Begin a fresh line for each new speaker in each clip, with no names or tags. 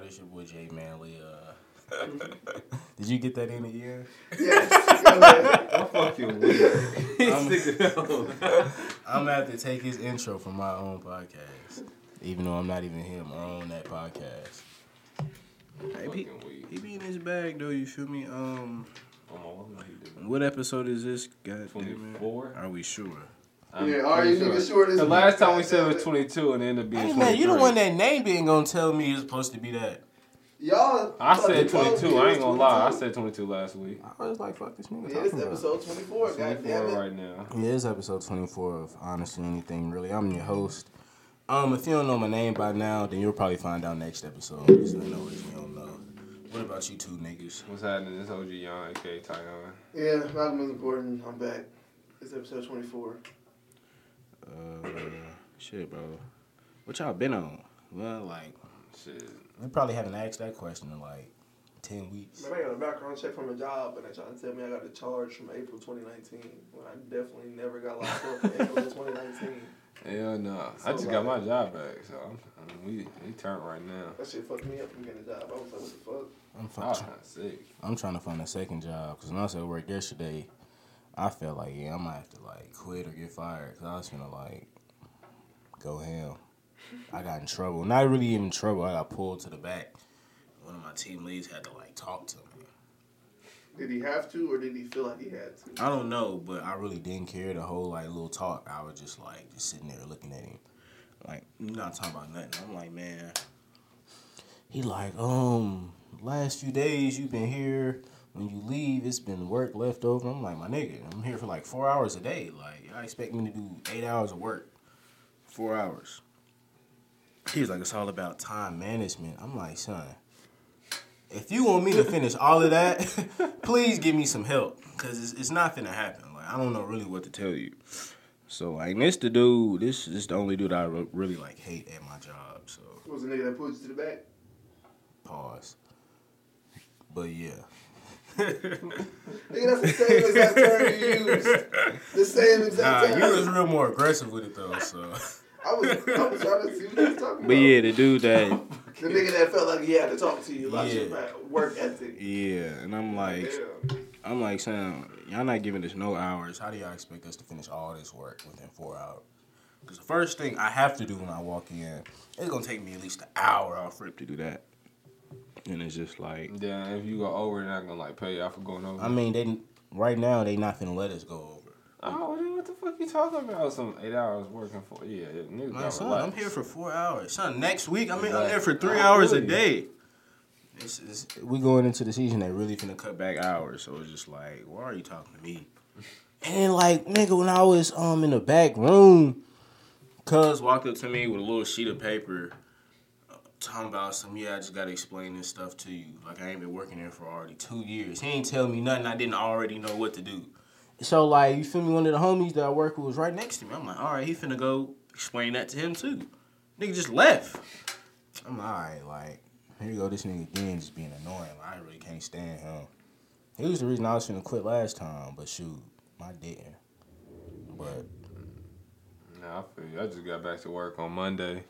this your boy Jay Manley. Uh, did you get that in the year?
Yes. I'm fucking weird.
I'm, I'm gonna have to take his intro from my own podcast, even though I'm not even him or on that podcast. Hey, he,
Fucking weak.
he be in his bag though. You feel me? Um,
Oh, my mama, he did.
what episode is this? God damn it!
24?
Are we sure?
I'm
Yeah, are you
pretty
niggas sure
sure.
this
The last time we
podcast
said it
out
was
there?
22 and it ended up being
Hey
23.
man, you the one that named it and gonna tell me it's supposed to be that.
Y'all.
I
fucking
said 22.
told
I
me
ain't
it
gonna
was
lie. I
22.
said 22 last week.
I was like, fuck this nigga.
Yeah, it's episode 24, Oh, God
24
damn it.
right now.
Yeah, it's episode 24 of Honestly Anything Really. I'm your host. Um, if you don't know my name by now, then you'll probably find out next episode. You just don't know if you don't know. What about you two niggas?
What's happening? This OG Yon, aka Tyon.
Yeah, Malcolm is Gordon. I'm back. It's episode 24.
Uh, shit, bro. What y'all been on? Well, like,
Shit.
we probably haven't asked that question in like 10 weeks.
Man, I got a background check from a job, and they trying to tell me I got a charge from April 2019 when I definitely never got locked up in April 2019.
Hell no. I just got my job back, so I'm, I mean, we, we turned right now.
That shit fucked me up from getting a job. I was like, what the fuck?
I'm, fi-
I was kinda sick.
I'm trying to find a second job because when I was at work yesterday, I felt like, yeah, I might have to like quit or get fired because I was gonna like go ham. I got in trouble. Not really in trouble. I got pulled to the back. One of my team leads had to like talk to me.
Did he have to, or did he feel like he had to?
I don't know, but I really didn't care the whole like little talk. I was just like just sitting there looking at him, like not talking about nothing. I'm like, man. He like, um, last few days you've been here. When you leave, it's been work left over. I'm like, my nigga, I'm here for like four hours a day. Like, I expect me to do eight hours of work, four hours. He was like, it's all about time management. I'm like, son, if you want me to finish all of that, please give me some help because it's, it's not gonna happen. Like I don't know really what to tell you. So like this the dude, this is the only dude I re- really like hate at my job. So
It was the nigga that pulled you to the back.
pause. But yeah,
Nigga, that's the same exact term you used. The same exact
nah,
term.
you was real more aggressive with it though. So
I was, I was trying to see what he was talking about.
but yeah, the dude that
The nigga that felt like he had to talk to you about
Yeah.
your back- work ethic.
yeah, and I'm like,
Damn.
I'm like, Sam, y'all not giving us no hours. How do y'all expect us to finish all this work within four hours? Because the first thing I have to do when I walk in, it's gonna take me at least an hour off rip to do that. And it's just like,
Yeah, if you go over, they're not gonna like pay y'all for going over.
I mean, they right now they not gonna let us go over.
oh, dude, what the fuck you talking about? Some eight hours working for? Yeah, yeah niggas
My
gotta
son,
relax.
I'm here for four hours. Son, next week I'm, in, I'm
Relax.
there for three
I
hours a
feel you.
day. This is we going into the season. They really finna cut back hours, so it's just like, why are you talking to me? And then like nigga, when I was um in the back room, Cuz walked up to me with a little sheet of paper, uh, talking about some yeah, I just gotta explain this stuff to you. Like I ain't been working there for already two years. He ain't tell me nothing. I didn't already know what to do. So like you feel me? One of the homies that I work with was right next to me. I'm like, all right, he finna go explain that to him too. Nigga just left. I'm like, all right, like here you go, this nigga again just being annoying. Like, I really can't stand him. He was the reason I was finna quit last time, but shoot, I didn't. But
Nah, I feel you. I just got back to work on Monday.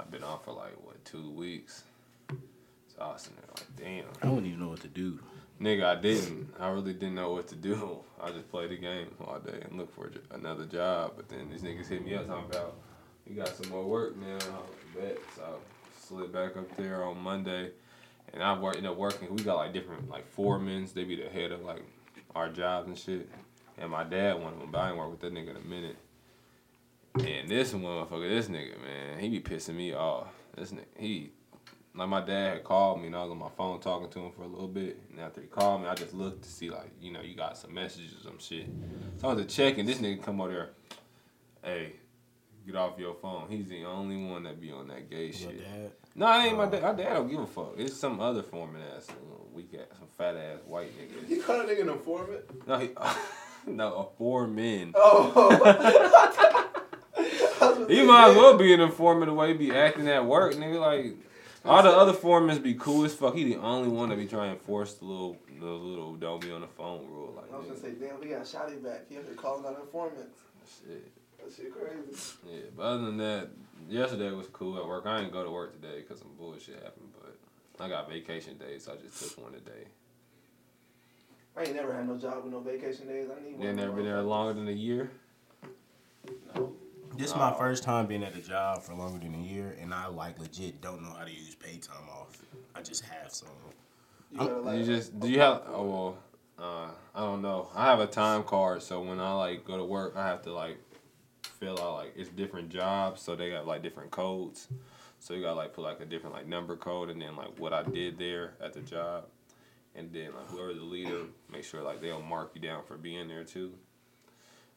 I've been off for like what two weeks. So I was sitting there like,
I wouldn't even know what to do.
damn, nigga, I didn't. I really didn't know what to do. I just played the game all day and looked for a jo- another job. But then these niggas hit me up talking about you got some more work now. I bet. So I slid back up there on Monday, and I worked, you know, working. We got like different like foremans. They be the head of like our jobs and shit. And my dad one of them, but I ain't work with that nigga in a minute. And this motherfucker, this nigga, man, he be pissing me off. This nigga, he, like my dad had called me and I was on my phone talking to him for a little bit. And after he called me, I just looked to see like, you know, you got some messages or some shit. So I was just checking. This nigga come over there, hey, get off your phone. He's the only one that be on that gay shit.
dad?
No, it ain't my dad. My dad don't give a fuck. It's some other foreman ass, little weak ass, some fat ass white nigga.
You called a nigga an informant?
No, he, no, a foreman.
Oh.
He might as well be an informant the way he be acting at work, nigga. Like all the other foremans be cool as fuck. He the only one that be trying to force the little, the little don't be on the phone rule. Like
I was gonna
nigga,
say, damn, we got Shotty back. He up here calling out informants.
shit.
That shit crazy.
Yeah, but other than that, yesterday was cool at work. I didn't go to work today because some bullshit happened, but I got vacation days, so I just took one a day.
I ain't never had no job with no vacation days. I need one.
You ain't never been there longer than a year?
No.
This is my
Oh.
first time being at a job for longer than a year, and I like legit don't know how to use paid time off. I just have some.
You gotta like.
You just do you have? Oh well, uh, I don't know. I have a time card, so when I like go to work, I have to like fill out like it's different jobs, so they got like different codes. So you gotta like put like a different like number code, and then like what I did there at the job, and then like whoever the leader, make sure like they'll mark you down for being there too.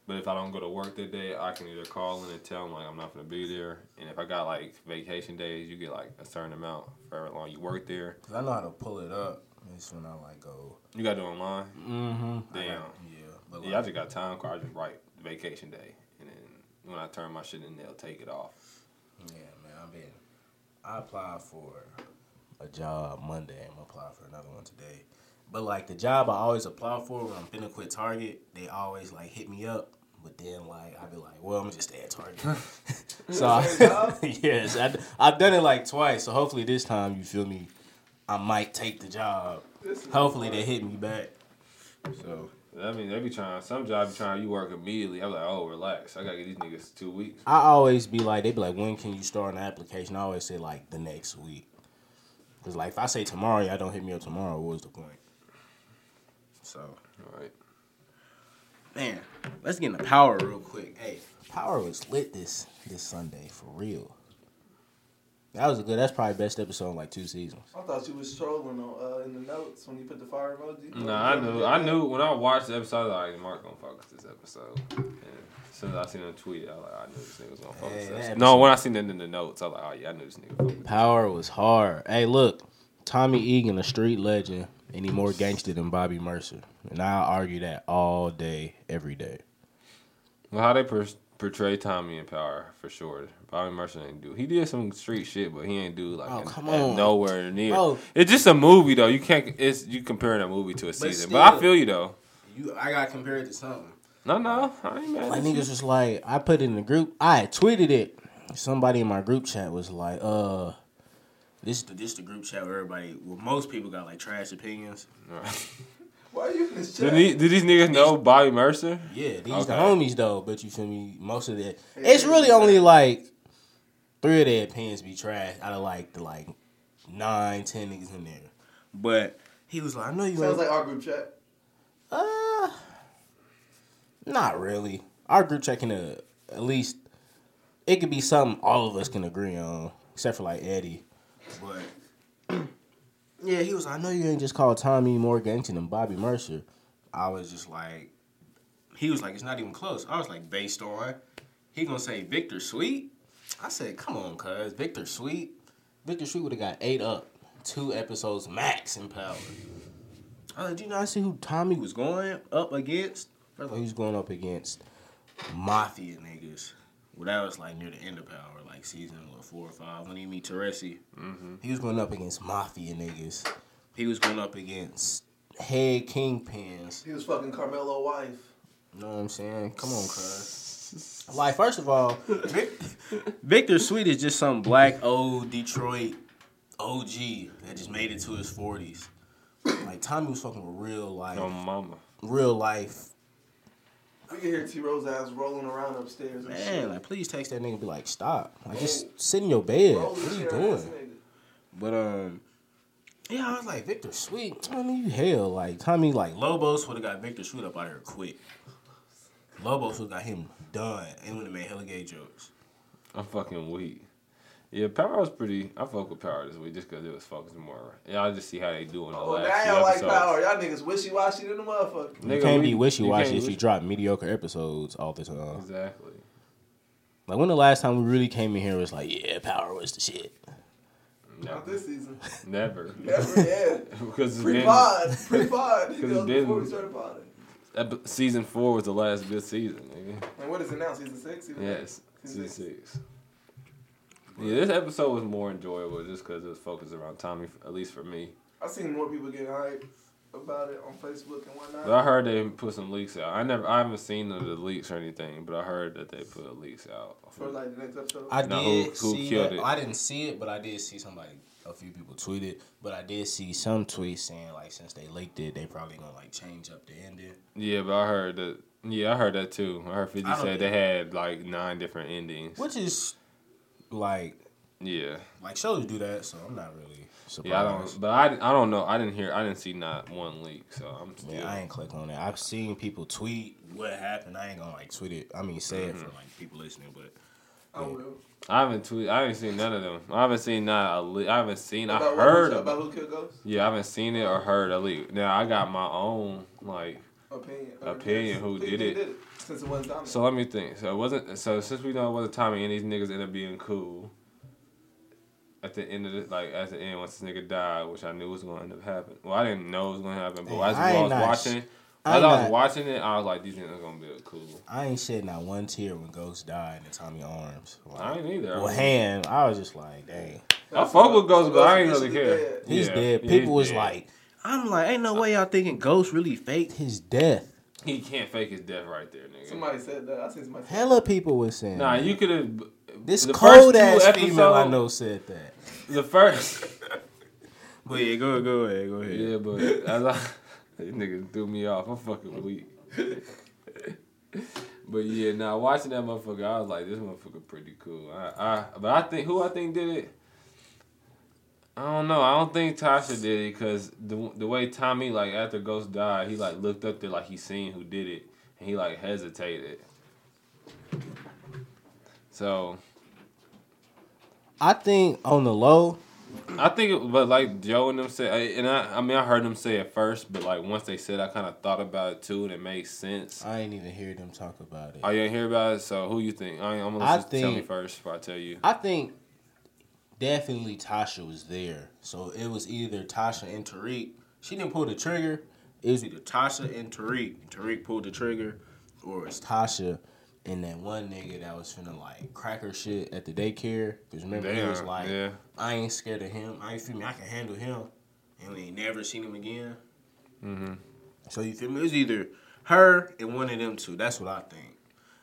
But if I don't go to work that day, I can either call in and tell them like I'm not gonna be there, and if I got like vacation days, you get like a certain amount for however long you work there.
Cause I know how to pull it up. It's when I like go.
You got to do it online.
Mm-hmm.
Damn.
yeah, but like,
Yeah, I just got time card. I just write vacation day, and then when I turn my shit in, they'll take it off.
yeah, man. I've been. I applied for a job Monday. I'm gonna apply for another one today. But like the job I always apply for when I'm finna quit Target, they always like hit me up. But then like I be like, well, I'm just stay at Target. so I, yes, I, I've done it like twice. So hopefully this time, you feel me, I might take the job.
This is
Hopefully
hard.
they hit me back. So
I mean, they be trying. Some job be trying you work immediately. I'm like, oh, relax. I gotta get these niggas two weeks.
I always be like, they be like, when can you start an application? I always say like the next week, cause like if I say tomorrow, y'all don't hit me up tomorrow. What's the point? So
All right.
man, let's get into power real quick. Hey, power was lit this this Sunday for real. That was a good. That's probably best episode in like two seasons.
I thought you was trolling on uh, in the notes when you put the fire emoji.
No, I knew. I knew when I watched the episode. I was like, Mark gonna focus this episode. And as soon as I seen him tweet, I was like, I knew this nigga was gonna focus.
Hey,
this
that
episode. No,
episode-
when I seen it in the notes, I was like, oh yeah, I knew this nigga. Focus.
Power was hard. Hey, look, Tommy Egan, a street legend, and he more gangster than Bobby Mercer, and I argue that all day, every day.
Well, how they per- portray Tommy in Power for sure. Bobby Mercer ain't do. He did some street shit, but he ain't do like
Oh,
in-
come
at
on.
nowhere near.
Bro.
It's just a movie though. You can't. It's you comparing a movie to a season. But, I
still.
feel you though.
You, I got compared to something.
No, no, I ain't mad.
My
at you.
niggas was like, I put it in the group. I had tweeted it. Somebody in my group chat was like, uh, this the this the group chat where everybody, well, most people got like trash opinions.
Alright.
Why are you in this
Do,
chat?
the- do these niggas know Bobby Mercer?
Yeah, these
Okay.
the homies though, but you feel me? Most of that, it's really only like three of their opinions be trash out of like the like nine, ten niggas in there. But he was like, I know you
Sounds
ain't.
like our group chat.
Uh, not really. Our group chat can uh, at least it could be something all of us can agree on, except for like Eddie. But yeah, he was. I know you ain't just called Tommy more gangster and Bobby Mercer. I was just like, he was like, it's not even close. I was like, based on he gonna say Victor Sweet. I said, come on, cuz Victor Sweet. Victor Sweet would have got eight up, two episodes max in power. Uh, did you not see who Tommy was going up against? First of all, he was going up against mafia niggas. Well, that was like near the end of Power, like season what, four or five when he meet Teresi. He was going up against mafia niggas. He was going up against head kingpins.
He was fucking Carmelo wife.
You know what I'm saying? Come on, cuz. Like, first of all, Vic- Victor Sweet is just some black old Detroit OG that just made it to his 40s. Like, Tommy was fucking with real life
No, mama.
real life.
We can hear T Rose ass rolling around upstairs. And shit.
Man, like please text that nigga and be like, stop. Like just sit in your bed.
Roll
What are you
chair ass
doing?
nigga.
But um Yeah, I was like, Victor Sweet, I mean you hell. Like Tommy like Lobos would have got Victor Sweet up out here quick. Lobos would have got him done and would have made hella gay jokes.
I'm fucking weak. Yeah, Power was pretty. I fuck with Power this week just because it was focused more. Yeah, I just see how they do in the
Oh,
last
now
few
y'all like
episodes.
power. Y'all niggas wishy washy than the motherfucker.
you
Nigga,
can't
we-
be wishy washy
can't
if you
wish-
drop mediocre episodes all the time.
Exactly.
Like when the last time we really came in here was like, yeah, power was the shit.
Not
Never.
this season.
Never.
Never, yeah.
Because it's
Pre
been-
pod. Pre pod.
it
Before
didn't.
we started podding.
Ep- season four was the last good season, nigga.
And what is it now? Season six? Season eight?
Yes, season six. Yeah, this episode was more enjoyable just because it was focused around Tommy, f- at least for me.
I've seen more people getting hyped. about it on Facebook and whatnot.
But I heard they put some leaks out. I never, I haven't seen none of the leaks or anything, but I heard that they put leaks out.
For like the next episode.
I
No,
did
who- who
see
killed
that.
it?
I didn't see it, but I did see somebody, a few people tweeted. But I did see some tweets saying like, since they leaked it, they probably gonna like change up the ending.
Yeah, but I heard that. Yeah, I heard that too. I heard Fifty
I don't-
said they had like nine different endings.
Which is like
Yeah,
like shows do that, so I'm not really surprised.
yeah. I don't, but I, I don't know. I didn't hear. I didn't see not one leak. So I'm still.
Man, I ain't click on it. I've seen people tweet what happened. I ain't gonna like tweet it. I mean, say it for like people listening, but
I will.
I haven't tweet. I haven't seen none of them. I haven't seen not a leak. I haven't seen. I
About what-
heard
about
about.
who killed Ghost?
Yeah, I haven't seen it or heard a leak. Now I got my own like.
Opinion.
Opinion, who
Think
did
they
it.
Since it wasn't Dominic.
So let me think. So it wasn't. So since we know it wasn't Tommy and these niggas ended up being cool. At the end of the like, at the end, once this nigga died, which I knew was going to end up happening. Well, I didn't know it was going to happen, but
Hey,
as
I
I
ain't
was
not-
watching,
I'm
as I was
not-
watching it, I was like, these niggas going to be cool.
I ain't shed not one tear when Ghost died in Tommy arms.
I
Like,
ain't either.
well, hand, I was just like, dang,
I fuck with Ghost,
So
but I ain't
Ghost
really
officially
care.
dead.
he's
Yeah,
dead.
he's
People was
dead.
like, I'm like, ain't no way y'all thinking Ghost really faked his death.
he can't fake his death right there, nigga.
Somebody said that. I seen somebody. say
Hella people was saying,
Nah,
that.
you could have.
this cold ass female I know said that.
The first.
But yeah, go go ahead, go ahead.
Yeah, but as I, these niggas threw me off. I'm fucking weak. but yeah, now watching that motherfucker, I was like, this motherfucker pretty cool. I, I, but I think who I think did it. I don't know. I don't think Tasha did it because the the way Tommy like after Ghost died, he like looked up there like he seen who did it, and he like hesitated. So
I think on the low,
I think, it, but like Joe and them said, I- and I, I mean, I heard them say it first, but like once they said, I kind of thought about it too, and it made sense.
I ain't even hear them talk about it.
Oh, you didn't hear about it, so who you think? I, I'm gonna
I
listen, tell me
think-
first before I tell you.
I think definitely Tasha was there. So it was either Tasha and Tariq. She didn't pull the trigger. It was either Tasha and Tariq. Tariq pulled the trigger, or it's Tasha and that one nigga that was finna like crack her shit at the daycare. Cause remember he was
Damn,
like,
yeah.
I ain't scared of him. I ain't feel me. I can handle him. And we ain't never seen him again. Mm-hmm. So you feel me? It was either her and one of them two. That's what I think.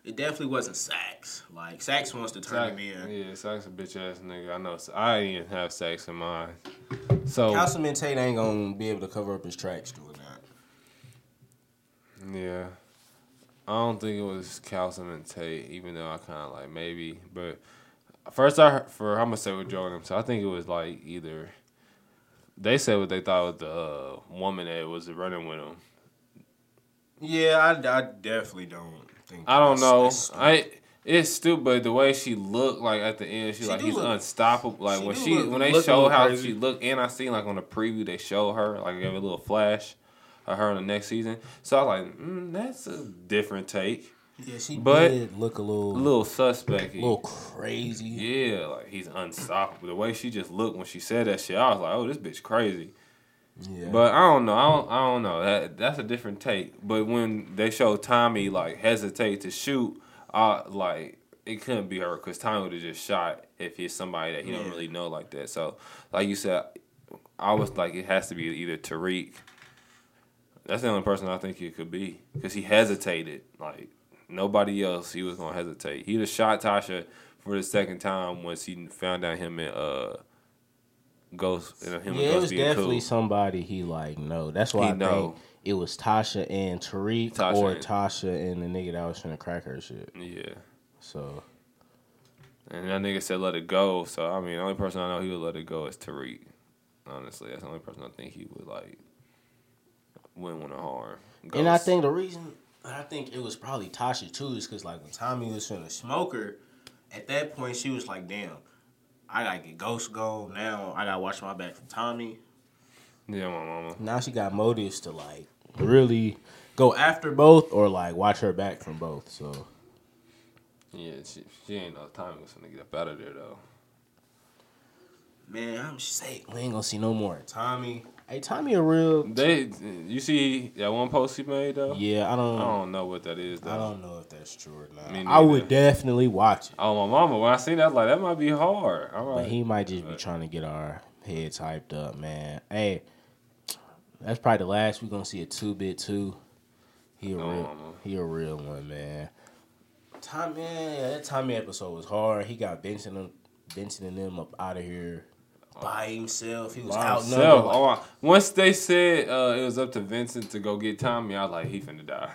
It definitely wasn't Sax. Like Sax wants to turn
Sax-
him in.
yeah, Sax a bitch ass nigga. I know. I ain't even have sex in mine. So
Councilman Tate ain't gonna be able to cover up his tracks doing that.
yeah, I don't think it was Calcium and Tate, even though I kind of like maybe, but first I heard, for I'm gonna say with Joe and them, so I think it was like either they said what they thought was the uh, woman that was running with them.
Yeah, I, I definitely don't think.
I don't
that's-
know.
that's-
I it's stupid but the way she looked like at the end. She,
She
like
do
he's
look-
unstoppable. Like
she
when
do
she
look-
when they
look a
show
little
how
crazy.
she looked, and I seen like on the preview they show her like gave a little flash of her in the next season. So I was like, mm, that's a different take.
yeah, she
but-
did look a little,
A
little,
little suspect.
crazy.
Yeah, like he's unstoppable. The way she just looked when she said that shit, I was like, oh, this bitch crazy.
Yeah.
But I don't know. I don't, I don't know. That that's a different take. But when they show Tommy like hesitate to shoot, I like it couldn't be her because Tommy would have just shot if he's somebody that he don't
Yeah.
really know like that. So like you said, I was like it has to be either Tariq. That's the only person I think it could be because he hesitated. Like nobody else, he was gonna hesitate. He'd have shot Tasha for the second time once he found out him and uh. Ghost and him
yeah,
and
it
Ghost
was
being
definitely
cool.
somebody he like. No, that's why
He
I
know.
think it was Tasha and Tariq
Tasha
or
and-
Tasha and the nigga that was trying to crack her shit.
Yeah.
So
And that nigga said let it go. So I mean, the only person I know he would let it go is Tariq. Honestly, that's the only person I think he would like wouldn't want to harm.
And I
Ghost.
think the reason I think it was probably Tasha too is because like when Tommy was finna smoke her, at that point she was like, "Damn, I gotta get Ghost gone now. I gotta watch my back from Tommy."
yeah, my mama.
Now she got motives to like really go after both or like watch her back from both. So
Yeah, she she ain't no time was gonna get up out of there though.
man, I'm sick. We ain't gonna see no more Tommy. Hey, Tommy, a real
They, you see that one post he made though.
yeah. I don't.
I don't know what that is though.
I don't know if that's true or not.
Me
I would
neither.
definitely watch it,
Oh my mama! When I seen that, I was like that might be hard. I'm
but
like,
he might just be trying to get our heads hyped up, man. Hey, That's probably the last we gonna see a two bit two. He a
No,
real,
no.
he a real one, man. Tommy, yeah, that Tommy episode was hard. He got Benson, and- Benson and them up out of here by himself. He was
By
outnumbered.
himself.
like-
Oh, I- once they said uh, it was up to Vincent to go get Tommy, I was like, he finna die.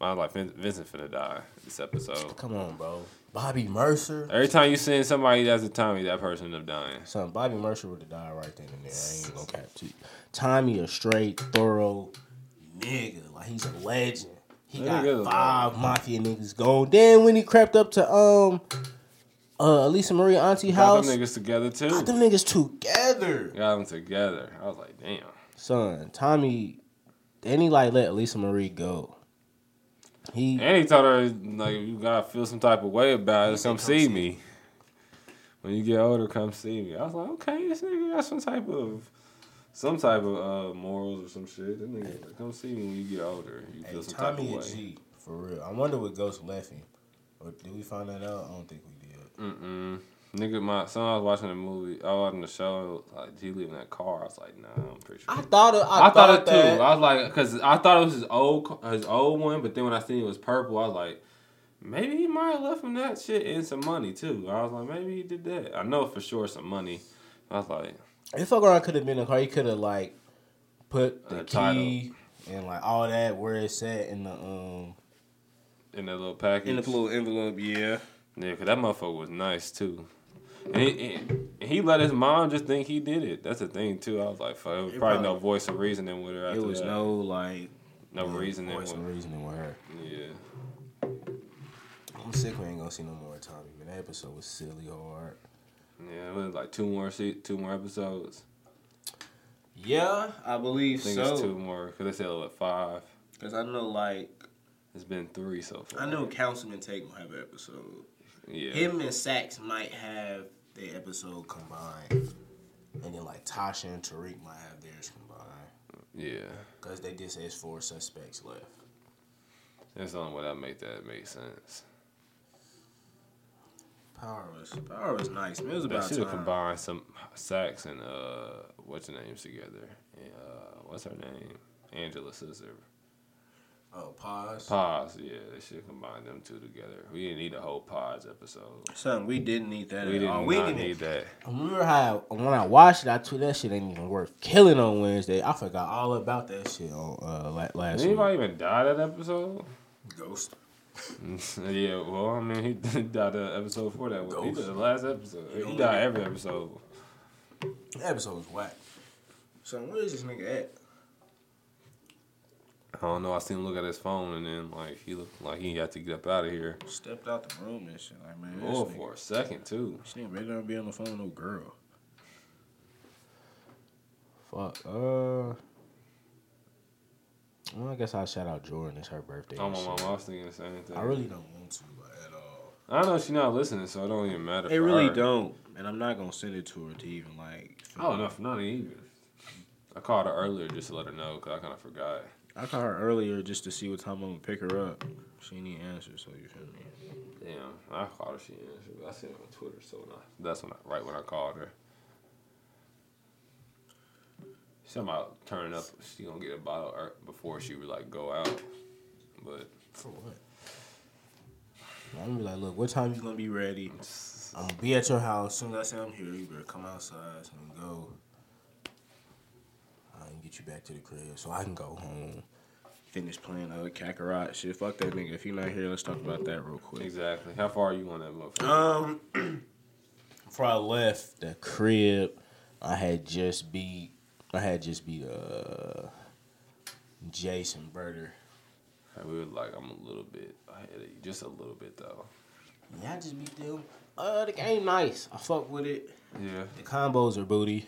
I was like, Vin- Vincent finna die this episode.
Come on, bro. Bobby Mercer.
Every time you send somebody that's a Tommy, that person end up dying.
Son, Bobby Mercer would have died right then and there. I ain't even gonna cap to you. Tommy a straight, thorough nigga. Like he's a legend. He
That
got
nigga's a
five mafia niggas gone. Then when he crept up to um uh Elisa Marie Auntie
Got
house,
them niggas together too.
got them niggas together.
Got them together. I was like, damn.
Son, Tommy then he like let Elisa Marie go. He
And he told her like you gotta feel some type of way about it. Come see me. When you get older, come see me. I was like, okay, this nigga got some type of some type of uh, morals or some shit. This nigga, like, come see me when you get older. You
hey,
feel some
Tommy
type
a
of way.
G for real. I wonder what Ghost left him. Or did we find that out? I don't think we did.
Mm-mm. Nigga, my son, I was watching a movie. I was watching the show. Like he lived in that car. I was like, nah, I'm pretty sure.
I thought it, I,
I thought it too.
that.
I was like, because I thought it was his old, his old one, but then when I seen it was purple, I was like, maybe he might have left him that shit and some money too. I was like, maybe he did that. I know for sure some money. I was like,
If fuck around could have been a car, he could have like put the
Uh, title.
key and like all that where it's at in the um
in that little package.
envelope. Yeah,
Yeah, because that motherfucker was nice too. And he, and he let his mom just think he did it. That's the thing too. I was like, fuck, it was
It
probably no
probably-
voice of reasoning with her. After
it was
that.
no like
no
um,
reasoning.
voice
With,
and reasoning with her.
yeah.
I'm sick. We ain't gonna see no more Tommy. Man, that episode was silly hard.
Yeah, it was like two more se- two more episodes.
Yeah, I
I
believe
think it's two more because they said what five.
Cause I know like
It's been three so far.
Councilman Tate will have an episode.
Yeah.
and Sax might have their episode combined, and then like Tasha and Tariq might have theirs combined.
Yeah.
Cause they did say it's four suspects left.
That's the only way that make that make sense.
Power was power was nice. Man. It was
They
about
should have
time.
combined some Sax and uh what's her names together. And, uh what's her name? Angela's sister.
Oh, pause.
Pause, yeah, they should combine them two together. We didn't need a whole pause episode.
Son, we didn't need that.
We did
all.
not
We didn't
need that.
I remember how when I watched it, I tweeted that shit ain't even worth killing on Wednesday. I forgot all about that shit on uh, la-
Did
last
anybody even die that episode?
week. Ghost.
yeah, well, I mean, he did die the episode before that. He did
Ghost.
the last episode.
You
He
don't
died
like it.
every episode.
That episode was whack. Son, where is this nigga at?
I don't know. I seen him look at his phone, and then like he looked like he had to get up out of here.
Stepped out the room and shit. Like man,
Or Oh, for a second too.
She ain't ready to be on the phone with no girl. Fuck. Uh. Well, I guess I'll shout out Jordan. It's her birthday.
Oh
and
my
shit.
mom, I was thinking the same thing.
I really don't want to at all.
I know she's not listening, so it don't even matter.
They
for
really
her.
don't, and I'm not gonna send it to her to even like.
I don't know, Oh, for not even. I called her earlier just to let her know because I kind of forgot.
I called her earlier just to see what time I'm gonna pick her up. She didn't answer, so you feel me?
Damn, I called her. She answered. but I seen her on Twitter, so when I, that's when I, right when I called her. Somehow turning up, she gonna get a bottle er- before she would like go out. But
For what? I'm gonna be like, look, what time you gonna be ready? I'm gonna be at your house. As soon as I say I'm here, you better come outside so we can go. I can get you back to the crib so I can go home. Finish playing uh Kakarot shit. Fuck that nigga. If you're not here, let's talk about that real quick.
exactly, how far are you on that motherfucker?
Um before I left the crib, I had just beat I had just beat uh Jason Berger.
Like, we were like, I'm a little bit ahead of you, just a little bit though.
Yeah, I just beat them. Uh the game nice. I fuck with it.
Yeah,
The combos are booty.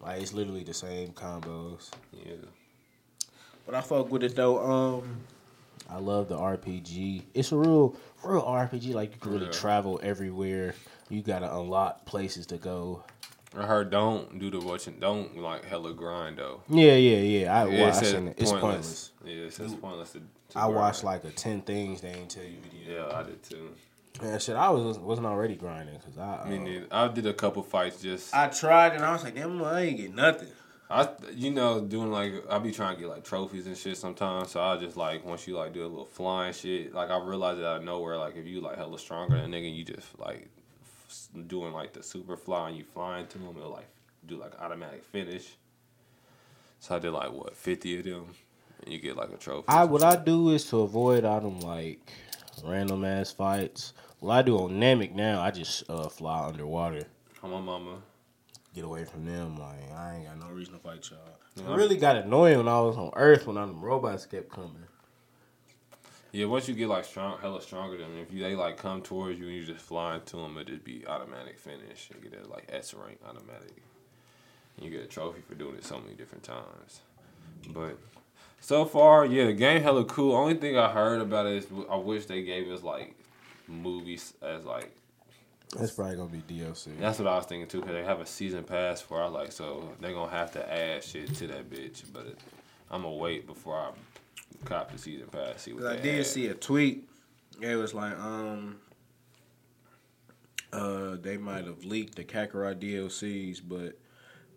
Like it's literally the same combos.
yeah.
But I fuck with it though. Um, I love the RPG. It's a real, real RPG. Like you can really
Yeah.
travel everywhere. You gotta unlock places to go.
I heard don't do the watching, don't like hella grind though.
Yeah, yeah, yeah. I,
Yeah,
well, I
says
seen it. It's pointless.
Yeah, it says pointless. To, to
I
grind.
watched like a ten things they ain't tell you video.
Yeah, I did too.
Man, shit, I was wasn't already grinding because I.
I mean,
um,
it- I did a couple fights just.
I tried and I was like, damn, I ain't get nothing.
I you know doing like I be trying to get like trophies and shit sometimes. So I just like once you like do a little flying shit, like I realized out of nowhere like if you like hella stronger than a nigga, you just like f- doing like the super fly and you flying to them, it'll like do like automatic finish. So I did like what fifty of them, and you get like a trophy.
I what I do is to avoid all them like random ass fights. What I do on Namek now, I just uh, fly underwater.
I'm a mama.
Get away from them. Like I ain't got no reason to fight y'all.
Yeah.
It really got annoying when I was on Earth when all them robots kept coming.
Yeah, once you get like strong, hella stronger than them, if you they like come towards you and you just flying to them, it'd just be automatic finish. You get a like S rank automatic. And you get a trophy for doing it so many different times. But so far, yeah, the game hella cool. Only thing I heard about it is w- I wish they gave us like movies as like
That's probably gonna be DLC.
that's what I was thinking too, because they have a season pass for. I like, so they're gonna have to add shit to that bitch. But it, I'm gonna wait before I cop the season pass. See what
Cause I
they
did
add.
see a tweet. It was like, um, uh, they might have leaked the Kakarot DLCs, but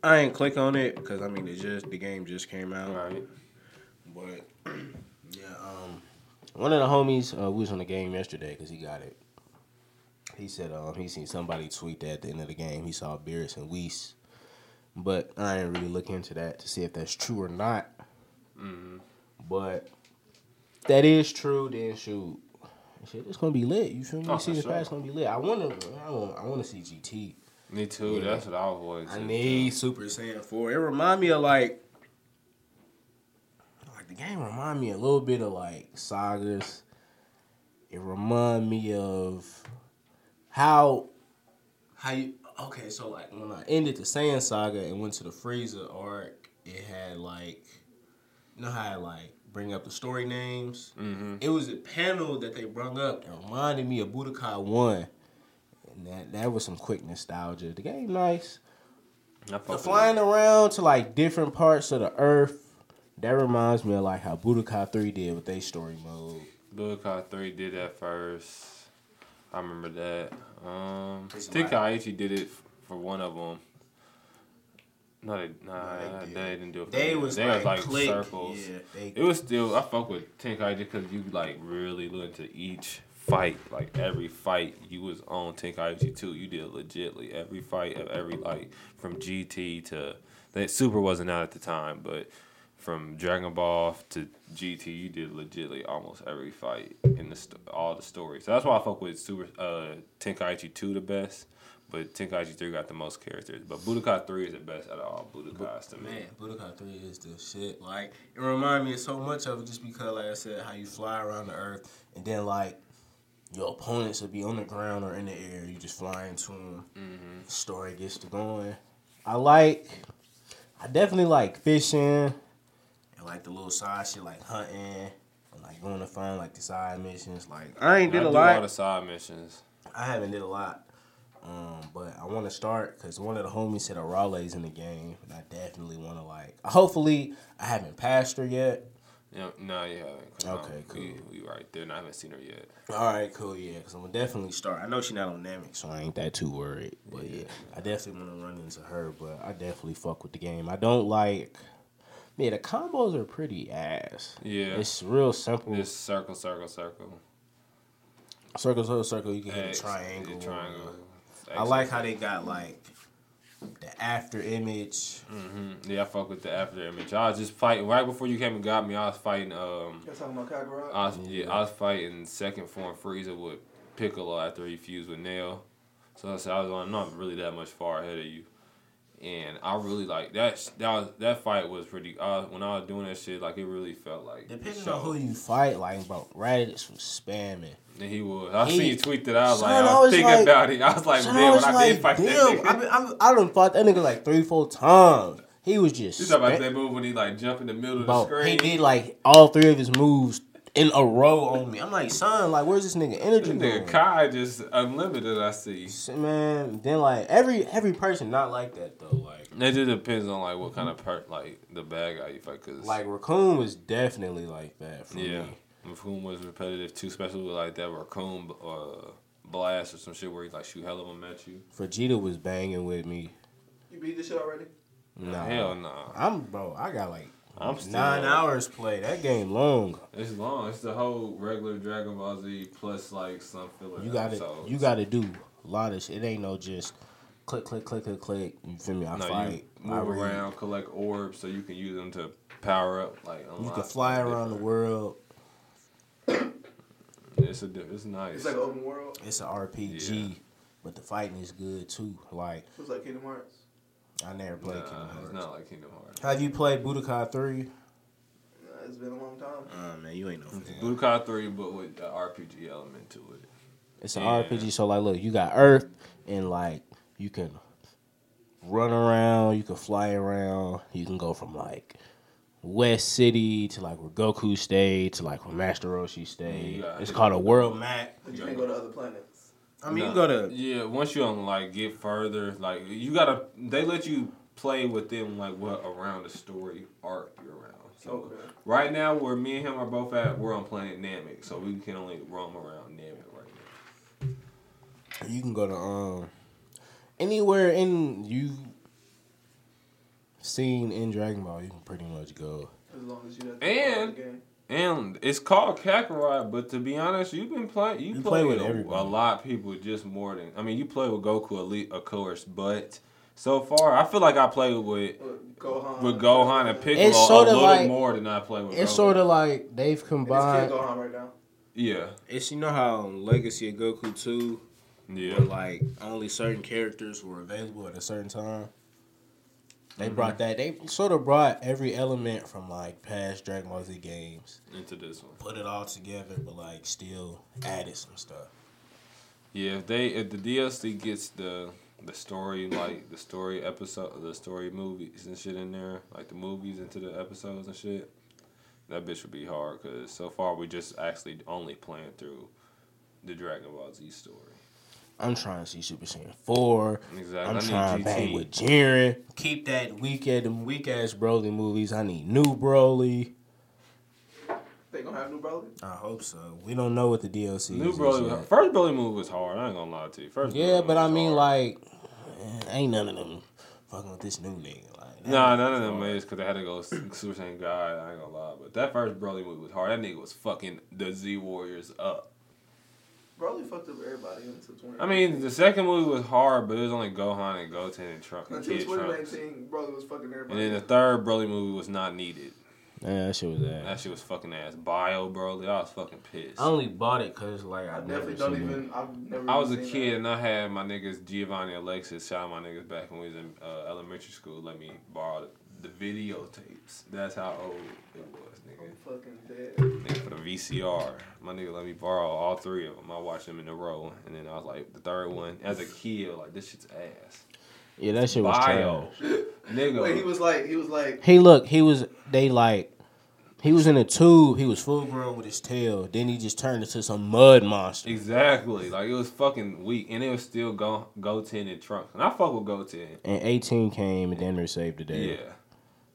I ain't click on it because I mean, it just the game just came out.
Right.
But yeah, um, one of the homies uh, we was on the game yesterday because he got it. He said um he seen somebody tweet that at the end of the game he saw Beerus and Weiss, but I ain't really look into that to see if that's true or not.
Mhm.
But if that is true. Then shoot, shit, it's gonna be lit. You feel me?
Oh,
see,
for
the
sure.
past gonna be lit. I wanna, I want, I want to see GT.
Me too.
Yeah.
That's what I was wanting.
I
to.
need Super Saiyan 4. It remind me of like like the game remind me a little bit of like sagas. It remind me of how how you okay, so like when I ended the Saiyan saga and went to the Frieza arc, it had like you know how I like bring up the story names?
Mhm.
It was a panel that they brung up that reminded me of Budokai 1. And that, that was some quick nostalgia. The game nice.
I fuck
The
with
flying around to like different parts of the earth. That reminds me of like how Budokai 3 did with their story mode.
it. Budokai Three did that first. I remember that. Um,
It's a
Tenkaichi did it f- for one of them. No, they, nah,
No,
they,
they did.
didn't do it. For them. they circles.
Yeah, they,
It was still I fuck with Tenkaichi because you like really look into each fight, like every fight you was on Tenkaichi too. You did legitly every fight of every like from GT to that Super wasn't out at the time, but from Dragon Ball to GT, you did legitly almost every fight in the st- all the stories. So that's why I fuck with Super uh, Tenkaichi two the best. But Tenkaichi 3 got the most characters. But Budokai 3 is the best out of all Budokais to me.
man, Budokai 3 is the shit. Like, it reminded me so much of it just because, like I said, how you fly around the earth and then, like, your opponents would be on the ground or in the air. You just fly into them.
Mm-hmm.
story gets to going. I like, I definitely like fishing and like the little side shit, like hunting and like going to find like the side missions. Like I ain't
I
did a
do all
lot.
the side missions.
I haven't did a lot. Um, but I want to start because one of the homies said Arale's in the game, and I definitely want to like. Hopefully, I haven't passed her yet.
No, no, you haven't. 'cause I'm-
Okay, cool.
We, we right there, and I haven't seen her yet.
All right, cool, yeah, because I'm gonna definitely start. I know she's not on Namek, so I ain't that too worried. But yeah, I definitely want to run into her. But I definitely fuck with the game. I don't like, man, the combos are pretty ass.
Yeah,
It's real simple.
this circle, circle, circle.
circle, circle, circle. You can hit
X,
a triangle. uh,
the triangle.
I like how they got like the after image.
hmm Yeah, I fuck with the after image. I was just fighting right before you came and got me. I was fighting. Um,
Y'all talking about Kakarot?
I was, yeah, I was fighting second form Frieza with Piccolo after he fused with Nail. So I said I was on. I'm not really that much far ahead of you. And I really like that. sh- That was, that fight was pretty. I, when I was doing that shit, like it really felt like.
Depending
show.
on who you fight, like, bro, Raditz was spamming.
And he was. I
He-
seen you tweet that. I was
Son,
like, I
I
was
was
thinking
like-
about it. I was like,
So
man,
I was
when I did
like, damn,
fight that
I,
nigga.
mean, I, I done fought that nigga like three, four times. He was just.
You talking about
spam-
that move when he like jump in the middle of the
Bro, he
screen?
did like all three of his moves in a row on me. I'm like, son, like, where's this nigga
This
energy
nigga
going?
Kai just unlimited. I see.
Shit, Man, then like every every person not like that though. Like,
It just depends on like what kind of part, like the bad guy you fight. Cause
like Raccoon was definitely like that for
yeah,
me.
if whom was repetitive too, especially with like that raccoon uh, blast or some shit where he like shoot hell of them at you.
Vegeta was banging with me.
You beat this shit already?
Nah.
Hell nah.
I'm bro. I got like
I'm still
nine hours play. That game long.
It's long. It's the whole regular Dragon Ball Z plus like some filler.
You got to
episodes.
You got to do a lot of shit. It ain't no just click, click, click, click, click. You feel me? I
No,
fight.
you
I
move
read.
around, collect orbs, so you can use them to power up. Like
You
unlock
can fly around the
different-
world.
It's a diff- it's nice.
It's like an open world.
It's an RPG,
Yeah.
but the fighting is good too. Like
It's like Kingdom Hearts.
I never
nah,
played Kingdom Hearts.
it's not like Kingdom Hearts.
Have you played Budokai Three?
Nah, It's been a long time.
Uh, man, you ain't no
It's Budokai Three, but with the RPG element to it.
It's an
Yeah.
RPG, so like, look, you got Earth, and like you can run around, you can fly around, you can go from like West City to like where Goku stayed to like where Master Roshi stayed.
Yeah.
It's called a world map.
But you can't go to other planets.
I mean, you
Nah,
go to
yeah. Once you um, like get further, like you gotta, they let you play with them like what around the story arc you're around. So
Okay.
right now, where me and him are both at, we're on planet Namek, so we can only roam around Namek right now.
you can go to um anywhere in you seen in Dragon Ball, you can pretty much go.
As long as you have
And-
the game.
And it's called Kakarot, but to be honest, you've been playing. You,
You play
play,
with
with a, a
everybody.
lot of people, just more than I mean. You play with Goku Elite, of course, but so far, I feel like I play with
With Gohan.
with Gohan and Piccolo
It's
a
sorta
little
like-
more than I play with.
It's
Goku.
sort of like they've
It's Kid
combined.
Gohan right now.
yeah,
It's you know how in Legacy of Goku two.
yeah.
where like only certain characters were available at a certain time. They
Mm-hmm.
brought that. They sort of brought every element from like past Dragon Ball Z games,
into this one.
put it all together, but like still added some stuff.
Yeah, if they if the DLC gets the the story like the story episode, the story movies and shit in there, like the movies into the episodes and shit, that bitch would be hard. Cause so far we just actually only playing through the Dragon Ball Z story.
I'm trying to see Super Saiyan four.
Exactly.
I'm
i
trying to
need
bang
GT.
with Jiren. Keep that weak at them weak ass Broly movies. I need new Broly.
They gonna have new brother?
I hope so. We don't know what the DLC
New
is
Broly,
yet.
first Broly move was hard. I ain't gonna lie to you. First, Broly
Yeah,
move
but I
was
mean
hard.
like, eh, ain't none of them fucking with this new nigga. Like, that
Nah,
nigga's
none of them
hard.
is because they had to go Super Saiyan God. I ain't gonna lie, but that first Broly movie was hard. That nigga was fucking the Z Warriors up.
Broly fucked up everybody until 20.
I mean, the second movie was hard, but it was only Gohan and Goten and Trunks. And,
until
Kid Trunks.
2019, Broly was fucking
and
everybody.
then the third Broly movie was not needed.
Yeah, that shit was
That
ass.
shit was fucking ass. Bio Broly, I was fucking pissed.
I only bought it because like I,
I
never
definitely don't
seen it.
even. I've never.
I was a
even seen
kid and I had my niggas Giovanni Alexis, shout out my niggas back when we was in uh, elementary school, let me borrow the, the videotapes. That's how old it was,
that. I'm
nigga.
fucking dead.
Nigga, for the VCR. My nigga let me borrow all three of them. I watched them in a row. And then I was like, the third one, as a kid, like, this shit's ass.
Yeah, that shit was
Bio.
trash.
Nigga.
Wait, he was like, he was like,
He look, he was they like, he was in a tube. He was full grown with his tail. Then he just turned into some mud monster.
Exactly. Like it was fucking weak, and it was still go Goten and Trunks, and I fuck with Goten.
And eighteen came and Denver saved the
Yeah,
day.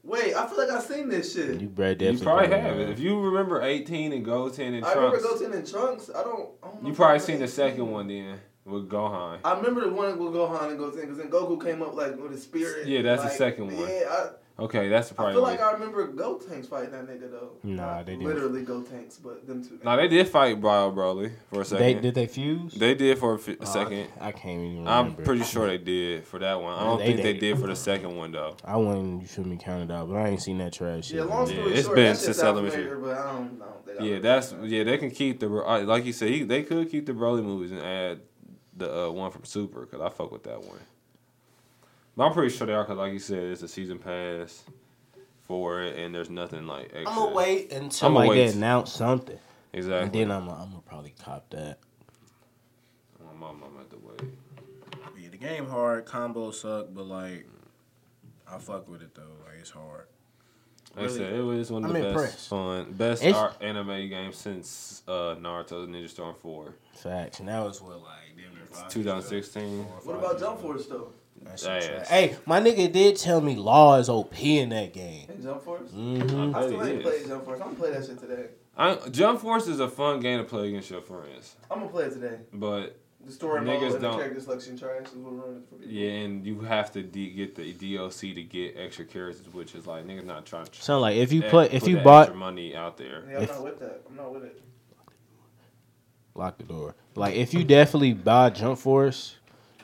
wait, I feel like I seen this shit.
You Brad
you
definitely
probably
did,
have
man.
it. If you remember eighteen and Goten and
I remember
Trunks,
Goten and Trunks. I don't. I don't know
you
if
probably
I've
seen the second one then with Gohan.
I remember the one with Gohan and Goten because then Goku came up like with his spirit.
Yeah, that's the
like,
second one.
Yeah,
Okay, that's
I,
the
I
probably.
feel like I remember Gotenks fighting that nigga though.
Nah, they didn't.
literally Gotenks, but them two.
now they did fight Bio Broly for
They
a second. They did,
did they fuse?
for a, fi- a
Oh, I
second.
can't- I, can't even.
I'm
remember.
pretty sure they did for that one. I
Yeah,
don't
they
think they
did.
did for the second one though.
I wouldn't. You shouldn't be counted out, but I ain't seen that trash shit.
yeah, long
Yeah,
story
it's
short,
been
that shit
since
sounds
elementary.
familiar, but I don't know. They got
Yeah,
it.
that's yeah. They can keep the uh, like you said. He, they could keep the Broly movies and add the uh, one from Super because I fuck with that one. But I'm pretty sure they are because, like you said, it's a season pass for it, and there's nothing like extra.
I'm gonna wait until
I'ma
like
wait.
they announce something, and
Exactly.
then I'm I'm gonna probably cop that.
My mom, I'm at the wait.
Yeah, the game hard, combo suck, but like I fuck with it though. Like it's hard.
Like I said, it was one of
I'm
the best
impressed.
fun, best
It's-
ar- anime game since uh, Naruto Ninja Storm Four,
Facts. And that was what like damn near five
2016.
years ago,
What
five
about
years
Jump
ago.
Force though?
That shit
Ass.
trash. Hey, my nigga did tell me Law is OP in that game.
And Jump Force.
Mm-hmm.
I
bet
still
Mm, it
ain't
is.
played Jump Force. I'm gonna play that shit today.
I, Jump Force is a fun game to play against your friends,
I'm gonna play it today.
but
The story
Niggas
niggas and the
don't-
character selection trash is what ruined it for people.
Yeah, and you have to de- get the DLC to get extra characters, which is like niggas not trying to
Sound like if you
eh,
play, if
put
you
that
bought,
extra money out there.
Yeah, I'm
If-
not with that. I'm not with it.
lock the door. Like if you definitely buy Jump Force,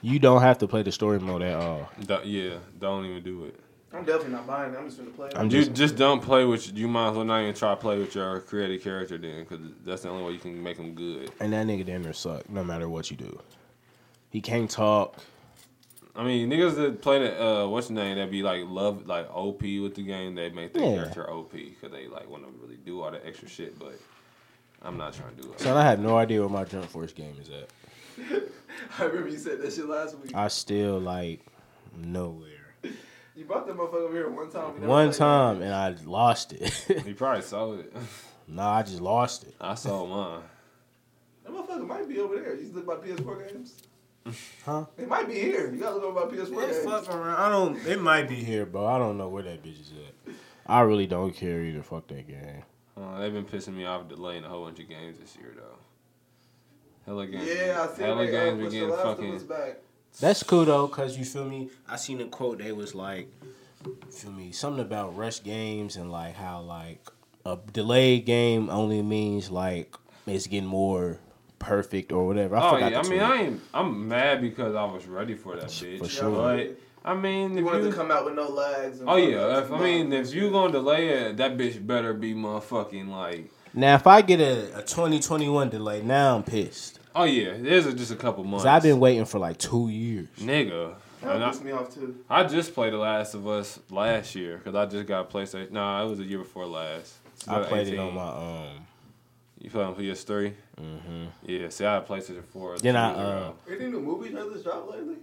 you don't have to play the story mode at all.
Don't- yeah, don't even do it.
I'm definitely not buying it. I'm just gonna play it.
I'm
You just don't play with. You might as well not even try to play with your created character then, because that's the only way you can make them good.
And that nigga damn near suck. No matter what you do, he can't talk.
I mean, niggas that play the uh, what's the name that be like love like OP with the game, they make their
Yeah.
character OP because they like want to really do all that extra shit. But I'm not trying to do it.
Son, I have no idea where my Jump Force game is at.
I remember you said that shit last week.
I still like nowhere.
you brought that motherfucker over here one time. you never
One
played it.
time and I lost it.
he probably sold it.
nah, I just lost it.
I sold mine.
That motherfucker might be over there. You look about PS4 games.
Huh?
It might be here. You gotta look about PS4 games.
I don't. It might be here, bro. I don't know where that bitch is at. I really don't care either. Fuck that game.
Uh, they've been pissing me off delaying a whole bunch of games this year though. Hella games.
Yeah, I see.
Hella
they, uh, pushed
games were
The
getting
Last of
fucking.
Us back.
That's cool though, cause you feel me. I seen a quote. They was like, feel me, something about rush games and like how like a delayed game only means like it's getting more perfect or whatever. I
oh
forgot
yeah, I
the
mean,
tweet.
I ain't. I'm mad because I was ready for that bitch.
sure.
But I mean,
They
if
wanted
you,
to come out with no lags. And
oh
fuck
yeah,
ups
if,
and
I mean,
bombs.
if you gonna delay it, that bitch better be motherfucking like.
Now, if I get a, a 2021 delay, now I'm pissed.
Oh yeah, there's a- just a couple months.
Because I've been waiting for like two years.
nigga. And
that
I,
pissed me off too.
I just played The Last of Us last year because I just got PlayStation. Nah, it was the year before last.
I played it
2018.
on my um.
You played on PS3. Mm-hmm.
hmm
Yeah, see, I had PlayStation 4.
Then
two
I, uh,
years ago.
Any new movie trailers dropped lately?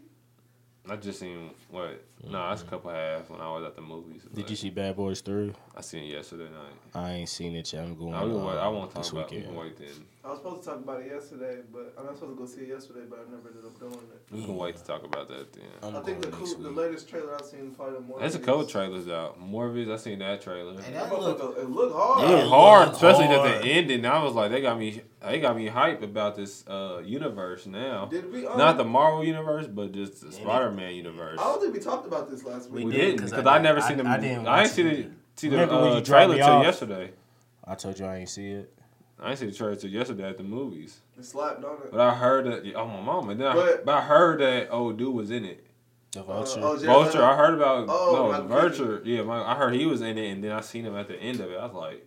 I just seen what? Nah, that's a couple half when I was at the movies.
Mm-hmm. Did
but
you see Bad Boys Three?
I seen it yesterday night.
I ain't seen it yet. I'm going.
I, we can
um,
wait, I won't talk
this
about. it. We
weekend.
can wait then.
I was supposed to talk about it yesterday, but I mean, I was supposed to go see it yesterday, but I never ended up doing it.
We can wait to talk about that then.
I'm
I think the
going
cool,
next
the
week.
latest trailer I've seen is probably the more.
There's a couple trailers out. Morbius, I seen that trailer.
And
That
that
motherfucker,
look-
it looked
It
hard.
Yeah.
was hard,
looked
especially that
hard.
the ending. I was like, they got me, they got me hype about this uh, universe now.
Did we? Um,
Not the Marvel universe, but just the
Yeah, they-
Spider Man universe.
I don't think we talked about this last
We
week.
We
did,
didn't
'cause
because
I
I,
didn't-
never
I-
seen the.
I
I,
didn't
didn't
watch
see
it.
the see the
Remember when you
uh,
dropped
trailer
me
till
off?
yesterday.
I told you I ain't see it.
I didn't see the trailer till yesterday at the movies,
It slapped on it.
but I heard that. Oh my mama! Then I,
But-
but, I heard that old dude was in it.
The
Uh,
Vulture.
oh, Jared
Vulture.
Leto.
I heard about
Oh,
no the
my goodness.
Vulture. Yeah, my, I heard he was in it, and then I seen him at the end of it. I was like,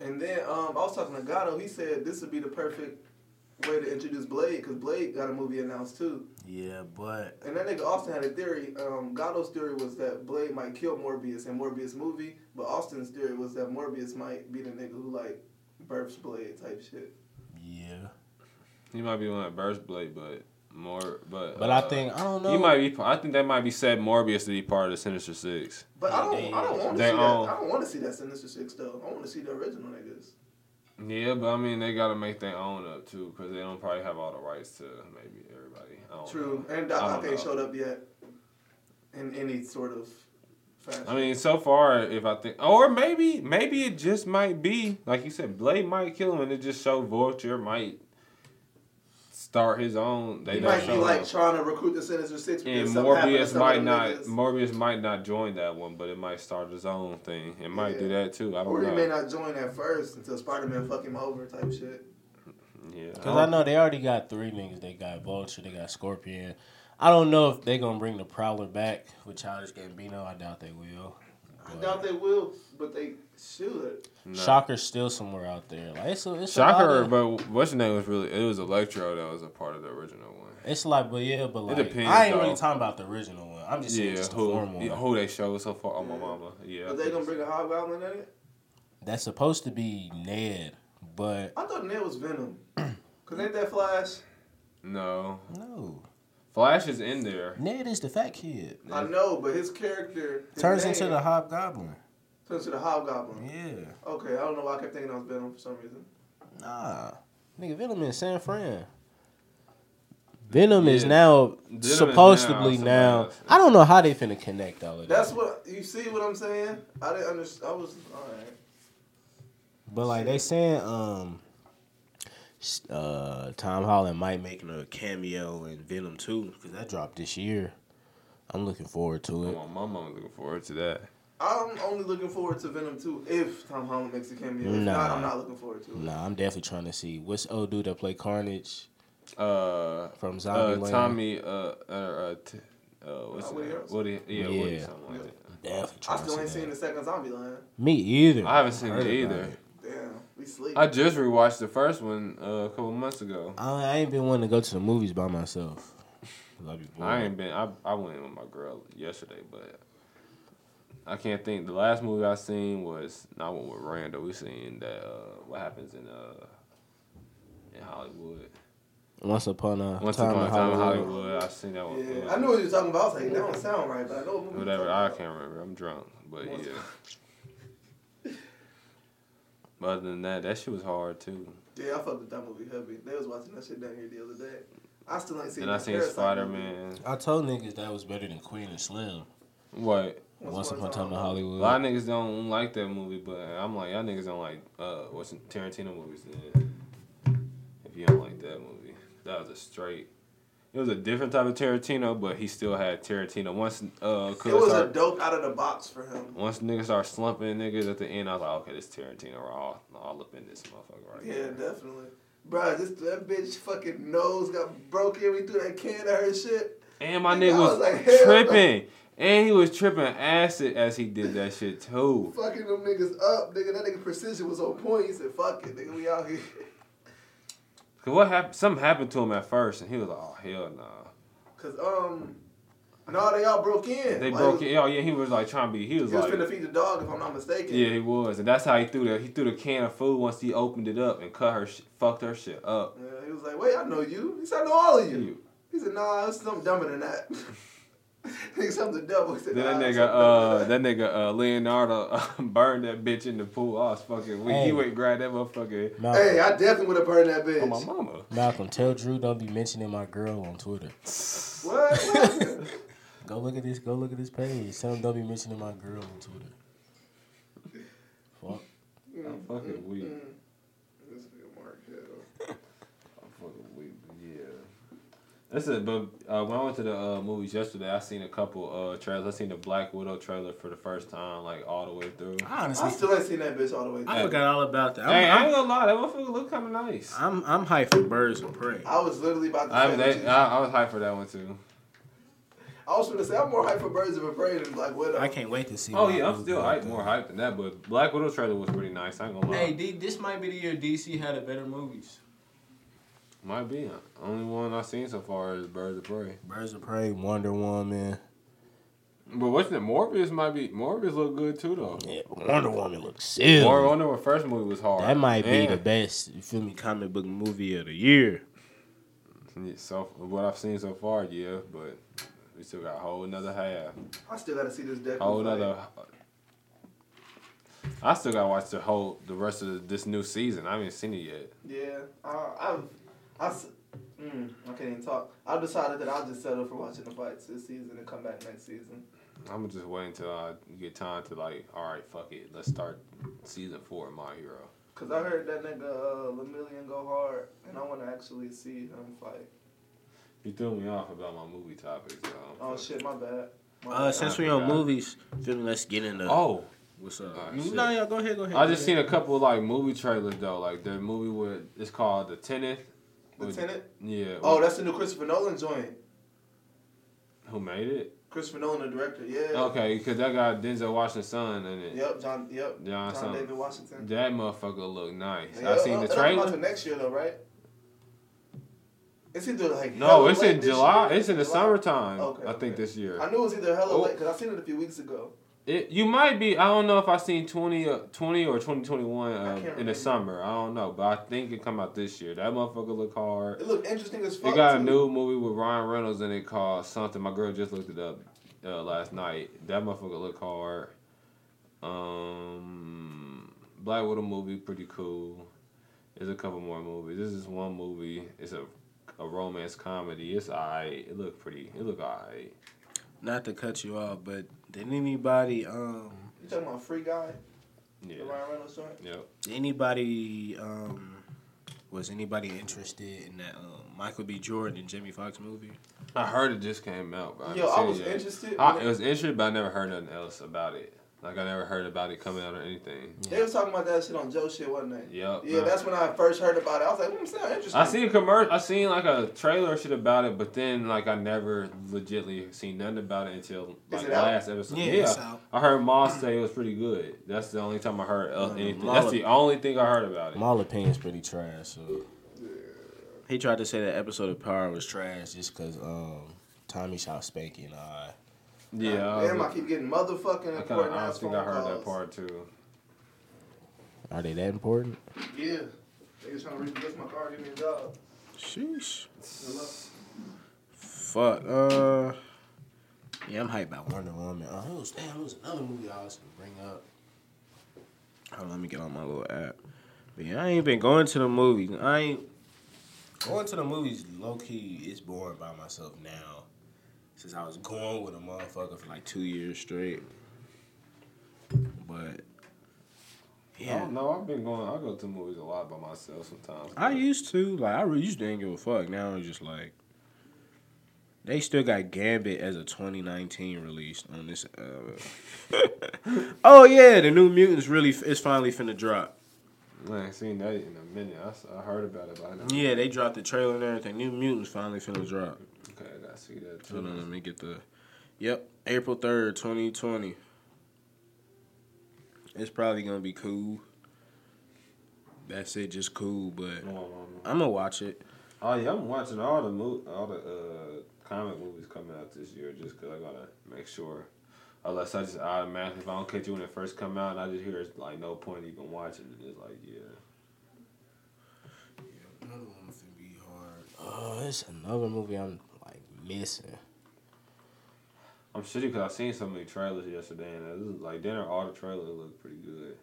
And then um, I was talking to Gatto. He said this would be the perfect way to introduce Blade because Blade got a movie announced too.
yeah, but
And that nigga Austin had a theory. Um, Gatto's theory was that Blade might kill Morbius in Morbius movie, but Austin's theory was that Morbius might be the nigga who like births Blade type shit.
yeah.
he might be on that burst blade, but more. But
But
uh,
I think I don't know.
he might be. I think that might be set Morbius to be part of the Sinister Six.
But I don't, I don't want to
They
see that.
own-
I don't want to see that Sinister Six though. I want to see the original niggas.
Yeah, but I mean they gotta make their own up too, cause they don't probably have all the rights to maybe everybody. I don't
True.
know.
And
I
Doc
don't
Ock ain't
know.
showed up yet in any sort of fashion.
I mean, so far, if I think, or maybe, maybe it just might be like you said, Blade might kill him, and it just show Vulture might start his own. They
he
don't
might
show
be like
him.
trying to recruit the Sinister Six.
and
because something happened to
Morbius
some of
might
them
not,
niggas.
Morbius might not join that one, but it might start his own thing. It might do
Yeah.
that too. I don't
Or he
know.
may not join at first until Spider Man fuck him over type shit.
yeah,
because I know they already got three niggas. They got Vulture. They got Scorpion. I don't know if they gonna bring the Prowler back with Childish Gambino. I doubt they will.
I
But
doubt they will, but they should.
No.
Shocker's still somewhere out there. Like it's a, it's A lot
Shocker,
of,
but what's the name was really? It was Electro that was a part of the original one.
It's like, but yeah, but like,
depends,
I ain't
though.
really talking about the original one. I'm just saying
Yeah,
just the
who,
formal.
yeah,
one.
who they showed so far? Oh my
Yeah.
mama, yeah.
But they gonna bring a Hobgoblin in it?
That's supposed to be Ned, but
I thought Ned was Venom. Cause ain't that Flash?
No,
no,
Flash is in there.
Ned is the fat kid.
I know, but his character his
Turns
name
into the Hobgoblin.
turns into the Hobgoblin.
Yeah,
Okay, I don't know why I kept thinking that was Venom for some reason.
nah, nigga, Venom is San Fran. Venom is
Yeah.
now
Venom is
supposedly
now somebody
now.
else.
I don't know how they finna connect all of
That's
that.
what you see what I'm saying. I didn't understand. I was all right.
But like they saying, um, uh, Tom Holland might make a cameo in Venom 2 because that dropped this year. I'm looking forward to it.
My mama I'm looking forward to that.
I'm only looking forward to Venom 2 if Tom Holland makes a cameo. If
Nah.
not, I'm not looking forward to it.
Nah, I'm definitely trying to see what's old dude that play Carnage
Uh,
from
uh
Zombie
Tommy, uh, uh, uh, t- uh what's
Uh,
his
Woody
name?
Harrelson?
Woody, yeah, Woody,
Yeah.
something like that.
Definitely
I
trying
still
to
ain't
see
seen
that.
the second zombie line.
Me either.
I haven't seen
Heard
it
about
either.
it.
Damn, we sleep.
I just rewatched the first one uh, a couple months ago.
I, I ain't been wanting to go to the movies by myself. 'Cause I be bored.
I ain't been. I I went with my girl yesterday, but I can't think. The last movie I seen was not one with Randall. We seen that uh, what happens in uh in Hollywood.
Once upon a
Once
time
upon
in
a time in
Hollywood.
Hollywood, I seen that one.
yeah,
uh,
I knew what you were talking about. I was like, that don't sound right, but I know what movie
Whatever,
You're
I
talking
can't remember. I'm drunk, but
Once-
yeah. But other than that, that shit was hard too.
about. Yeah, I fucked with that movie heavy. They was watching that shit down here the other day. I still ain't seen.
Then I
that
seen
Parasite
Spider
movie.
Man.
I told niggas that was better than Queen and Slim.
What?
Once upon a time in
A
Hollywood.
lot of niggas don't like that movie, but I'm like, y'all niggas don't like uh, what's Tarantino movies then? If you don't like that movie, that was a straight. It was a different type of Tarantino, but he still had Tarantino. Once uh,
It was a
start,
dope out of the box for him.
once niggas start slumping niggas at the end, I was like, okay, this Tarantino, we're all, all up in this motherfucker right
Yeah,
here.
definitely. Bruh, just that bitch fucking nose got broken. We threw that can at her shit.
And my
I
nigga
was
was,
like, hell no.
tripping. And he was tripping acid as he did that shit too.
Fucking them niggas up, nigga. That nigga precision was on point. He said, "Fuck it, nigga. We out here."
Cause what happened? Something happened to him at first, and he was like, "Oh hell no!"
Cause um, no, they all broke in.
They
Like,
broke it. Oh yeah, he was like trying to be. He was
He was
like,
finna feed the dog, if I'm not mistaken.
yeah, he was, and that's how he threw that. He threw the can of food once he opened it up and cut her, sh- fucked her shit up.
Yeah, he was like, wait, I know you. He said, I know all of you.
You.
He said, nah, it's something dumber than that. Nigga, something double. He said,
Then that
nah, it's
nigga,
something dumber
uh,
than
that nigga uh, Leonardo uh, burned that bitch in the pool. I was fucking weak.
Hey.
He went and grabbed that motherfucker.
Malcolm,
Hey, I definitely would have burned that bitch.
Oh my mama.
Malcolm, tell Drew don't be mentioning my girl on Twitter.
What? What happened?
Go look at this. Go look at this page. Tell him don't be mentioning my girl on Twitter. Fuck.
I'm fucking weak.
Mm. This nigga Mark Hill.
I'm fucking weak. but Yeah. That's it. But uh, when I went to the uh, movies yesterday, I seen a couple uh, trailers. I seen the Black Widow trailer for the first time, like all the way through.
I
I still ain't seen that bitch all the way
I
through.
forgot all about that.
hey, I
I'm,
ain't gonna lie, that motherfucker look kind of nice.
I'm, I'm hyped for Birds of Prey.
I was literally about to say
I,
that
that,
you-
I, I was hyped for that one too.
I was gonna say I'm more hyped for Birds of a Prey than Black Widow.
I can't wait to see.
Oh
what
yeah, I'm
Blue
still
Bird
hyped,
does.
more hyped than that. But Black Widow trailer was pretty nice. I ain't gonna lie.
Hey, D, this might be the year DC had a better movies.
Might be uh, only one I've seen so far is Birds of Prey.
Birds of Prey, Wonder Woman.
But what's the Morbius might be Morbius look good too though.
Yeah, Wonder Woman looks sick.
Or Wonder Woman first movie was hard.
That might be
And-
the best, you feel me, comic book movie of the year.
Yeah, So what I've seen so far, yeah, but we still got a whole another half,
I still gotta see this Deku.
whole
fight.
another. I still gotta watch the whole the rest of this new season. I haven't seen it yet.
Yeah, I, I've, I, s- mm, I can't even talk. I decided that I'll just settle for watching the fights this season and come back next season.
I'm gonna just wait until I get time to like, all right, fuck it, let's start season four of My Hero.
Cause I heard that nigga uh, Lemillion go hard, and I want to actually see him fight.
You threw me off about my movie topics. So
Oh shit, my bad. My
Uh,
bad.
since we on movies, feel me, let's get into
Oh,
what's up.
Oh, shit.
no, y'all go ahead, go ahead.
I just seen a couple like movie trailers though. Like the movie with it's called The Tenant.
the tenant.
Yeah.
Oh, that's the new Christopher Nolan joint.
who made it?
Christopher Nolan, the director. Yeah.
Okay, because that got Denzel Washington's son in it.
Yep, John. Yep.
John
John
Summer.
David Washington.
That motherfucker look nice.
Yeah,
I seen
oh,
the
that don't come out
trailer.
till next year though, right? It's either like
No,
hella
it's
late
in
this
July.
year-
It's in the
July.
summertime.
Okay,
I think
okay.
this year.
I knew it was either hella
Oh.
late because I seen it a few weeks ago.
It, you might be. I don't know if I seen 20, uh, 20 or twenty twenty one
I
uh,
can't
in the
remember.
summer. I don't know, but I think it come out this year. That motherfucker look hard.
It looked interesting as fuck.
It got a
too.
new movie with Ryan Reynolds in it called something. My girl just looked it up uh, last night. That motherfucker look hard. Um, Black Widow movie pretty cool. There's a couple more movies. This is one movie. It's a a romance comedy. It's alright. It look pretty. It look alright.
Not to cut you off, but did anybody um
You talking about Free Guy,
Yeah.
the Ryan Reynolds joint?
Yep.
did anybody um was anybody interested in that um, Michael B. Jordan and Jimmy Fox movie?
I heard it just came out. But I
Yo,
haven't
I
seen
was
it yet.
interested.
I,
when-
it was interesting, but I never heard nothing else about it. Like I never heard about it coming out or anything.
They was talking about that shit on Joe shit, wasn't they?
Yep.
Yeah, that's when I first heard about it. I was like, hmm, sound interesting.
I seen commercial. I seen like a trailer or shit about it, but then like I never legitly seen nothing about it until
Is
like
it out?
last episode. Yeah,
it's out.
I heard Moss say it was pretty good. That's the only time I heard uh,
Mm,
anything.
Mala-
That's the only thing I heard about it.
My opinion's pretty trash. So he tried to say that episode of Power was trash just because um, Tommy shot Spanky in the eye.
Yeah, I,
Damn, I keep getting motherfucking
I kind of
important
I
ass phone
think I heard
calls.
that part too.
Are they that important?
Yeah. Niggas trying to repossess my car, give me a job.
Sheesh. Fuck. Uh. Yeah, I'm hyped about Wonder Woman. Oh, it was, damn, it was another movie I was gonna bring up. Hold on, let me get on my little app. But yeah, I ain't been going to the movies. I ain't going to the movies. Low key, it's boring by myself now. Since I was going with a motherfucker for like two years straight. But
I
yeah,
don't know. I've been going. I go to movies a lot by myself sometimes.
I used to like. I really used to didn't give a fuck. Now it's just like they still got Gambit as a 2019 release on this. Uh, oh yeah, the New Mutants really f- is finally finna drop.
I ain't seen that in a minute. I, s- I heard about it, but I never.
Yeah, they dropped the trailer and everything. New Mutants finally finna drop.
Okay, I gotta see that
Hold on, let
too.
me get the. Yep, April 3rd, 2020. It's probably gonna be cool. That's it, just cool. But I'm gonna watch it.
Oh yeah, I'm watching all the mo- all the uh, comic movies coming out this year just 'cause I gotta make sure. Unless I just automatically, if I don't catch it when it first come out, and I just hear it's like no point even watching it. It's like yeah,
Another one finna be hard. Oh, it's another movie I'm like missing.
I'm shitty because I seen so many trailers yesterday, and it was, like dinner all the trailers look pretty good.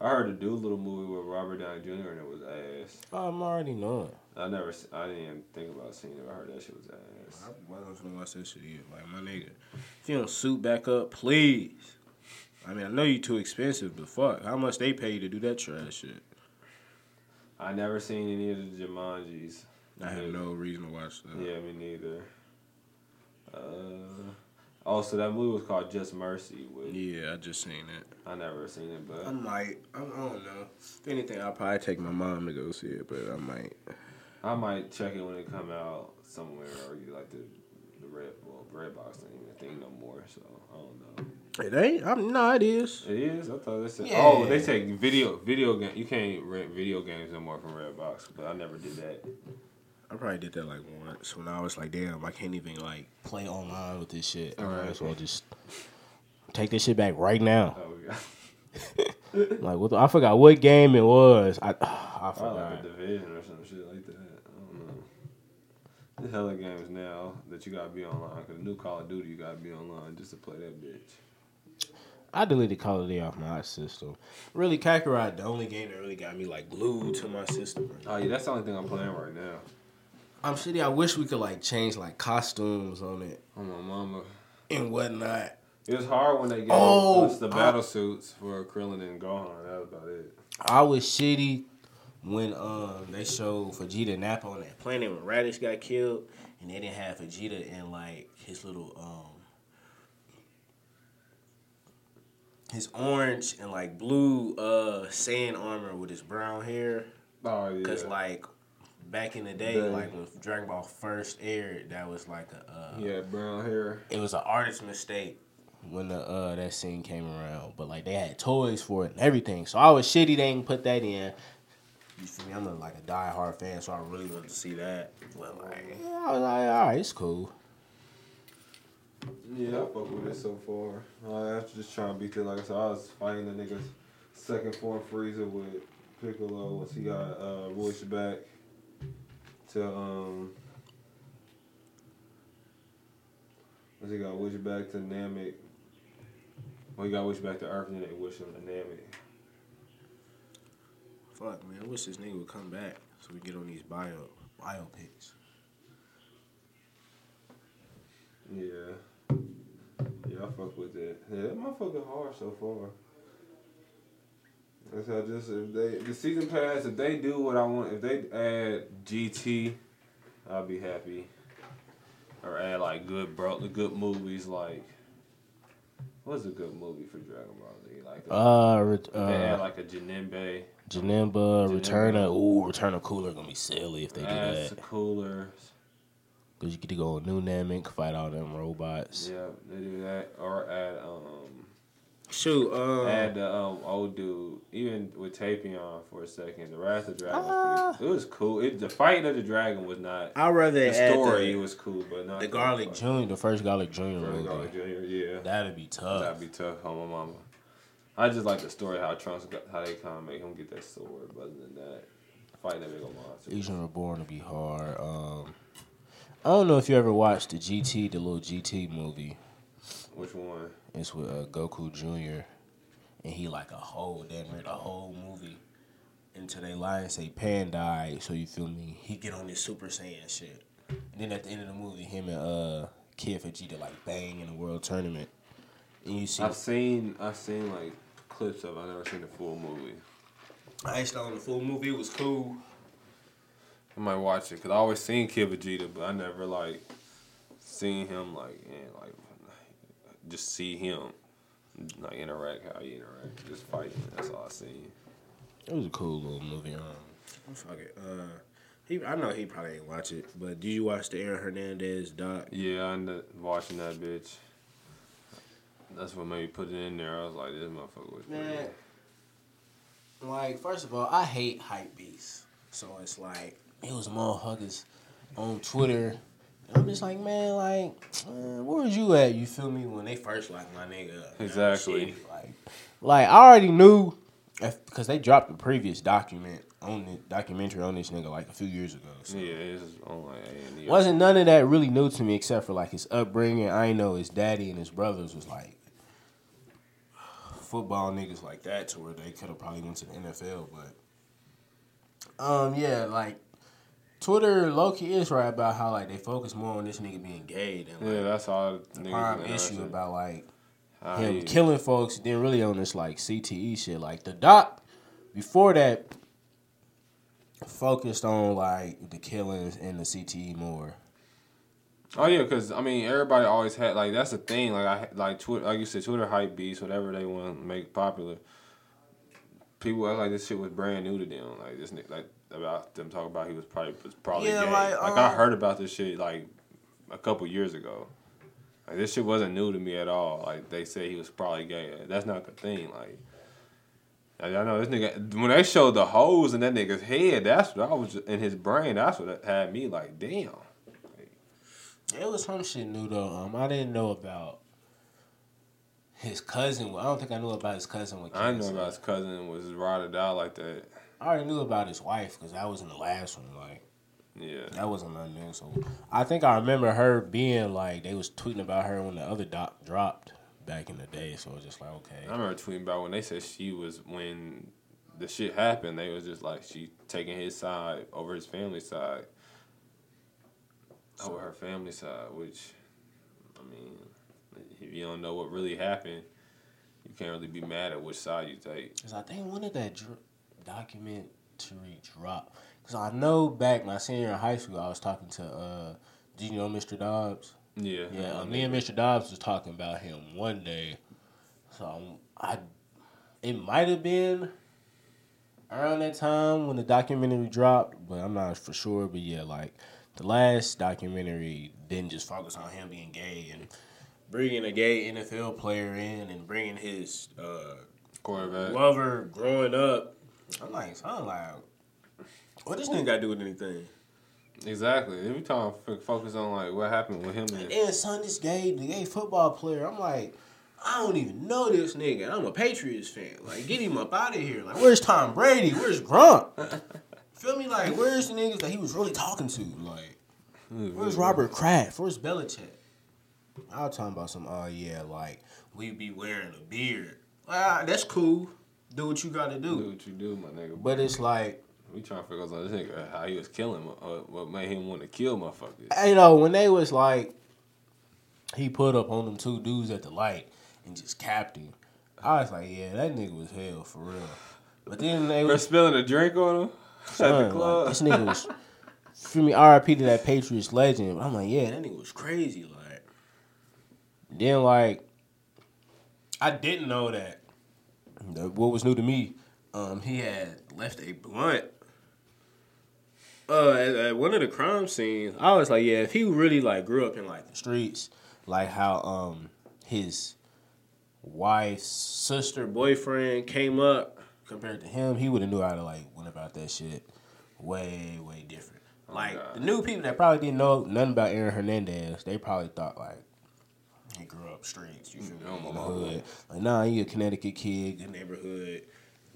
I heard the Doolittle movie with Robert Downey Jr. and it was ass.
Oh, I'm already knowing.
I never, s- I didn't even think about seeing it. I heard that shit was ass.
I wasn't finna watch that shit either. Like my nigga, if you don't suit back up, please. I mean, I know you too expensive, but fuck, how much they pay you to do that trash shit?
I never seen any of the Jumanjis.
I have
Yeah.
no reason to watch that.
Yeah, me neither. Uh, also, that movie was called Just Mercy. Which
Yeah, I just seen it.
I never seen it, but
I might. I don't know. If anything, I'll probably take my mom to go see it, but I might.
I might check it when it come out somewhere or you like the the red well red box ain't even a thing no more. So I don't know.
It ain't. I'm not. It is.
It is. I thought they said.
Yeah.
Oh, they take video video game. You can't rent video games no more from Red Box, but I never did that.
I probably did that like once when I was like, damn, I can't even like play online with this shit. I might
Alright.
as well just take this shit back right now.
Oh, we got
Like, what the, I forgot what game it was. I, I
probably Oh, like
forgot.
a division or some shit like that. I don't know.
Mm-hmm.
There's hella games now that you gotta be online. Cause new Call of Duty, you gotta be online just to play that bitch.
I deleted Call of Duty off my system. Really, Kakarot, the only game that really got me like glued to my system. right now.
Oh yeah, that's the only thing I'm playing right now.
I'm shitty. I wish we could like change like costumes on it
Oh my mama.
and whatnot.
It was hard when they gave
Oh,
us the
I-
battle suits for Krillin and Gohan. That was about it.
I was shitty when um they showed Vegeta and Nappa on that planet when Raditz got killed, and they didn't have Vegeta in like his little um his orange and like blue uh sand armor with his brown hair.
Oh yeah.
Cause like back in the day,
Yeah.
like when Dragon Ball first aired, that was like a uh,
yeah, brown hair.
it was an artist mistake when the uh that scene came around. But like they had toys for it and everything. So I was shitty they didn't put that in. You feel me? I'm a, like a diehard fan, so I really wanted to see that. But like yeah, I was like, all right, it's cool.
Yeah, I fuck with it so far. I was just trying to beat it. Like I said, I was fighting the niggas second form freezer with Piccolo once he got uh, Royce back to um. Once he got Wish back to Namek. Well, he got Wish back to Earth, and then they Wish him to Namek.
Fuck man, I wish this nigga would come back so we get on these bio biopics.
Yeah. Yeah, I fuck with that. Yeah, that motherfucker hard so far. That's how just if they the season pass if they do what I want if they add GT, I'll be happy. Or add like good bro the good movies like what's a good movie for Dragon Ball Z like
Uh, re-
they add
uh
like a Janembe.
Janemba,
Janemba.
Return of Ooh, Return of Cooler gonna be silly if they do
Add
that.
the coolers.
Cause you get to go on New Namek, fight all them robots.
Yeah, they do that or add um
Shoot, um,
add the um, old dude, even with Tapion for a second, the Wrath of the Dragon. was pretty, it was cool. It, the fighting of the dragon was not.
I'd rather
The
add
story
the,
was cool, but not
the Garlic
fight.
Junior, the first Garlic Junior
Garlic
movie.
Jr. Yeah,
That'd be tough.
that'd be tough on my mama. I just like the story how Trunks got, how they kind of make him get that sword, but other than that, fighting that big old monster.
Asian Reborn would be hard. Um, I don't know if you ever watched the GT, the little GT movie.
Which one?
It's with uh, Goku Junior, and he like a whole damn near the whole movie into they lie and say Pan died. So you feel me? He get on this Super Saiyan shit, and then at the end of the movie, him and uh Kid Vegeta like bang in the World Tournament, and you see.
I've seen I've seen like clips of. it. I've never seen the full movie.
I actually on the full movie. It was cool.
I might watch it because I always seen Kid Vegeta, but I never like seen him like and like just see him like interact how he interact, just fighting. That's all I seen.
It was a cool little movie. Um, fuck it. Uh, he, I know he probably ain't watch it, but did you watch the Aaron Hernandez doc?
Yeah, I ended up watching that bitch. That's what made me put it in there. I was like, this motherfucker was pretty.
Man, like first of all, I hate hype beasts. So it's like it was motherfuckers on Twitter. And I'm just like, man, like, uh, where was you at? You feel me? When they first like my nigga, up, you know,
Exactly.
shit, Like, like I already knew because they dropped the previous document on the documentary on this nigga like a few years ago. So.
Yeah, it's just on like A and E.
Wasn't none of that really new to me except for like his upbringing. I ain't know his daddy and his brothers was like football niggas like that to where they could have probably went to the NFL, but um yeah, like Twitter Loki is right about how like they focus more on this nigga being gay than like
Yeah, that's all.
the
niggas Ah,
prime
been
issue
asking.
about like
How
him
he-
killing folks than really on this like CTE shit. Like the doc before that focused on like the killings and the CTE more.
Oh yeah, cause I mean everybody always had like that's the thing like I like Twitter like you said Twitter hype beats whatever they want to make popular. People act like this shit was brand new to them like this ni- like about them talking about he was probably was probably
Yeah,
gay.
like,
Like, I
um,
heard about this shit like a couple years ago. Like this shit wasn't new to me at all. Like they said he was probably gay. That's not the thing. Like I, I know this nigga when they showed the holes in that nigga's head. That's what I was in his brain. That's what had me like damn.
It was some shit new though. Um, I didn't know about his cousin. I don't think I knew about his cousin with cancer.
I didn't know about his cousin was rotted out like that.
I already knew about his wife because I was in the last one. Like
Yeah.
that wasn't nothing new. So I think I remember her being like they was tweeting about her when the other doc dropped back in the day. So it was just like
I
okay,
remember tweeting about when they said she was when the shit happened, they was just like she taking his side over his family side. Over her family side, which I mean, if you don't know what really happened, you can't really be mad at which side you take.
because I think when did that dr- documentary drop? Because I know back my senior in high school, I was talking to. uh Do you know Mr. Dobbs?
Yeah.
Yeah,
I
me and
mean,
Mr. Dobbs was talking about him one day. So I, it might have been around that time when the documentary dropped, but I'm not for sure. But yeah, like the last documentary didn't just focus on him being gay and bringing a gay NFL player in and bringing his uh,
quarterback.
lover growing up. I'm like, son, like, what this nigga got to do with anything?
Exactly. Every time f- focus on like what happened with him and
And son, this gay, the gay football player. I'm like, I don't even know this nigga. I'm a Patriots fan. Like, get him up out of here. Like, where's Tom Brady? Where's Grump? Feel me? Like, where's the niggas that he was really talking to? Like, where's Robert Kraft? Where's Belichick? I was talking about some. Oh yeah, like we be wearing a beard. Ah, that's cool. Do what you gotta
Do
do.
what you do, my nigga.
But it's like,
We trying to figure out this nigga how he was killing, uh, what made him want to kill motherfuckers.
you know, when they was like, he put up on them two dudes at the light and just capped him. I was like, yeah, that nigga was hell for real. But then they
For
was
spilling a drink on him at the
son,
club.
like, this nigga was feel me RIP to that Patriots legend. But I'm like, yeah, that nigga was crazy. Like then like I didn't know that. The- what was new to me, um, he had left a blunt. Uh, at, at one of the crime scenes, I was like, yeah, if he really like grew up in like the streets, like how um his wife's sister boyfriend came up compared to him, he would have knew how to like went about that shit way way different. Like the new people that probably didn't know nothing about Aaron Hernandez, they probably thought like he grew up streets. You feel me?
Yeah,
In the
my
hood. Like nah, you a Connecticut kid, good neighborhood,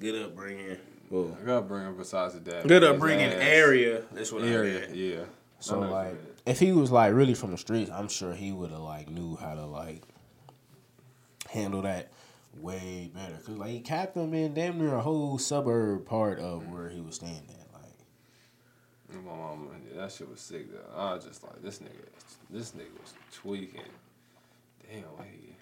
good upbringing. Well,
I gotta bring him besides the dad.
good
His
upbringing
ass.
area. That's what I
Area,
meant.
yeah.
So
I know what you
like,
mean.
if he was like really from the streets, I'm sure he would have like knew how to like handle that way better. Cause like he capped him in damn near a whole suburb part of where he was staying at. Like
And My mama, that shit was sick though. I was just like, this nigga, this nigga was tweaking. Damn, he.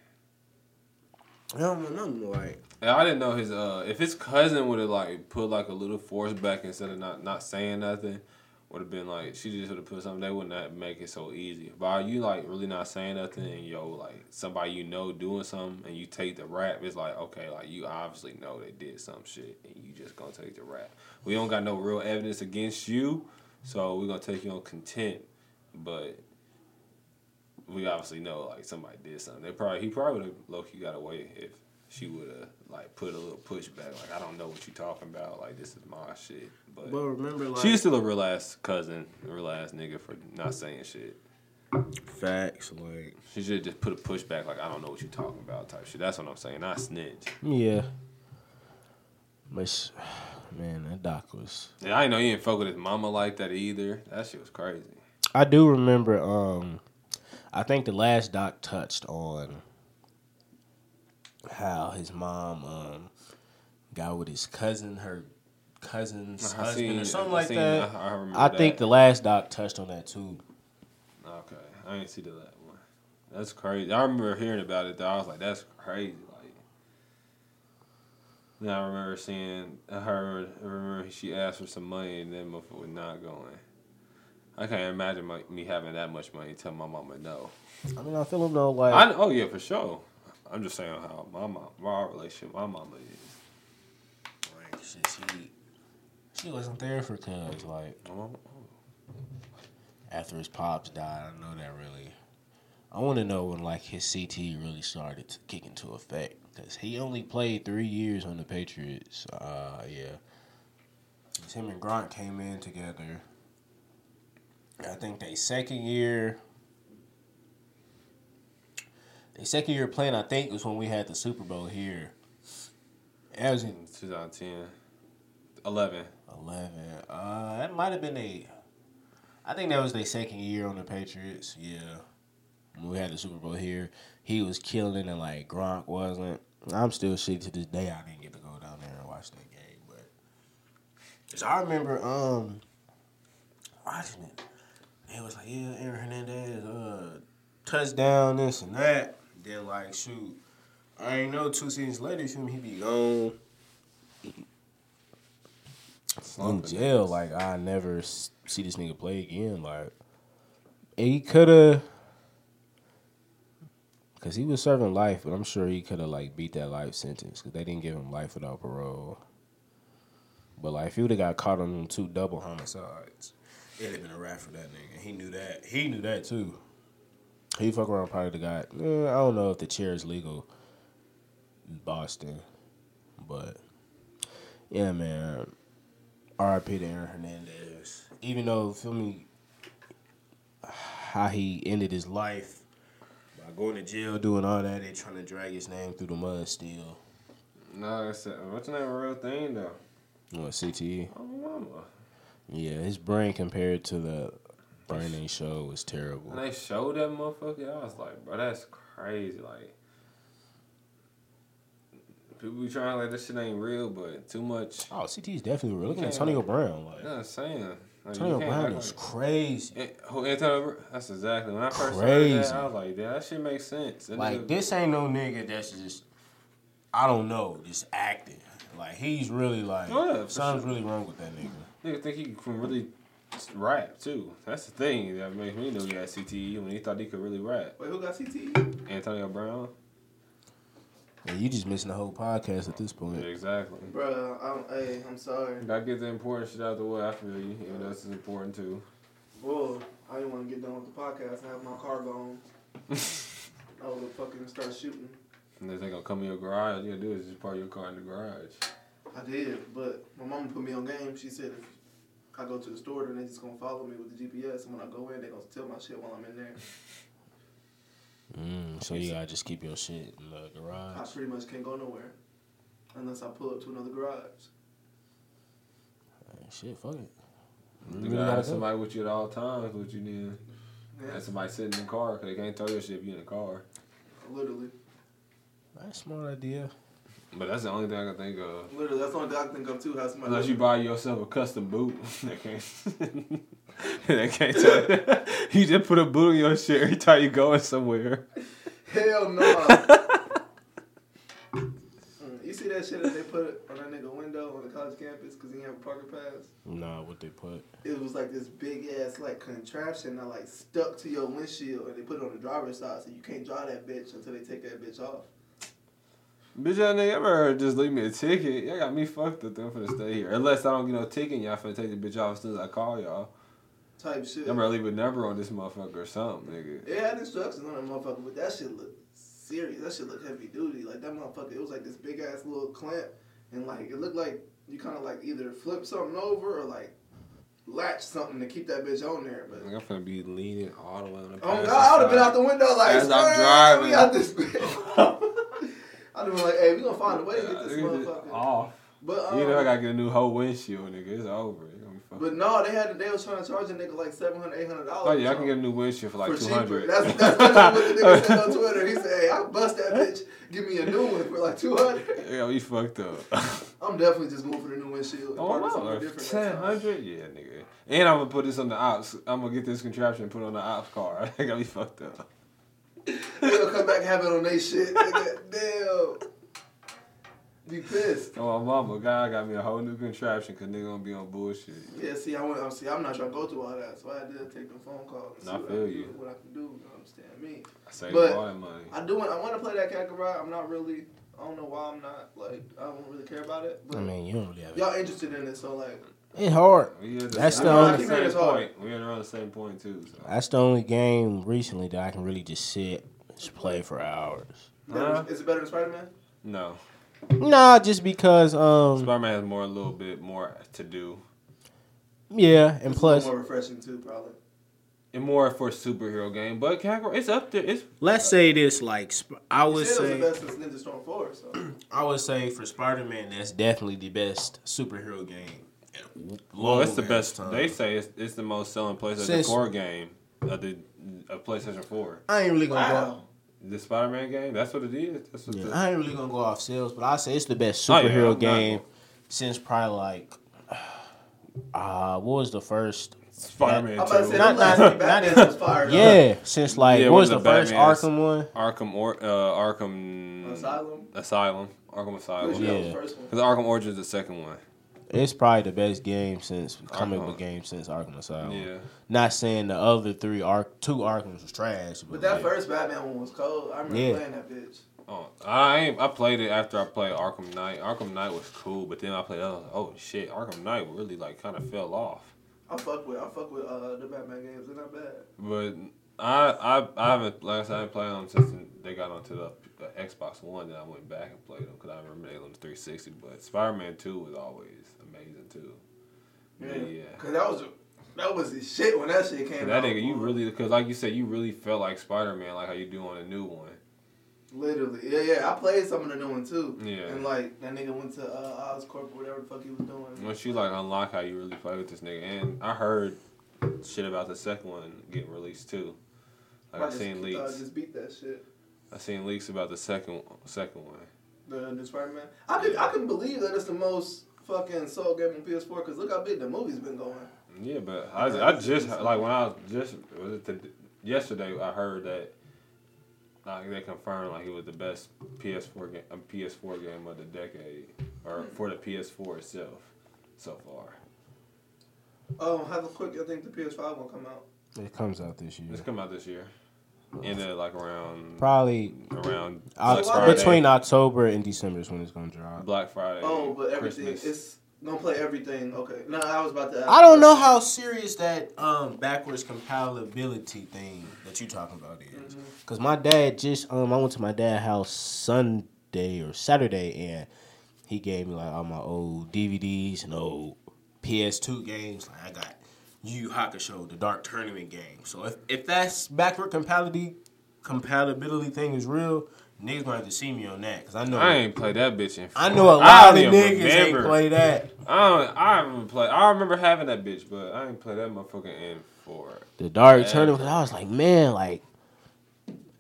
I don't know, I'm like
And I didn't know his uh if his cousin would have like put like a little force back instead of not not saying nothing, would have been like she just would have put something. They would not make it so easy. But are you like really not saying nothing and yo like somebody you know doing something and you take the rap? It's like okay, like you obviously know they did some shit and you just gonna take the rap. We don't got no real evidence against you, so we're gonna take you on contempt. But we obviously know like somebody did something. They probably he probably would have low key got away if she would have like put a little pushback. Like I don't know what you talking about. Like this is my shit. But,
remember
she's still a real ass cousin, a real ass nigga for not saying shit.
facts like
She should just put a pushback. Like I don't know what you talking about type shit. That's what I'm saying. Not snitch.
yeah. But sh- man, that doc was.
And I didn't know he didn't fuck with his mama like that either. That shit was crazy.
I do remember. Um, I think the last doc touched on how his mom um got with his cousin, her cousin's
Uh-huh. I
husband,
seen-
or something
I
like
seen-
that.
I, I remember
I, think
that.
the last doc touched on that too.
Okay, I didn't see the last one. That's crazy. I remember hearing about it though. I was like, that's crazy. Like, then I remember seeing her. I remember she asked for some money and then motherfucker was not going. I can't imagine my, me having that much money. Tell my mama no.
I mean, I feel him though. Like
I, oh yeah, for sure. I'm just saying how my mom, my relationship, my mama is.
Like, shit, she, she wasn't there for cuz. Like,
My mama,
after his pops died, I know that really. I want to know when, like, his CT really started to kick into effect. Because he only played three years on the Patriots. Uh, yeah. 'Cause Him and Gronk came in together. I think they second year. They second year playing, I think, was when we had the Super Bowl here. That was in
2010, 11.
11. Uh, that might have been a. I think that was their second year on the Patriots. Yeah. When we had the Super Bowl here, he was killing it, and like Gronk wasn't. I'm still shitty to this day. I didn't get to go down there and watch that game, but 'Cause I remember um watching it. They was like, yeah, Aaron Hernandez, uh, touchdown, this and that. Then like, shoot, I ain't know. Two seasons later, shoot, he be gone in
Slumping.
jail. Like I never s- see this nigga play again. Like and he could have, because he was serving life, but I'm sure he could have like beat that life sentence because they didn't give him life without parole. But like if he would have got caught on them two double homicides, it'd have been a wrap for that nigga. He knew that. He knew that too. He fuck around probably the guy. eh, I don't know if the chair is legal in Boston, but yeah, man. R.I.P. to Aaron Hernandez. Even though, feel me, how he ended his life by going to jail, doing all that, they trying to drag his name through the mud still.
No, that's a, what's the name of the real thing though?
What CTE?
Oh, mama.
Yeah, his brain compared to the brain they show was terrible.
When they showed that motherfucker, I was like, bro, that's crazy. Like, people be trying to like this shit ain't real, but too much.
Oh, CTE is definitely real. Look at Antonio Brown.
You
Like
know what I'm saying? Like, you
Antonio
can't
Brown
act
is crazy.
like, Eh, who- Antonio, Br- that's exactly when I first heard
Crazy.
that. I was like, yeah, that shit makes sense. That
Like
nigga-
this ain't no nigga that's just I don't know, just acting. Like he's really like
Oh, yeah, for
something's
sure.
really wrong with that nigga.
Nigga think he can really rap too. That's the thing that makes me know he had CTE when he thought he could really rap.
Wait, who got E? CTE?
Antonio Brown.
And you just missing the whole podcast at this
Yeah,
point.
exactly.
Bruh, I'm, hey, I'm sorry.
Gotta get the important shit out of the way. I feel you. Even though this is important too.
Well, I didn't want to get done with the podcast and have my car gone. I would have fucking started shooting.
And if they gonna come in your garage, all you gotta do is just park your car in the garage.
I did, but my mom put me on game. She said if I go to the store, then they just gonna follow me with the GPS, and when I go in, they gonna steal my shit while I'm in there.
Mm, so you gotta just keep your shit in the
I
garage.
pretty much can't go nowhere unless I pull up to another garage.
Like, shit, fuck it. You
You
really
gotta
gotta
have
go.
somebody with you at all times. What you need?
Yeah,
And somebody sitting in the car because they can't throw your shit if you in the car.
literally,
That's a smart idea.
But that's the only thing I can think of.
literally, that's the only thing I can think of too. How somebody
Unless you buy yourself a custom boot, they can't. they can't tell. You. you just put a boot on your shit every time you going somewhere.
Hell no. Mm, You see that shit that they put on that nigga window on the college campus because he didn't have a parking pass?
Nah, what they put.
It was like this big ass like contraption that like stuck to your windshield and they put it on the driver's side so you can't drive that bitch until they take that bitch off.
Bitch, y'all nigga ever just leave me a ticket? Y'all got me fucked up. I'm finna stay here. Unless I don't get no ticket, y'all finna take the bitch off as soon as I call y'all.
Type shit.
Y'all better leave a number on this motherfucker or something, nigga.
It had instructions on that motherfucker, but that shit looked serious. That shit looked heavy duty. Like that motherfucker, it was like this big ass little clamp, and like it looked like you kind of like either flip something over or like latch something to keep that bitch on there. But
Like, I'm finna be leaning all the way on the
oh
passenger
god, I would have been
side.
out the window like,
As I'm
"Sir,
driving.
we out this bitch. I'd have been like, hey, we gonna find a way to
Yeah,
get this
nigga just
motherfucker.
Off.
But um,
You know I gotta get a new whole windshield, nigga. It's over. It's gonna be fucked.
but no, they had they was trying to charge a nigga like seven hundred, eight hundred dollars.
Oh yeah, I can get a new windshield for like
for
two
cheaper.
hundred.
That's, that's literally what the nigga said on Twitter. He said, hey, I bust that bitch. Give me a new one for like 200.
Yeah, we fucked up.
I'm definitely just moving for the new windshield. and
oh
parking
no,
somewhere different next
ten
time.
hundred. Yeah, nigga. And I'm gonna put this on the ops. I'm gonna get this contraption and put it on the ops car. I gotta be fucked up.
They'll come back and have it on they shit. nigga. Damn. Be pissed.
Oh my mama, God got me a whole new contraption because nigga gonna be on bullshit.
Yeah, see, I went, I'm, see, I'm not trying to go through all that, so I did take the phone call. and see
Nah, I
what
feel
can
you.
do, What I can do, you understand me?
I saved
But-
all that money.
I do. want- I want to play that Kakarot. I'm not really. I don't know why I'm not like. I don't really care about it. But
I mean, you don't really have it.
y'all interested in it, so like.
It's hard.
We is
That's
we
the
around
only-
same
It's hard.
point. We at around the same point too. So.
That's the only game recently that I can really just sit, just play for hours.
Better,
Huh?
Is it better than Spider Man?
No,
Nah, just because, um,
Spider Man has more a little bit more to do
yeah, and
It's
plus,
more refreshing too, probably.
and more for a superhero game. But Kakarot, it's up there. It's
let's say this, like, sp- I
You
would
said it
say,
was the best since Ninja Storm Four, so
I would say for Spider Man, that's definitely the best superhero game.
Well, it's the
Long
best.
time.
They say it's, it's the most selling PlayStation
Since-
4 game of the of PlayStation 4.
I ain't really gonna
Wow.
The Spider Man game. That's what it is. That's what
go.
the,
Yeah, I ain't really gonna go off sales, but I say it's the best
Oh, yeah,
superhero
I'm not-
game since probably like, uh, what was the first?
Spider Man
I'm about to say
2.
Not-
that last
not-
Batman
not-
was fire.
Yeah, since like
Yeah,
what
when
was
the
the, first
Batman's-
Arkham one?
Arkham or uh, Arkham
Asylum.
Asylum. Arkham
Which
Asylem.
yeah.
Yeah.
was the first one.
Because Arkham Origins is the second one.
It's probably the best game since comic
Arkham.
book game since Arkham Asylum.
Uh-huh. Yeah.
Not saying the other three arc two Arkhams was trash, but,
But that
like,
first Batman one was cold. I remember
Yeah.
playing that bitch.
Oh, I ain't, I played it after I played Arkham Knight. Arkham Knight was cool, but then I played. I was like, oh shit! Arkham Knight really like kind of fell off.
I fuck with. I fuck with uh, the Batman games. They're not bad.
But I I I haven't like I said I ain't played them since they got onto the uh, Xbox One. Then I went back and played them because I remember they was on the 360. But Spider Man Two was always amazing too. Yeah, yeah.
Cause that was that was the shit when that shit came
And that
out.
nigga, you really because like you said, you really felt like Spider Man, like how you do on a new one.
literally. Yeah, yeah. I played some of the new one too.
Yeah.
And like that nigga went to uh, Oscorp or whatever the fuck he was doing.
Once you like unlock how you really play with this nigga, and I heard shit about the second one getting released too. Like I
just,
seen
uh,
leaks,
just beat that shit.
I seen leaks about the second second one.
The new Spider Man. I could I couldn't believe that it's the most fucking soul game on PS4. Cause look how big the movie's been going.
Yeah, but I, I just like when I was just was it the, yesterday I heard that um, like they confirmed like it was the best PS4 game uh, PS4 game of the decade or
Hmm.
for the PS4 itself so far.
Um, how quick I think the PS5 will come out?
It comes out this year.
It's come out this year. Ended like around
Probably
around
Oct-
Black Friday.
uh, between uh, October and December is when it's gonna drop.
Black Friday.
Oh, but everything
Christmas.
it's gonna play everything. Okay, no, I was about to. Ask
I don't know how serious that um, backwards compatibility thing that you talking about is.
Mhm.
Cause my dad just um I went to my dad's house Sunday or Saturday and he gave me like all my old DVDs and old PS2 games. Like I got Yu Yu Hakusho, the Dark Tournament game. So if if that's backward compatibility compatibility thing is real, niggas gonna have to see me on that. Cause I know
I ain't played that bitch in.
I know a lot of niggas ain't play that.
I don't. I haven't played. I remember having that bitch, but I ain't played that motherfucker in for.
The Dark
Yeah.
Tournament. 'cause I was like, man, like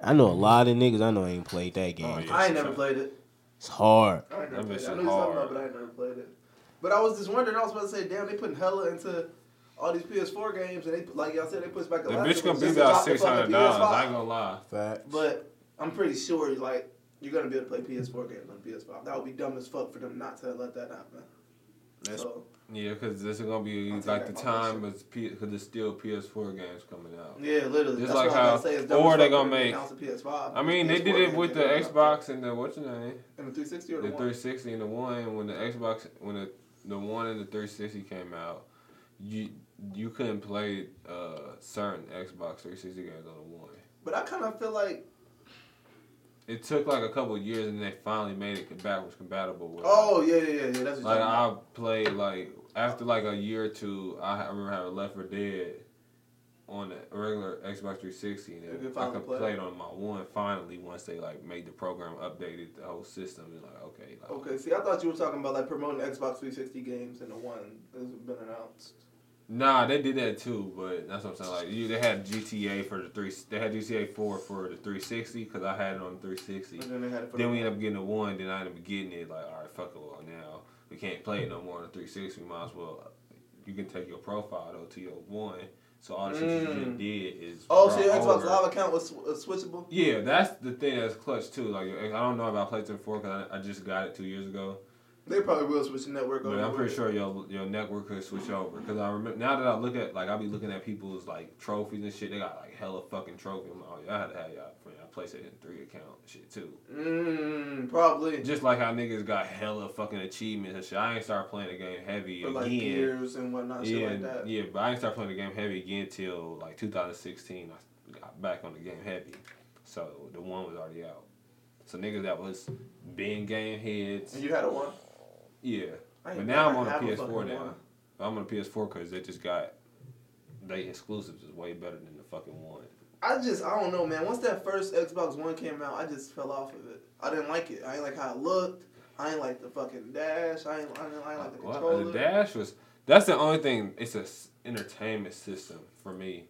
I know a lot of niggas I know ain't played that game.
Oh, yeah.
I ain't never played it.
It's hard.
I ain't
That
never played
bitch
it. I
is
knew something
hard.
about, it, but I ain't never played it. But I was just wondering. I was about to say, damn, they putting hella into all these PS4 games, and they like y'all said, they push back a
The
lot.
bitch
of
gonna
them
be
just
about
drop the
six
fucking
hundred dollars.
PS5.
I ain't gonna lie.
Fact.
But I'm pretty sure, like, you're gonna be able to play PS4 games on PS5. That would be dumb as fuck for them not to let that happen.
That's-
so,
Yeah, because this is gonna be
I'll take
like
that
the
my
time, but because there's still PS4 games coming out.
yeah, literally.
Just
That's
like
what I
how-
was gonna say. It's dumb
or
as
they
fuck for them
gonna
to
make-
announce the PS5.
I mean, they
PS4
did it
games
with the
and then-
Xbox and the what's your name,
and the 360
the
or the, one.
360 and the one. When the Xbox, when the the one and the 360 came out, you you couldn't play uh, certain Xbox 360 games on the one.
But I kind of feel like,
It took like a couple of years, and they finally made it backwards compatible with.
oh yeah, yeah, yeah, yeah. That's what you're talking
Like
about.
I played like after like a year or two, I ha- I remember having Left 4 Dead on the regular Xbox 360, and
You could
then I
finally
could
play
play it on my one finally once they like made the program updated the whole system and like okay, like,
Okay, see, I thought you were talking about like promoting Xbox 360 games and the one that's been announced.
Nah, they did that too, but that's what I'm saying. Like you, they had GTA for the three, they had GTA four for the 360 because I had it on the 360.
And then they had it for
Then
the
we end up getting a one. Then I end up getting it. Like, all right, fuck it. Well, now we can't play it no more on the 360. We might as well. You can take your profile though to your one. So all the shit you
Mm.
just did is.
Oh,
brought
so your Xbox
over.
Live account was sw- uh, switchable?
Yeah, that's the thing that's clutch too. Like, I don't know about PlayStation 4 because I, I just got it two years ago.
They probably will switch the network.
But
over
I'm pretty
with.
sure your your network could switch over because I remember now that I look at like I be looking at people's like trophies and shit. They got like hella fucking trophies. I'm like, oh, yeah, I had to have y'all for y'all PlayStation three account and shit too.
Mm, probably.
Just like how niggas got hella fucking achievements and shit. I ain't start playing the game heavy
For like
again.
years and whatnot, shit
yeah,
like that.
yeah, but I ain't start playing the game heavy again till like 2016. I got back on the game heavy, so the one was already out. So niggas that was being game heads,
And you had a one.
yeah.
I
But
ain't
now I'm
never
on a
have
PS4
fucking
now.
one.
I'm on a PS4 because they just got they exclusives is way better than the fucking one.
I just I don't know, man. Once that first Xbox One came out, I just fell off of it. I didn't like it. I ain't like how it looked. I ain't like the fucking dash. I ain't, I ain't, I ain't like the
What?
controller.
The dash was that's the only thing. It's a s- entertainment system for me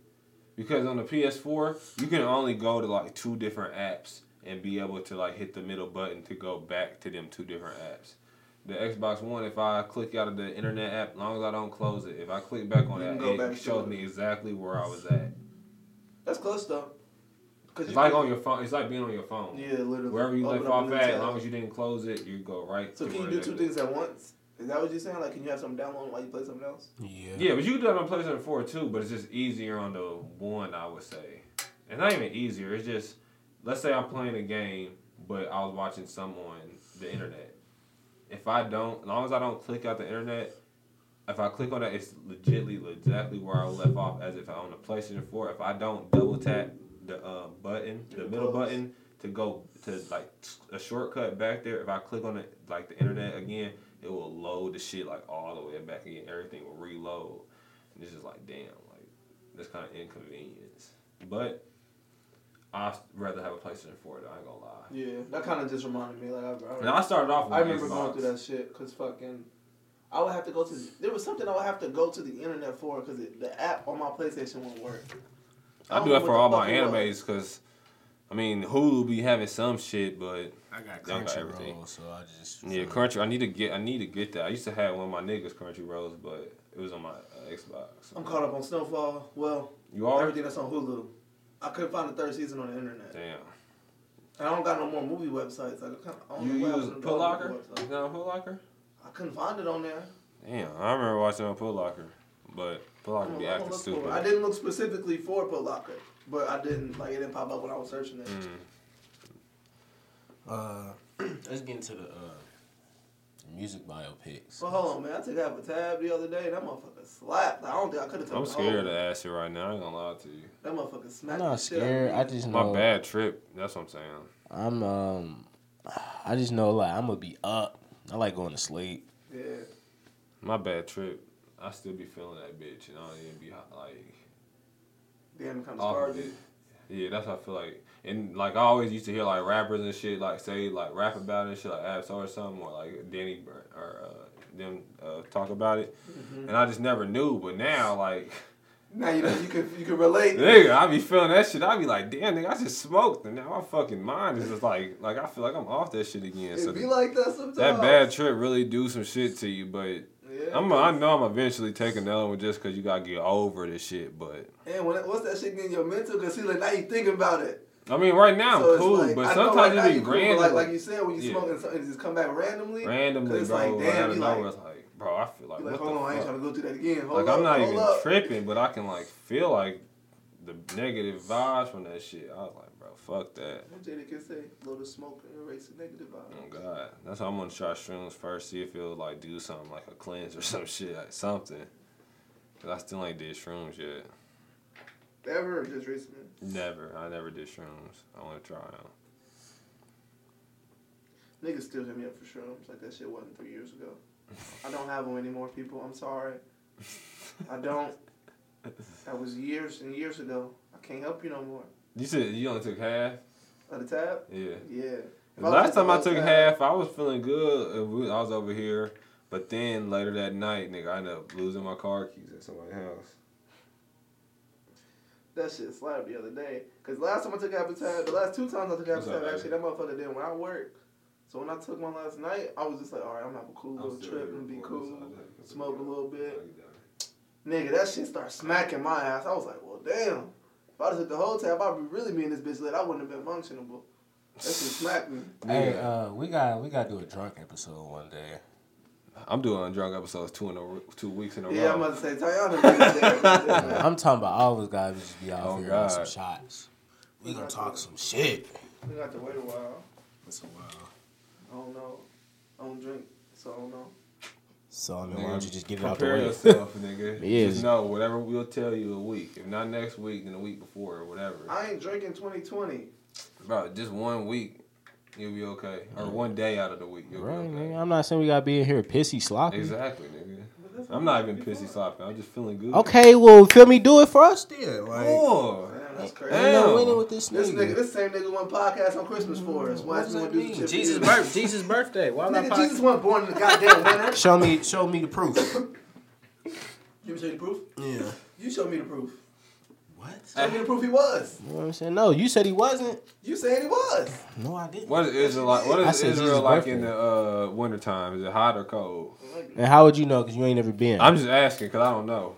because on the PS4 you can only go to like two different apps and be able to like hit the middle button to go back to them two different apps. The Xbox One, if I click out of the internet app, as long as I don't close it, if I click back on
You can
that,
go back
it
to
shows
it.
me exactly where I was at.
That's close though. Cause
It's
you
like
can-
on your phone. It's like being on your phone.
yeah, literally
Wherever you
Open
left
up a
off
new
at, as
tab.
long as you didn't close it, you go right.
So
to
can you
where
do
they
two things at once? Is that what you're saying? Like, can you have some download while you play something else?
Yeah.
Yeah, but you can do that on PlayStation Four too. But it's just easier on the one, I would say. It's not even easier. It's just let's say I'm playing a game, but I was watching some on the internet. If I don't, as long as I don't click out the internet, if I click on that, it's legitly exactly where I left off, as if I own a PlayStation Four. If I don't double tap the uh, button, the
It
middle
close.
button to go to like a shortcut back there, if I click on it like the internet again, it will load the shit like all the way back again. Everything will reload. And it's just like damn, like that's kind of inconvenience. But I'd rather have a PlayStation Four. Though, I ain't gonna lie.
Yeah, that kind of just reminded me. Like, I,
And I started off. With
I remember
Xbox.
going through that shit because fucking, I would have to go to. The, there was something I would have to go to the internet for because the app on my PlayStation won't work.
I do
don't
that
know
for
what
all
the
my
fuck it was.
animes because, I mean, Hulu be having some shit, but
I got
Y'all got everything.
Crunchyroll, so I just
yeah, Crunchy. I need to get. I need to get that. I used to have one of my niggas Crunchyrolls, but it was on my uh, Xbox.
I'm caught up on Snowfall. Well,
You are?
everything that's on Hulu. I couldn't find the third season on the internet.
Damn.
And I don't got no more movie websites. Like, I kinda- I don't
You
know what
use
happened to
Put
all the
Locker?
websites.
No, Put Locker.
Confounded on there.
Damn, I remember watching on Foot Locker, but Foot Locker
I'm
be
gonna- I'm
acting
gonna look for it.
stupid.
I didn't look specifically for Put Locker, but I didn't like it didn't pop up when I was searching it.
Mm.
Uh, let's get into the uh, music biopics.
Well, hold on, man. I took half a tab the other day. and That motherfucker slapped. I don't think I could have.
I'm scared of that shit right now. I ain't gonna lie to you.
That motherfucker
I'm
smacked.
not
the shit out of
scared.
me.
I just
My
know
bad trip. That's what I'm saying.
I'm um, I just know like I'm gonna be up. I like going to sleep.
Yeah.
My bad trip. I still be feeling that bitch, and I don't even be hot- like
Damn, kind of
off
scarred
of it.
you.
Yeah, that's how I feel like. And like I always used to hear like rappers and shit like say like rap about it and shit like Abso or something or like Danny Br- or uh, them uh, talk about it,
Mm-hmm.
and I just never knew. But now like
Now you know you can you can relate.
nigga, I be feeling that shit. I be like damn nigga, I just smoked and now my fucking mind is just like like I feel like I'm off that shit again.
It
So
be
th-
like that sometimes.
that bad trip really do some shit to you, but.
Yeah.
I'm, I know I'm eventually taking another one just because you gotta get over this shit, but
And when what's that shit in your mental? Cause see, like now you thinking about it.
I mean right now
So
I'm
it's
cool,
like, I
but
know right
sometimes
now
it be
you cool, but
random.
Like, like you said, when you
Yeah.
smoking something, it just come back randomly.
randomly,
'Cause it's
bro.
like,
Like,
damn,
out of
you
nowhere,
like-
it's like, bro, I feel like,
You like,
what
hold
the
on, I ain't
fuck?
trying to go through that again. Hold
Like,
up,
I'm not
hold
even
up.
tripping, but I can like feel like the negative vibes from that shit. I was like, bro, fuck that.
What Jada can say, blow the smoke and erase the negative
Oh
vibe.
God, that's why I'm gonna try shrooms first. See if it'll like do something like a cleanse or some shit, like something. Cause I still ain't did shrooms yet.
Ever or just recently?
Never, I never did shrooms. I want to try them.
Niggas still hit me up for shrooms. Like that shit wasn't three years ago. I don't have them anymore, people. I'm sorry. I don't. That was years and years ago. I can't help you no more.
You said you only took half.
At the tab?
Yeah.
Yeah.
The last time I took half, I was feeling good. and we- I was over here, but then later that night, nigga, I ended up losing my car keys at somebody's house.
That shit slapped the other day. Cause last time I took half a tab, the last two times I took half
What's
a
up,
tab,
baby?
actually that motherfucker did when I worked. So when I took one last night, I was just like, all right, I'm gonna have a cool little trip and be cool, smoke a little bit. Nigga, that shit started smacking my ass. I was like, well, damn. If I took the whole tab, I'd be really be in this bitch lit. I wouldn't have been functionable. That shit smacked me.
Hey, uh, we got we gotta do a drunk episode one day.
I'm doing drunk episodes two in a, r- two weeks in a
Yeah, I'm
row.
about to say, Tayana. really there, man.
I'm talking about all of us guys just be out
Oh,
here on some
God.
shots. We gonna talk some shit.
We got to wait a while.
That's a while.
I don't know. I don't drink, so I don't know.
So I mean,
Nigga,
why don't you just give it out the
Prepare
way?
yourself, nigga.
It is.
Just know whatever we'll tell you a week. If not next week, then the week before or whatever.
I ain't drinking 2020.
Bro, just one week, you'll be okay. Or one day out of the week, you'll
Right,
be okay.
nigga. I'm not saying we gotta be in here pissy sloppy.
Exactly, nigga. I'm not even pissy sloppy. I'm just feeling good.
Okay, well, feel me, do it for us then. Like,
Cool.
Man, that's
ain't
crazy.
no
Damn.
winning with this
This
nigga.
nigga, this same nigga won podcast on Christmas for us. Why
What does
does he
that
want to do some
mean?
shit?
Jesus,
for you?
birth, Jesus birthday. Why would I
Nigga,
podcast?
Jesus wasn't born in the goddamn winter.
Show me, show me the proof.
You show me the proof?
yeah.
You show me the proof.
What?
Show me the proof he was.
You know what I'm saying? No, you said he wasn't.
You said he was.
No, I didn't.
What is Israel like? What
I
is
said
Israel
Jesus'
like
birthday.
in the uh, wintertime? Is it hot or cold?
And how would you know? Cause you ain't never been.
I'm just asking because I don't know.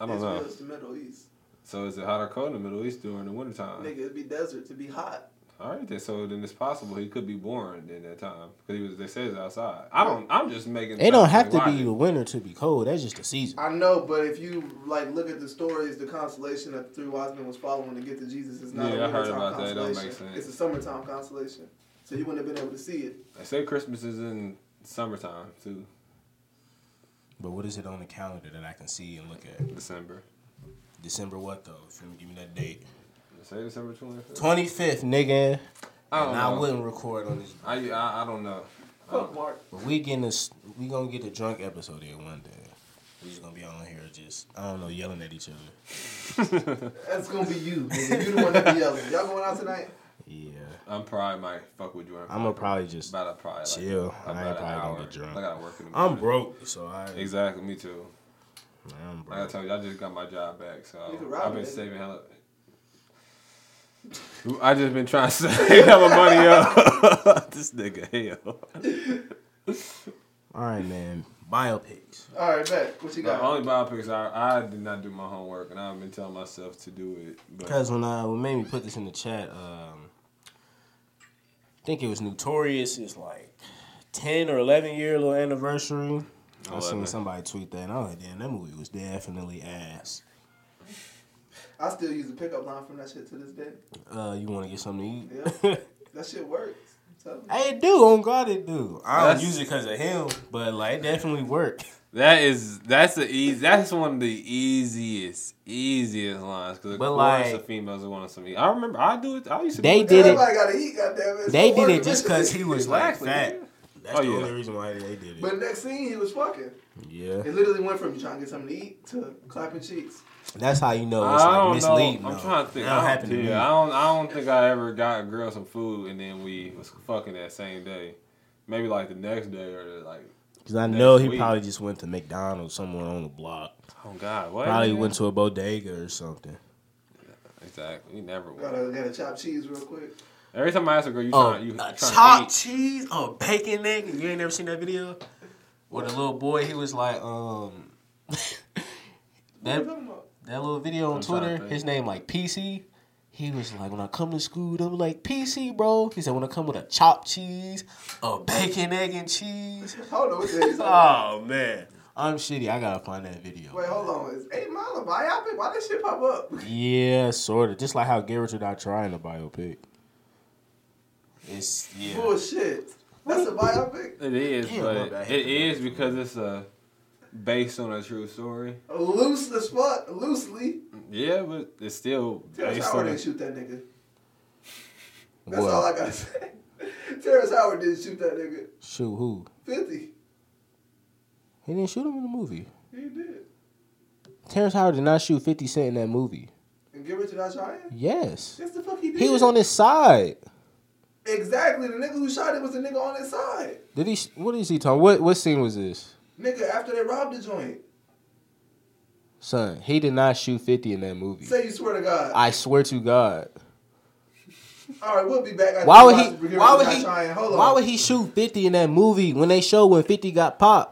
I don't
It's
know.
real, It's the Middle East.
So is it hot or cold in the Middle East during the wintertime?
Nigga, it'd be desert. It'd be hot.
All right, then. So then it's possible he could be born in that time because he was. They said it's outside. I don't. I'm just making.
it don't have to
logic.
be the winter to be cold. That's just the season.
I know, but if you like look at the stories, the constellation that the three wise men was following to get to Jesus is not
Yeah,
a
I heard
wintertime
about that. It don't
constellation.
make sense.
It's a summertime constellation. So you wouldn't have been able to see it.
They say Christmas is in summertime too,
But what is it on the calendar that I can see and look at?
December.
December what though? If you give me that date.
They say December 25th.
Twenty fifth, nigga.
I don't
And I
know.
wouldn't record on this.
I, I I don't know. I
Fuck
don't-
Mark.
But we getting this. We gonna get a drunk episode here one day. We just gonna be on here just I don't know yelling at each other.
That's gonna be you. Nigga. You the one that be yelling. Y'all going out tonight?
Yeah.
I'm probably might fuck with you.
I'm gonna probably just
about a probably like,
chill. I ain't
about an
probably gonna
hour.
get drunk.
I gotta work in the
I'm
morning.
broke, so I.
Exactly, me too.
I'm
Like I
broke.
told you, I just got my job back, so
You can rob
I've been
it.
saving hella. I just been trying to save hella money up. this nigga hell.
All right, man. Biopics.
All right, bet. What you
The
got?
only biopics I I did not do my homework, and I've been telling myself to do it. But
Because when I what made me put this in the chat, um, I think it was Notorious. Is like ten or eleven year little anniversary. I seen
11.
somebody tweet that, and I was like, damn, that movie was definitely ass.
I still use the pickup line from that shit to this day.
Uh, you want to get something to eat?
That shit works. Tell me.
I do. On God, it do. I don't
That's-
use it because of him, but like, it definitely worked.
That is that's the easy. That's one of the easiest, easiest lines because of
But,
course
like-
the females are wanting some. I remember I do it. I used to.
They
do
did it.
Everybody gotta eat, goddamn it.
They did
It's working.
it just because he was like
Exactly,
fat.
yeah.
That's
Oh,
the
yeah.
only reason why they did it.
But next scene, he was fucking.
Yeah,
It literally went from you trying to get something to eat to clapping cheeks.
that's how you know it's
I
like
don't
misleading.
know. I'm
though.
trying to think.
That
I
don't
don't,
happen to
yeah,
me.
I don't. I don't think I ever got a girl some food and then we was fucking that same day. Maybe like the next day or like.
Cause I know
next
he
week.
probably just went to McDonald's somewhere on the block.
Oh God! What?
Probably went to a bodega or something.
Exactly. You never went.
Gotta gotta chop cheese real quick.
Every time I ask a girl, you
Oh,
trying you
a
trying
chopped
to eat.
cheese on bacon egg. You ain't never seen that video? Where the little boy, he was like, um,
What you
that
talking about?
that little video on
I'm trying to
Twitter.
think.
His name like PC. He was like, when I come to school, I'm like PC, bro. He said, when I come with a chopped cheese, a bacon egg and cheese.
Hold on, what the hell you talking about?
Oh man, I'm shitty. I gotta find that video.
Wait, hold on. Is Eight Mile a biopic? Why this shit pop up?
Yeah, sort of. Just like how Garrett did not try in the biopic. It's yeah.
Bullshit. That's a biopic.
It is,
Damn, my bad. I
but
hit
it
the
is because it's a based on a true story.
Loose as fuck. Loosely.
Yeah, but it's still
Terrence
based
Howard
on. a-
didn't shoot that nigga. That's all
What?
I gotta say. Terrence Howard didn't shoot that nigga.
Shoot who?
Fifty.
He didn't shoot him in the movie.
He did.
Terrence Howard did not shoot Fifty Cent in that movie.
And give it to that Cheyenne?
Yes,
Yes, the fuck he did.
he was on his side.
Exactly. The nigga who shot it was the nigga on his side.
Did he? What is he talking? What what scene was this?
Nigga, after they robbed the joint.
Son, he did not shoot Fifty in that movie.
Say you swear to God.
I swear to God.
All right, we'll be back. after
Why
we
would
watch
he?
Give It
Why
to
would
That
he?
Cheyenne. Hold on.
Why would he shoot Fifty in that movie when they show when Fifty got popped?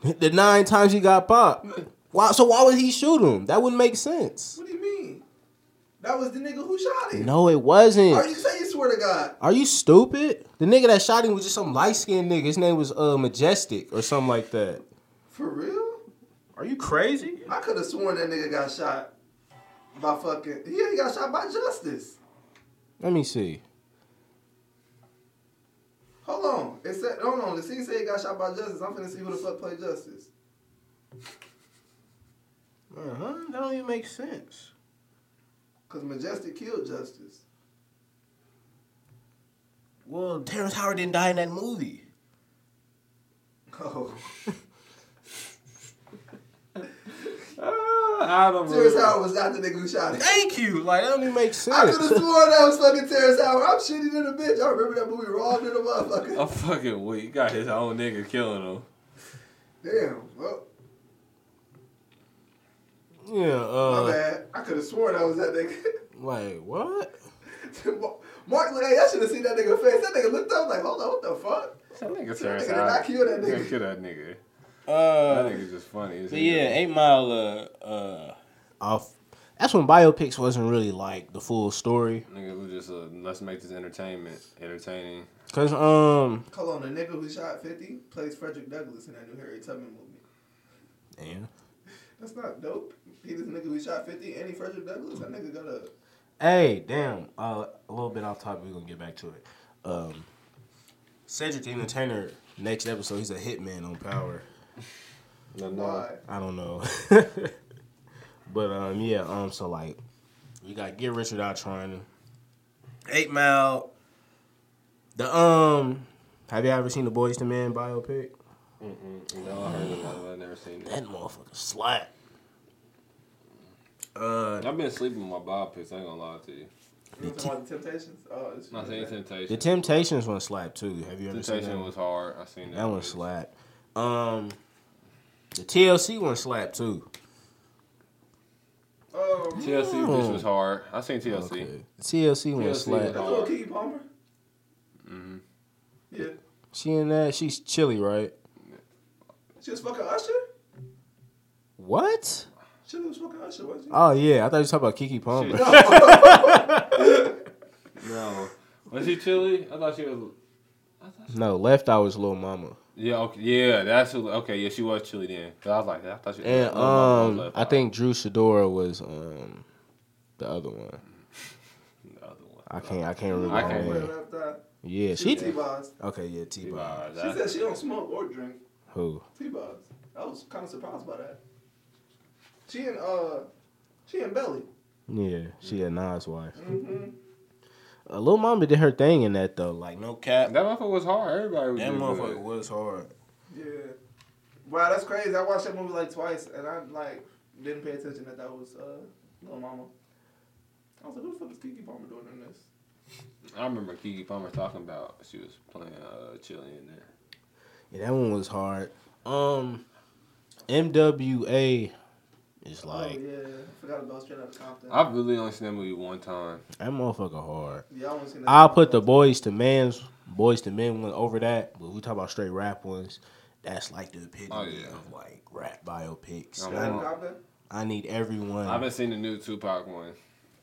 The nine times he got popped. Why? So why would he shoot him? That wouldn't make sense.
What do you mean? That was the nigga who shot it.
No, it
Are you
wasn't.
say you swear to God?
Are you stupid? The nigga that shot him was just some light skinned nigga. His name was uh Majestic or something like that.
For real?
Are you crazy?
I could have sworn that nigga got shot by fucking. Yeah, he got shot by Justice.
Let me see.
Hold on. It said, hold on. The scene said he got shot by Justice. I'm finna see who the fuck played Justice.
Uh
Uh-huh.
huh. That don't even make sense.
Cause Majestic killed Justice.
Well, Terrence Howard didn't die in that movie.
Oh.
Ah, I don't
Terrence
really-
Howard was not the nigga who shot it.
Thank you. Like that don't even make sense.
I could have sworn that was fucking Terrence Howard. I'm shitty than a bitch. I remember that movie robbed in a
I'm
Oh.
motherfucker.
fucking weak. Got his own nigga killing him.
Damn. Well,
yeah.
my
Uh.
bad. I could have sworn that was that nigga.
Like what?
Mark, look, hey, I should have seen that nigga face. That nigga looked up like, hold on, what the fuck?
That nigga
Terrence
Terrence
Howard.
Howard.
Kill that nigga.
Kill that nigga. That
Uh.
nigga's just funny. as
But
hell.
yeah, Eight Mile. Uh. uh off. That's when biopics wasn't really like the full story.
Nigga was just uh, let's make this entertainment entertaining.
Cause um.
Hold on, the nigga who shot 50 plays Frederick Douglass in that new Harry Tubman movie.
Damn.
That's not dope. He this nigga who shot 50 and he Frederick Douglass. That nigga got a.
Hey, damn. Uh, a little bit off topic. We're gonna get back to it. Um, Cedric the Entertainer. Next episode, he's a hitman on Power.
No, no.
Why?
I don't know. but um, yeah. Um, so like, we got Get Rich or Die Trying. Eight Mile. The um, have you ever seen the Boys to Men biopic?
Mm-mm. No, I heard about it. I never seen it.
That motherfucker slap. Uh,
I've been sleeping with my Bob picks. I ain't gonna lie to you.
You know about the Temptations? Oh, it's
Not saying
the
Temptation.
Temptations one slap too. Have you ever seen that?
Temptation
one?
was hard. I seen that.
That one
bitch.
slap. Um, the TLC one slap too.
Um,
TLC bitch was hard. I seen TLC.
Oh. Okay. The TLC one
TLC
that's
slap.
one.
little Kiki Palmer.
Mhm.
Yeah.
She in that. She's chilly, right?
She was fucking Usher?
What?
She was fucking Usher, wasn't she?
Oh yeah, I thought you were talking about Kiki Palmer.
No. Was she chilly? I thought she was.
No, left eye was Lil Mama.
Yeah, okay, yeah, that's who, okay. Yeah, she was chilly then. 'Cause I was like, I thought she.
And
Lil Mama
um,
left
I
eye.
think Drew Shadora was um, the other one.
The other one.
I can't. I can't remember.
I
her
can't
name.
remember.
Yeah,
She
she.
uh, T-Boz.
Okay, yeah, T. Bob.
T-Boz,
She
I-
said she don't smoke or drink.
Who?
T-Boz. I was kind of surprised by that. She and uh, she and Belly.
Yeah, she a Nas wife.
Mm-hmm.
Uh, Lil Mama did her thing in that though. Like no cap.
That motherfucker was hard. Everybody was.
That
doing
motherfucker
good.
was hard.
Yeah. Wow, that's crazy. I watched that movie like twice, and I like didn't pay attention that that was uh, Lil Mama. I was like, who the fuck is Kiki Palmer doing in this?
I remember Kiki Palmer talking about she was playing uh, chilly in there.
Yeah, that one was hard. Um, MWA is like
oh yeah, I forgot about Straight Outta Compton.
I've really only seen that movie one time.
that motherfucker hard.
yeah, I only seen that
I'll
movie
put the
once.
boys to man's boys to men one over that, but we talk about straight rap ones. That's like the epitome
Oh, yeah. Oh,
of like rap biopics.
I'm
Straight Outta
on.
Compton?
I need everyone.
I haven't seen the new Tupac one.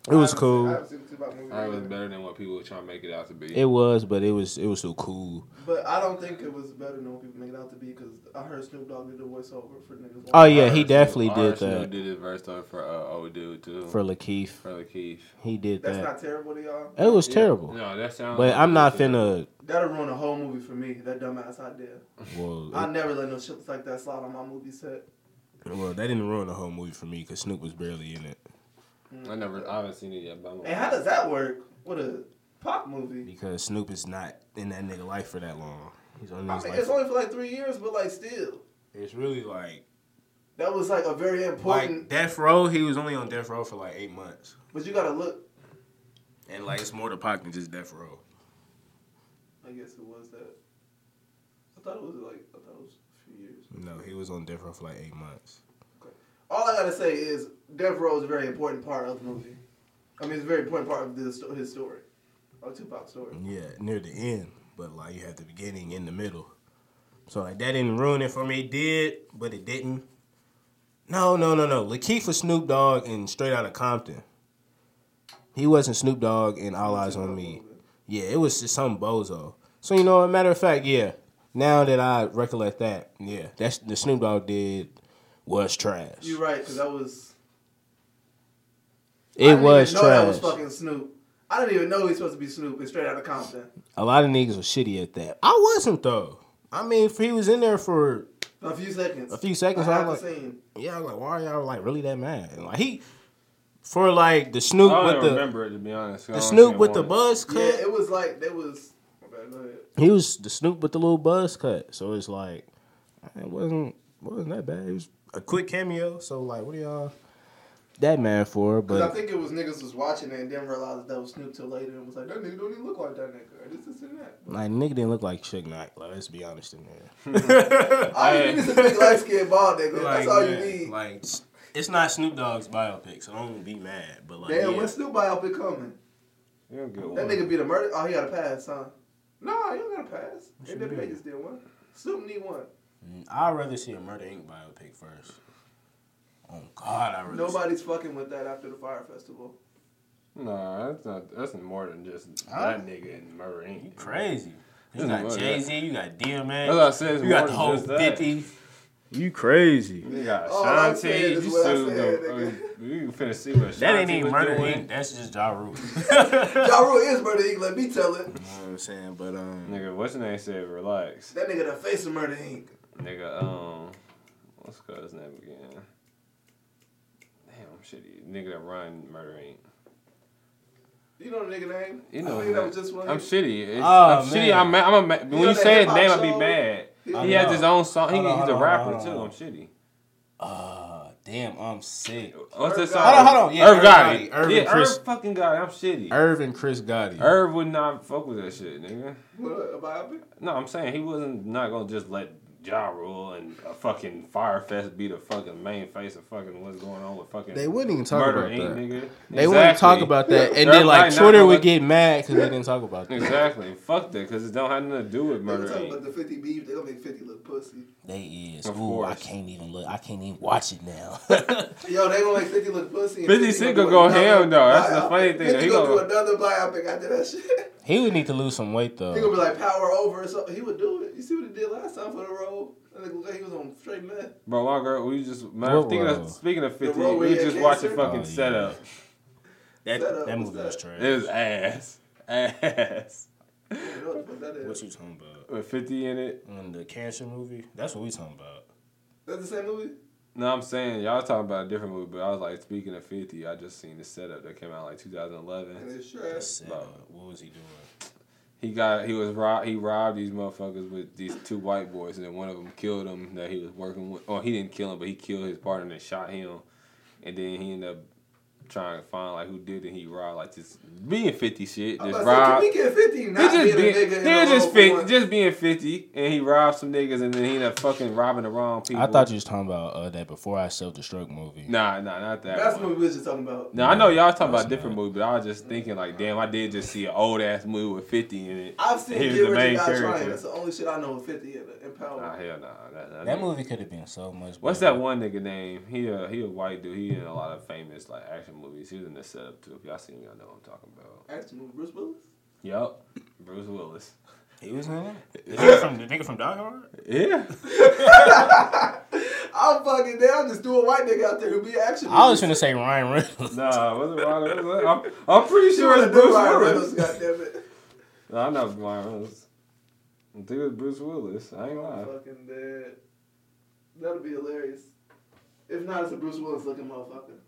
it was
I
cool.
haven't seen, I haven't seen Tupac movie
I heard it was
either.
better than what people were trying to make it out to be.
It was, but it was it was so cool.
But I don't think it was better than what people make it out to be because I heard Snoop Dogg did the voiceover for niggas.
Oh, yeah, he
Snoop-
definitely
I
did
heard Snoop
that.
Did his verse though for uh, old dude too.
For Lakeith,
for Lakeith.
he did
That's
that.
not terrible to y'all.
It was
Yeah.
terrible.
No, that sounds.
But I'm not finna.
That'll ruin a whole movie for me. That dumbass idea.
Well,
I never let no shit like that slide on my movie set.
it- well, that didn't ruin the whole movie for me because Snoop was barely in it
I never. I haven't seen it yet. But I'm
And how does that work with a pop movie?
because Snoop is not in that nigga life for that long. He's only in
I
his
mean,
life.
it's only for like three years, but like still,
It's really like
that was like a very important.
like Death Row. He was only on Death Row for like eight months,
but you gotta look.
and like it's more to Pac than just Death Row.
I guess it was that. I thought it was like I thought it was a few years.
No, he was on Death Row for like eight months.
All I gotta say is Death Row is a very important part of the movie. I mean, it's a very important part of this, his story, of Tupac's story.
Yeah, near the end, but like you have the beginning in the middle. So like that didn't ruin it for me. It did, but it didn't. No, no, no, no. Lakeith was Snoop Dogg and Straight Outta Compton. He wasn't Snoop Dogg and All Eyes on Me. Yeah, it was just some bozo. So you know, a matter of fact, yeah. Now that I recollect that, yeah, that's the Snoop Dogg did was trash.
You're right, because that was.
It
I didn't
was
even know That
trash.
was fucking Snoop. I didn't even know he was supposed to be Snoop and straight out of Compton.
a lot of niggas was shitty at that. I wasn't though. I mean, if he was in there for
A few seconds.
a few seconds.
I
I,
haven't
was like,
seen.
yeah, I was like, why are y'all like really that mad? And, like he for like the Snoop
I
with
don't
the
remember it to be honest. I
the
don't
Snoop
think
with
I
the
wanted-
buzz cut.
Yeah, it was like there was. my bad, go ahead.
he was the Snoop with the little buzz cut. So it's like it wasn't wasn't that bad. It was a quick cameo. So like, what are y'all that mad for?
Because I
But
think it was niggas was watching it and didn't realize that was Snoop till later and was like, that nigga don't even look like that nigga. Or this, this, and that.
like, nigga didn't look like Suge Knight. Like, let's be honest in there.
All you need is a big light skinned bald nigga. That's all you
man,
need.
Like, it's- it's not Snoop Dogg's biopic, so I don't be mad. But like,
Damn,
yeah.
when Snoop biopic coming?
You're a good
That
one.
nigga be the murder. Oh, he got a pass, huh? No, he don't got a pass.
you
NWA
mean?
just did one. Snoop need one.
Mm, I'd rather see a Murder Inc. biopic first. Oh God, I rather.
Nobody's fucking with that after the Fire Festival.
Nah, that's not. That's more than just
Huh?
that nigga and Murder Inc.
see- crazy. You
This
got
is-
Jay Z, you got DMX,
That's what I said, it's
you got
more
the
than
whole
just that.
fifty. You crazy.
You got
All I'm
Ashanti.
saying is
You
what I
still
said,
go.
nigga.
uh, You finna see what
That ain't
Ashanti
even
was
Murder
doing.
Inc. That's just Ja Rule.
Ja Rule is Murder Inc. Let me tell it.
You know what I'm saying? But um,
Nigga, what's his name said relax.
That nigga the face of Murder Inc.
Nigga, um, what's his name again? Damn, shitty. Nigga that run Murder Inc.
You know the nigga name?
You know
I think that was
that.
just one.
I'm shitty. It's,
Oh, man.
I'm shitty. I'm, ma- I'm a, ma- when
know
you
that
say his
hip-hop
name, I be
show?
mad.
I
He has
know.
his own song. He,
Hold on,
he's
hold
a
on,
rapper
hold on,
too.
hold
I'm
on.
shitty.
uh, damn, I'm sick.
What's that
Irv
song?
Gotti. Hold on,
hold on. Yeah,
Irv
Irv
Gotti.
Gotti. Irv and
yeah,
Chris-
Irv fucking Gotti. I'm shitty. Irv.
Irv and Chris Gotti.
would not fuck with that shit, nigga.
What, a biopic?
No, I'm saying he wasn't not gonna just let Ja Rule and a fucking Firefest be the fucking main face of fucking what's going on with fucking
They wouldn't even talk
Murder
about
Inc,
that.
Nigga.
They wouldn't talk
Exactly.
about that, and
Everybody
then like
not
Twitter
gonna
would
let-
get mad because they didn't talk about that.
Exactly. Fuck that, cause it don't have nothing to do with
They were
murder.
talking about
Inc.
the 50 beef. They gonna make 50 look pussy.
They is.
Of
Ooh, I
course.
can't even look. I can't even watch it now.
Yo, they gonna make 50 look pussy. and
50 Cent gonna go
do another
ham, though. That's the
biopic.
funny thing, though.
50
He
gonna do
gonna-
another biopic after that shit.
He would need to lose some weight
He gonna
though.
be like power over or something. He would do it. You see what he did last time for the role? I think like he was on straight meth.
Bro, my girl, we just man,
What
thinking
row?
of, speaking of fifty,
row
we
where
was
he
just
had
watching
cancer?
fucking
Oh, yeah.
setup.
That
Set up,
that movie
what's
was
that?
trash.
It was ass, ass.
You know what the fuck that is?
What you talking about?
With fifty in it.
On the cancer movie? That's what we talking about.
That's the same movie.
No, I'm saying y'all talking about a different movie, but I was like speaking of fifty, I just seen the setup that came out like
And
2011.
it's trash.
Set
No.
up. What was he doing?
He got he was robbed he robbed these motherfuckers with these two white boys, and then one of them killed him that he was working with. Oh, he didn't kill him, but he killed his partner and shot him, and then he ended up trying to find like who did it. He robbed like just being fifty shit,
I'm
just
about to say, can
robbed.
we get fifty?
He
Not being
just being,
a nigga. in
he
the role
was just
for
fit,
once?
just being fifty, and he robbed some niggas, and then he ended up fucking robbing the wrong people.
I thought you was talking about uh, that before I self destruct movie.
Nah, nah, not that.
That's
one.
what we was just talking about.
No, I know y'all talking
That's
about different
not-
movies, but I was just thinking like, damn, I did just see an old ass movie with fifty in it.
I've seen
He was
Get Rich
the
or
main
Die Trying.
character.
That's the only shit I know with fifty in it. And
Nah,
power.
hell nah. That, that
That
nigga-
movie could have been so much.
What's
better.
that one nigga name? He a he a white dude. He in a lot of famous like action movies. He was in the setup too. If y'all seen him, y'all know what I'm talking about.
Action movie. Bruce Willis.
Yup, Bruce Willis.
He was in it. The nigga from the nigga from Die Hard.
Yeah,
I'm fucking dead. I'm just doing white nigga out there who be action.
I was
movies.
gonna say Ryan Reynolds.
nah, wasn't Ryan Reynolds. I'm, I'm pretty
She
sure
was
it's Bruce
Ryan Reynolds.
Willis.
Goddamn it.
No, I know it's Ryan Reynolds. I think it's Bruce Willis. I ain't
I'm
lying.
fucking dead. That'll be hilarious. If not, it's a Bruce Willis looking motherfucker.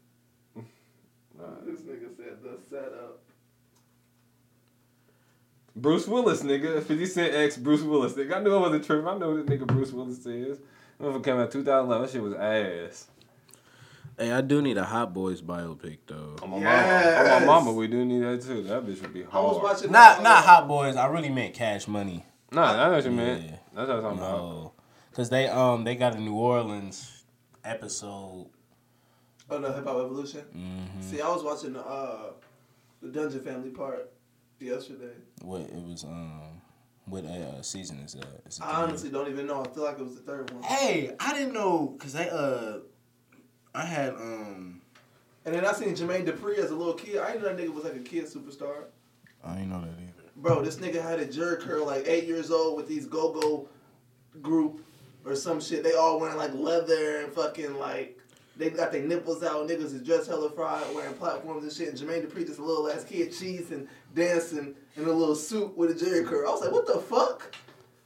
Nah.
This nigga said the setup.
Bruce Willis, nigga. 50 Cent X Bruce Willis, nigga. I knew I wasn't tripping. I know who this nigga Bruce Willis is. Motherfucker came out 2011. That shit was ass.
Hey, I do need a Hot Boys biopic though.
On my mama. On
Yes.
my mama, we do need that too. That bitch would be
I was
hard.
watching.
Not
uh,
not Hot Boys. I really meant Cash Money.
nah, I know what you meant. Oh,
Yeah.
That's what I'm talking about.
No, because they um they got a New Orleans episode.
Oh no, Hip Hop Evolution.
Mm-hmm.
See, I was watching the uh, the Dungeon Family part yesterday.
What it was um what uh, season is that? Is it
I honestly don't even know. I feel like it was the third one.
Hey, I didn't know because they uh I had um
And then I seen Jermaine Dupri as a little kid. I didn't know that nigga was like a kid superstar.
I didn't know that either.
Bro, this nigga had a jerk curl like eight years old with these go go group or some shit. They all wearing like leather and fucking like they got their nipples out. Niggas is dressed hella fried, wearing platforms and shit. And Jermaine Dupri just a little ass kid cheesing, dancing in a little suit with a jerk curl. I was like, what the fuck?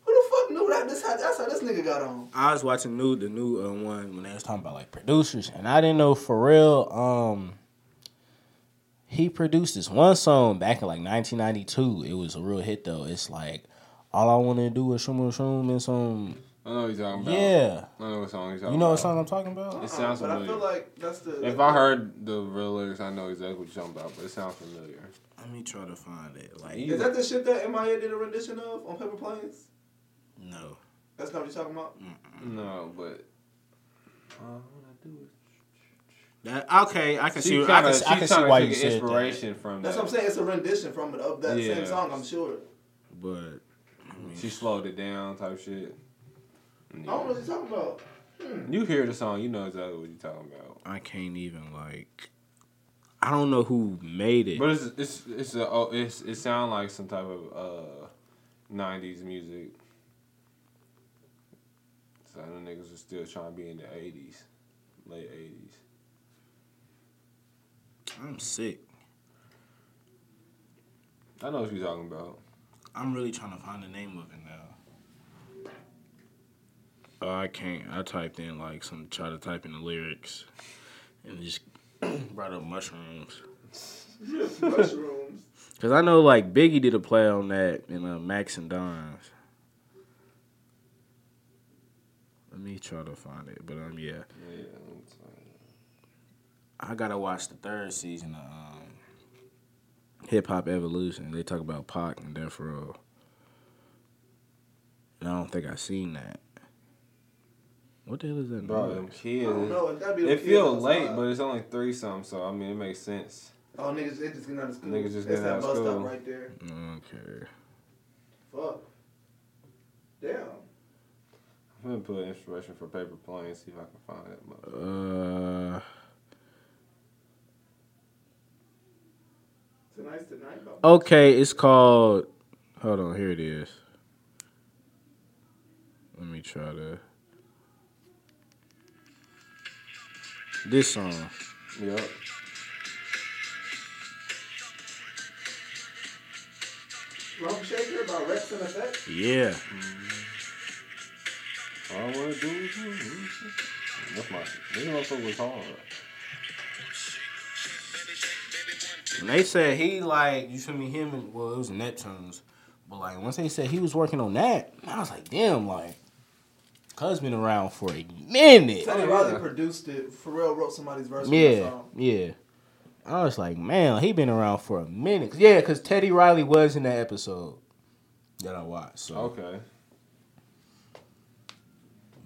Who the fuck knew that? This how, that's how this nigga got on.
I was watching new the new uh, one when they was talking about like producers, and I didn't know Pharrell. Um, he produced this one song back in like 1992. It was a real hit though. It's like all I want to do is shroom shroom, shroom and some
I know what you're talking about.
yeah.
I know what song you're talking
You know what
about.
song I'm talking about?
It sounds
but I feel
familiar.
like that's the.
If I heard the real lyrics, I know exactly what you're talking about, but it sounds familiar.
Let me try to find it. Like
Is that the shit that MIA did a rendition of on Paper Planes?
no,
That's not what you're talking about?
Mm-hmm. No, but.
that okay. I can
She
see.
kinda,
I can, I
she
can
kinda
see why
took
you said that.
inspiration from
That's
that.
what I'm saying. It's a rendition from it of that
Yeah.
same song. I'm sure.
But
She slowed it down, type shit.
I don't know what you're talking about.
You hear the song, you know exactly what you're talking about.
I can't even like. I don't know who made it.
But it's it's it's a oh, it's it sound like some type of uh '90s music. So the niggas are still trying to be in the '80s, late '80s.
I'm sick.
I know what you're talking about.
I'm really trying to find the name of it now. Oh, I can't. I typed in like some try to type in the lyrics, and it just brought up mushrooms.
Mushrooms.
Cause I know like Biggie did a play on that in uh, Max and Don's. Let me try to find it, but um, yeah,
Yeah, it's like-
I gotta watch the third season of um, Hip Hop Evolution. They talk about Pac and Death Row, and I don't think I seen that. What the hell is that?
bro,
noise?
them
I don't
kids.
know. It gotta be the
It
kids
feel
outside.
late, but it's only three something, so I mean it makes sense.
oh niggas, they just getting out of school.
Niggas just
That's
getting
that
out of
bus
school.
stop right there.
Okay.
Fuck. Damn.
I'm gonna put inspiration for paper plane, see if I can find that mother.
Uh,
Tonight's tonight. By
Okay, it's called. Hold on, here it is. Let me try to. This song.
Yep.
Rump Shaker by Rex and Effect.
Yeah.
All I wanna do is do it. That's my. This motherfucker was hard.
And they said he like you feel me him and well it was Neptunes, but like once they said he was working on that, I was like damn like, cuz been around for a minute.
Teddy
Oh, yeah.
Riley produced it. Pharrell wrote somebody's verse. Yeah.
Yeah, yeah. I was like man he been around for a minute. Yeah, cause Teddy Riley was in that episode that I watched. So
Okay.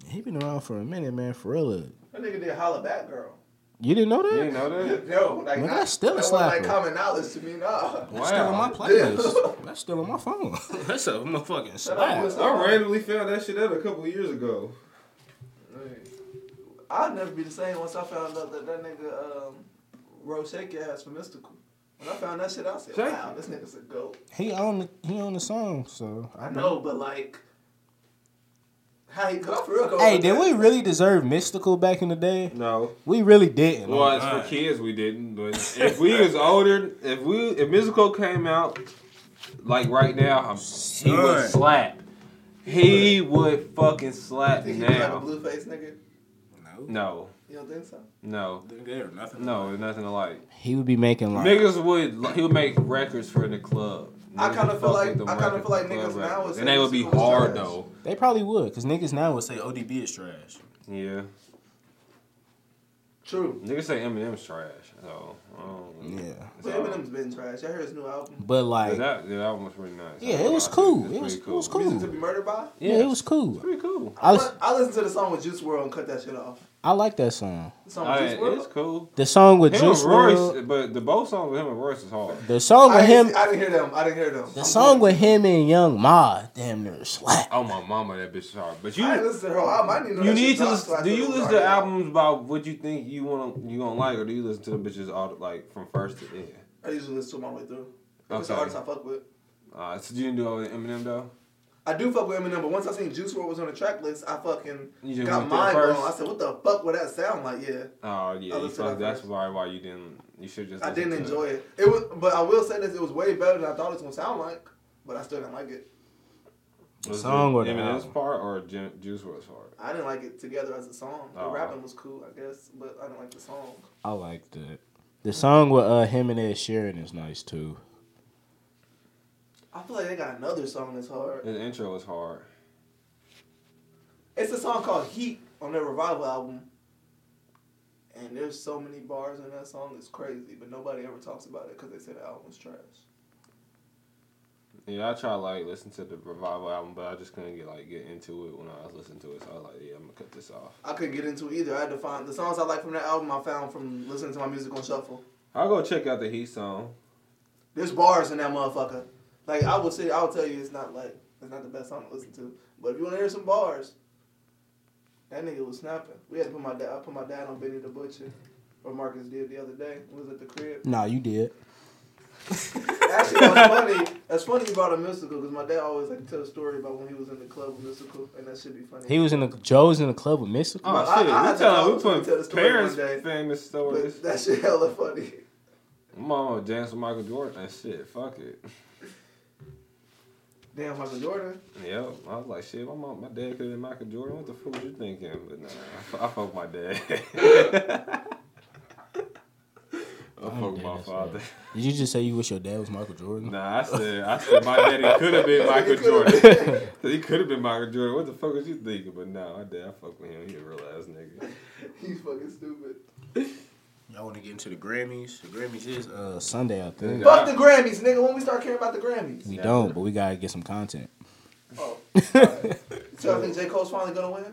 he been around for a minute man for real.
That nigga did Holla Back Girl.
You didn't know
You
that?
didn't know that?
No, like
Man,
not-
that's still a
that wasn't, like
slapper.
common knowledge to me. Nah.
That's still on my
Wow.
playlist. That's still on my phone. That's a motherfucking slap.
I randomly found that shit out a couple years ago.
I'll never be the same once I found out that that nigga um, wrote Shake Your Ass for Mystical. When I found that shit, I said,
Shake
wow, this nigga's a goat.
He on the he on the song, so
I know, but like, how you go for real? go
Hey,
with
did
that?
we really deserve mystical back in the day?
No.
We really didn't.
Well, as for kids, we didn't. But if we was older, if we if musical came out like right now, I'm, he would
Son.
slap. He would fucking slap
Think he was like a
now.
blue faced nigga?
no,
No,
You don't think so?
no,
there nothing.
no. there's Nothing alike.
He would be making like
Niggas would like, he would make records for the club.
I
Niggas
kinda
would
feel
fuck
like-
with them
I kinda
records
feel like
for club
niggas now
records.
would say
and they would be
musical is
hard
trash.
though.
they probably would, cause niggas now would say ODB is trash.
Yeah,
True.
niggas say Eminem's trash. So um,
Yeah,
it's
But
all-
Eminem's been trash. I heard his new album.
but
Yeah,
like
that, yeah, that one was pretty nice.
Yeah,
I
it was
liked
cool.
It's
It was-
pretty
it was cool.
Music to be murdered by?
yeah, it was cool.
pretty cool.
I was,
I listened to the song with Juice World and cut that shit off.
I like that song.
The song with
Alright,
Juice World.
it's cool.
The song with
Him
Juice
and Royce,
WRLD.
but the both songs with him and Royce is hard.
The song
I
with
didn't,
him.
see- I didn't hear them. I didn't hear them.
The song with him and Young Ma. Damn near slap.
Oh my mama, that bitch is hard. But you,
I didn't listen to her. album. I didn't know
you
that
need
shit
to
dropped, so I
listen. Do
thought it
you
was
listen to
already out.
albums about what you think you want you gonna like, or do you listen to them bitches all like from first to end?
I usually listen to them all the way through. That's the
Okay.
artist I fuck with.
Uh, so you didn't do all the Eminem though.
I do fuck with Eminem, but once I seen Juice WRLD was on the track list, I fucking
You just
got
went there
mind
first?
blown. I said, "What the fuck would that sound like?" Yeah,
Oh yeah,
I
you
listened to
fuck,
that
that's
first.
probably why you didn't. You should just.
I
listen
didn't
to
enjoy it. It was, but I will say this: it was way better than I thought it was gonna sound like. But I still didn't like it.
Was
song
it
or the
Eminem's
album?
part or Ju- Juice WRLD's part?
I didn't like it together as a song. The
Oh.
rapping was cool, I guess, but I didn't like the song.
I liked it. The song with uh, him and Ed Sheeran is nice too.
I feel like they got another song that's hard.
His intro was hard.
It's a song called Heat on their revival album. And there's so many bars in that song, it's crazy. But nobody ever talks about it because they say the album's trash.
Yeah, I try like listen to the revival album, but I just couldn't get like get into it when I was listening to it. So I was like, yeah, I'm gonna cut this off.
I couldn't get into it either. I had to find the songs I like from that album. I found from listening to my music on shuffle.
I'll go check out the Heat song.
There's bars in that motherfucker. Like I would say, I would tell you, it's not like it's not the best song to listen to. But if you want to hear some bars, that nigga was snapping. We had to put my dad. I put my dad on Benny the Butcher, or Marcus did the other day. We was at the crib.
Nah, you did.
Actually, that's funny. That's funny you brought a mystical because my dad always like tell a story about when he was in the club with mystical, and that should be funny.
He was in the Joe's in the club with Mystical.
Oh
Well, I-
shit,
I had
we
to
telling
tell-
we
we tell the
putting
story
parents
one day.
famous stories.
but that shit hella funny.
My mama would dance with Michael Jordan and shit. Fuck it.
Damn, Michael Jordan.
Yep. I was like, shit, my mom, my dad could have been Michael Jordan. What the fuck was you thinking? But nah, I, fu- I fuck my dad. I
I'm
fuck
dead
my
as
father.
Did you just say you wish your dad was Michael Jordan?
Nah, I said, I said my daddy could have been Michael
It could've
Jordan.
been.
He could have been Michael Jordan. What the fuck was you thinking? But nah, my dad, I fuck with him. He a real ass nigga.
He's fucking stupid.
Y'all want to get into the Grammys? The Grammys is uh, Sunday, I think.
Yeah.
Fuck the Grammys, nigga. When we start caring about the Grammys.
We don't, but we gotta get some content.
Oh. alright. so I think J. Cole's finally gonna win?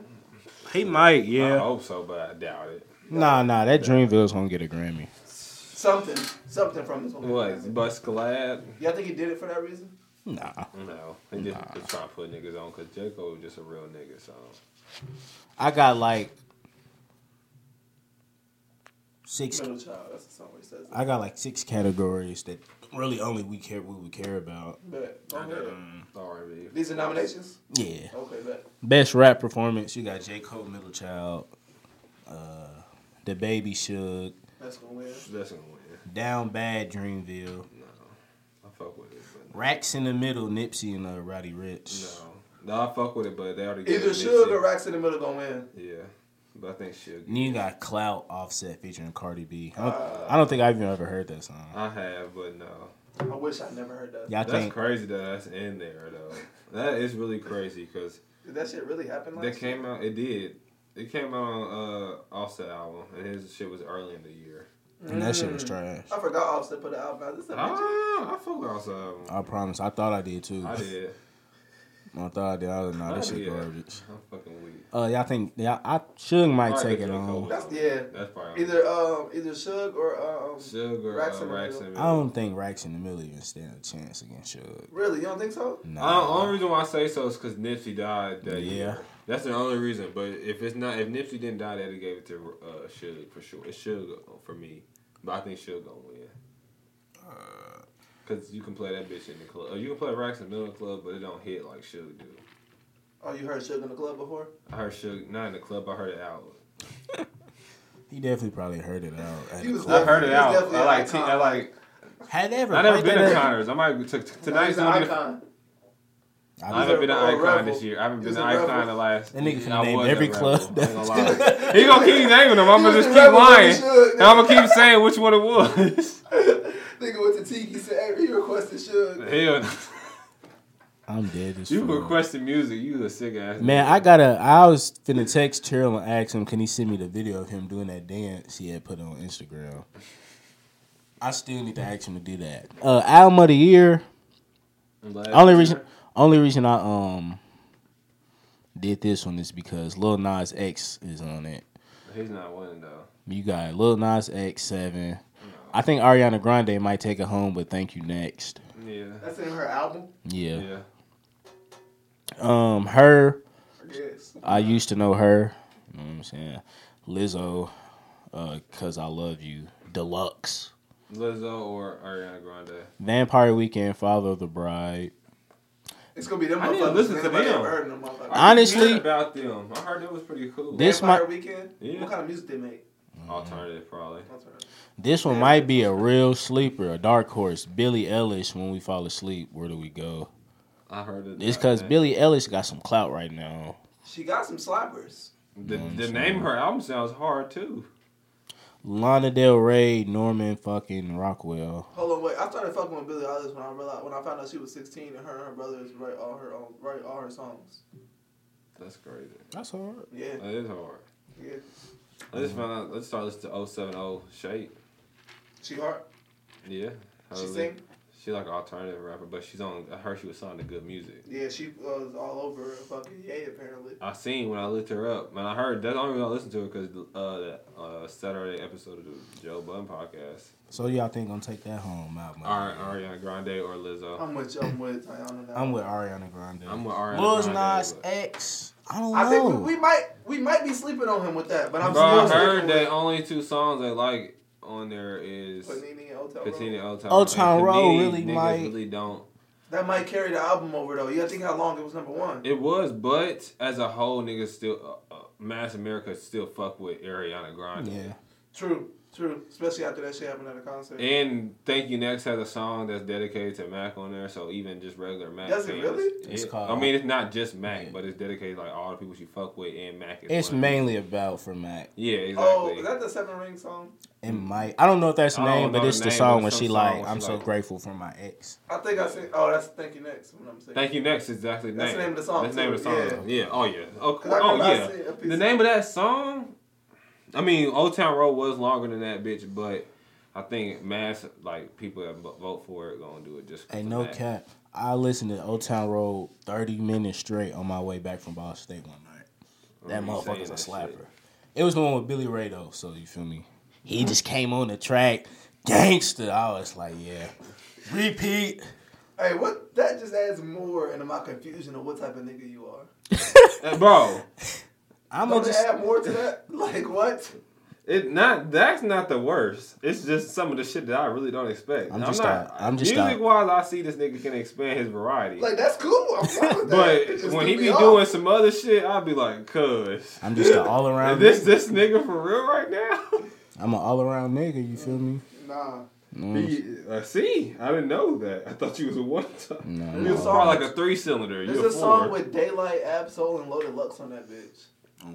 He might,
I hope so, but I doubt it.
Nah, nah, that Dreamville's gonna get a Grammy.
Something. Something from this one.
What? Bus collab?
Y'all think he did it for that reason?
Nah,
No, he just to try to put niggas on because J Cole just a real nigga. So
I got like six.
Middle child. That's the song where he says it.
I got like six categories that really only we care we would care about.
But okay.
Um,
Sorry, man.
These are nominations.
yeah.
Okay, but
Best rap performance, you got J. Cole Middlechild, uh, The Baby Shook,
that's gonna win.
That's gonna win.
Down Bad Dreamville,
No, I fuck with it, but
Racks in the Middle, Nipsey and uh, Roddy Rich.
no, no, I fuck with it, but they already gave
Either
it
Suge
Nipsey.
or Racks in the Middle gonna win.
Yeah, but I think Suge.
And you got Clout Offset featuring Cardi B. I don't,
Uh,
I don't think I've even ever heard that song.
I have, but no.
I wish I never heard that.
Y'all
that's
think
crazy that that's in there though. That is really crazy because
Did that shit really happen? Last
that came out. It did. It came out on uh, Offset album, and his shit was early in the year.
year?
and that shit
Mm.
was trash.
I forgot Offset put an album out. This is a bitch.
Ah, I fuck with Offset album.
I promise. I thought I did too.
I did.
I thought I did. I was nah, that
Oh,
shit
yeah.
garbage.
I'm fucking weak.
Uh, y'all think y'all, I Suge might
Alright,
take
J.
it
Cole.
on.
That's yeah.
That's probably
Either um either Suge or um
Sugar
Racks
Racks
in the
uh, Racks
Middle.
in the
I don't think Racks in the Middle even stand a chance against Suge.
really you don't think so?
No.
The only reason why I say so is because Nipsey died that
Yeah.
year. That's the only reason. But if it's not, if Nipsey didn't die, they'd have gave it to uh, Suge for sure. It's Suge for me, but I think Suge gonna win. Cause you can play that bitch in the club. Or you can play Racks in the middle of the club, but it don't hit like Suge do.
Oh, you heard Suge in the club before?
I heard Suge not in the club. I heard it out.
He definitely probably heard it out. At
He
a
was
club.
I
Definitely-
heard it
he's
out.
definitely
I
an
like. T-
icon.
I like.
Had they ever
I never
played
been
that
to
at-
Connors. I might t- t- tonight's
He's an
the only.
I was-
icon.
I
He's
haven't been an
a- a
icon
rebel.
this year. I haven't
He
been
was
an
a
icon
rebel.
the last.
That nigga finna
I
name
was a
every
rebel.
club
I ain't gonna lie. he gonna keep naming them. I'm
He
gonna
was a
just keep
rebel when he
lying.
should.
And I'm gonna keep saying which one it was.
Nigga went to Tiki said hey, he requested Suge.
Hell, no.
I'm dead as
you
fuck.
requested music. You a sick ass.
Man, I gotta. I was finna text Terrell and ask him, can he send me the video of him doing that dance he had put on Instagram? I still need to ask him to do that. Uh, album of the year.
Last
Only
year.
reason, only reason I um did this one is because Lil Nas X is on it.
He's not winning though.
You got Lil Nas X seven. I think Ariana Grande might take it home, but thank you next.
Yeah.
That's in her album,
Yeah.
Yeah. Um, her.
I guess.
I used to know her. You know what I'm saying? Lizzo. Uh, cause I love you. Deluxe.
Lizzo or Ariana Grande.
Vampire Weekend. Father of the Bride.
It's gonna be them
I need to
motherfuckers.
listen
Ain't
to
nobody
them.
ever heard of them motherfuckers.
I- Honestly-
Heard about them, I heard it was pretty cool.
This-
Vampire
might-
weekend.
Yeah.
What kind of music they make?
alternative probably.
That's what I-
This one might be a real sleeper, a dark horse. Billie Ellis. When we fall asleep, where do we go?
I heard it.
It's cause Billie Ellis got some clout right now.
She got some slappers.
The,
You know what
the
I'm
name
saying?
of her album sounds hard too.
Lana Del Rey, Norman fucking Rockwell.
Hold on, wait. I started fucking with Billie Eilish when I realized when I found out she was 16 and her and her brothers write all her own write all her songs.
That's crazy.
That's hard.
Yeah,
That is hard.
yeah.
I
Mm-hmm.
just found out. Let's start listening to 070 Shape.
She hard.
Yeah.
She
Hallelujah.
sing.
She like an alternative rapper, but she's on. I heard she was signed to good music.
Yeah, she was all over fucking yay apparently.
I seen when I looked her up, man. I heard that's the only reason I listened to her because uh, that, uh, Saturday episode of the Joe Budden podcast.
So y'all think gonna take that home album?
Ari- Ariana Grande or Lizzo.
I'm with you. I'm with Tiana now.
I'm with Ariana Grande.
I'm with Ariana
Lil
Grande,
Nas
but-
X. I don't know.
I think we, we might we might be sleeping on him with that, but I'm
Bro, I
still
heard
heard
that only two songs they like on there is
Panini and Hotel
Petini
Room.
and Old Town
Old
Road.
Town
And to
Road
me,
really
niggas
might-
really don't.
That might carry the album over though. You gotta think how long it was number one.
It was, but as a whole, niggas still, uh, uh, mass America still fuck with Ariana Grande.
Yeah.
True, true. Especially after that shit happened at a concert.
And Thank You Next has a song that's dedicated to Mac on there, so even just regular Mac.
Does it
fans-
really?
Yeah.
It's called-
I mean, it's not just Mac,
Yeah.
but it's dedicated like all the people she fuck with and Mac. Is
It's
one.
mainly about for Mac.
Yeah, exactly.
Oh, is that the Seven Ring song?
It might. I don't know if that's the
I don't
name, but
know
it's
the
the
name,
song
but
when
some
she
song
like,
when
I'm
she
so
like-
grateful for my ex.
I think I seen. Oh, that's Thank You Next. What I'm saying.
Thank you next is exactly the
That's
name.
the name of the song,
That's the name of the
too,
song. Yeah. Oh yeah. Oh,
I
oh
remember I seen a
yeah.
piece
The
of-
name of that song. I mean, Old Town Road was longer than that bitch, but I think mass like people that vo- vote for it gonna do it just.
Ain't
for
no
that.
cap. I listened to Old Town Road 30 minutes straight on my way back from Ball State one night. That
I remember Mm, you
motherfucker's a
saying that
slapper. It was the one with Billy Ray though, so you feel me?
Mm-hmm.
He just came on the track, gangster. I was like, yeah. Repeat.
Hey, what? That just adds more into my confusion of what type of nigga you are.
shit. Hey, Uh, bro.
I'm
Don't
gonna
it
just
add more to that? Like what?
It not that's not the worst. It's just some of the shit that I really don't expect.
I'm just
not,
out. I'm just out.
music wise. I see this nigga can expand his variety,
Like that's cool. I'm fine with that. It
but
just threw
when he
me
be
off.
doing some other shit, I'd be like, "Cuz,
I'm just an all
is
around.
this this nigga for real right now?"
I'm an all around nigga. You feel me?
nah,
Mm.
He- I see. I didn't know that. I thought you was a one time.
No,
You was
no.
probably like a three cylinder. You
there's
a,
a
four.
song with Daylight, Absol, and Loaded Lux on that bitch.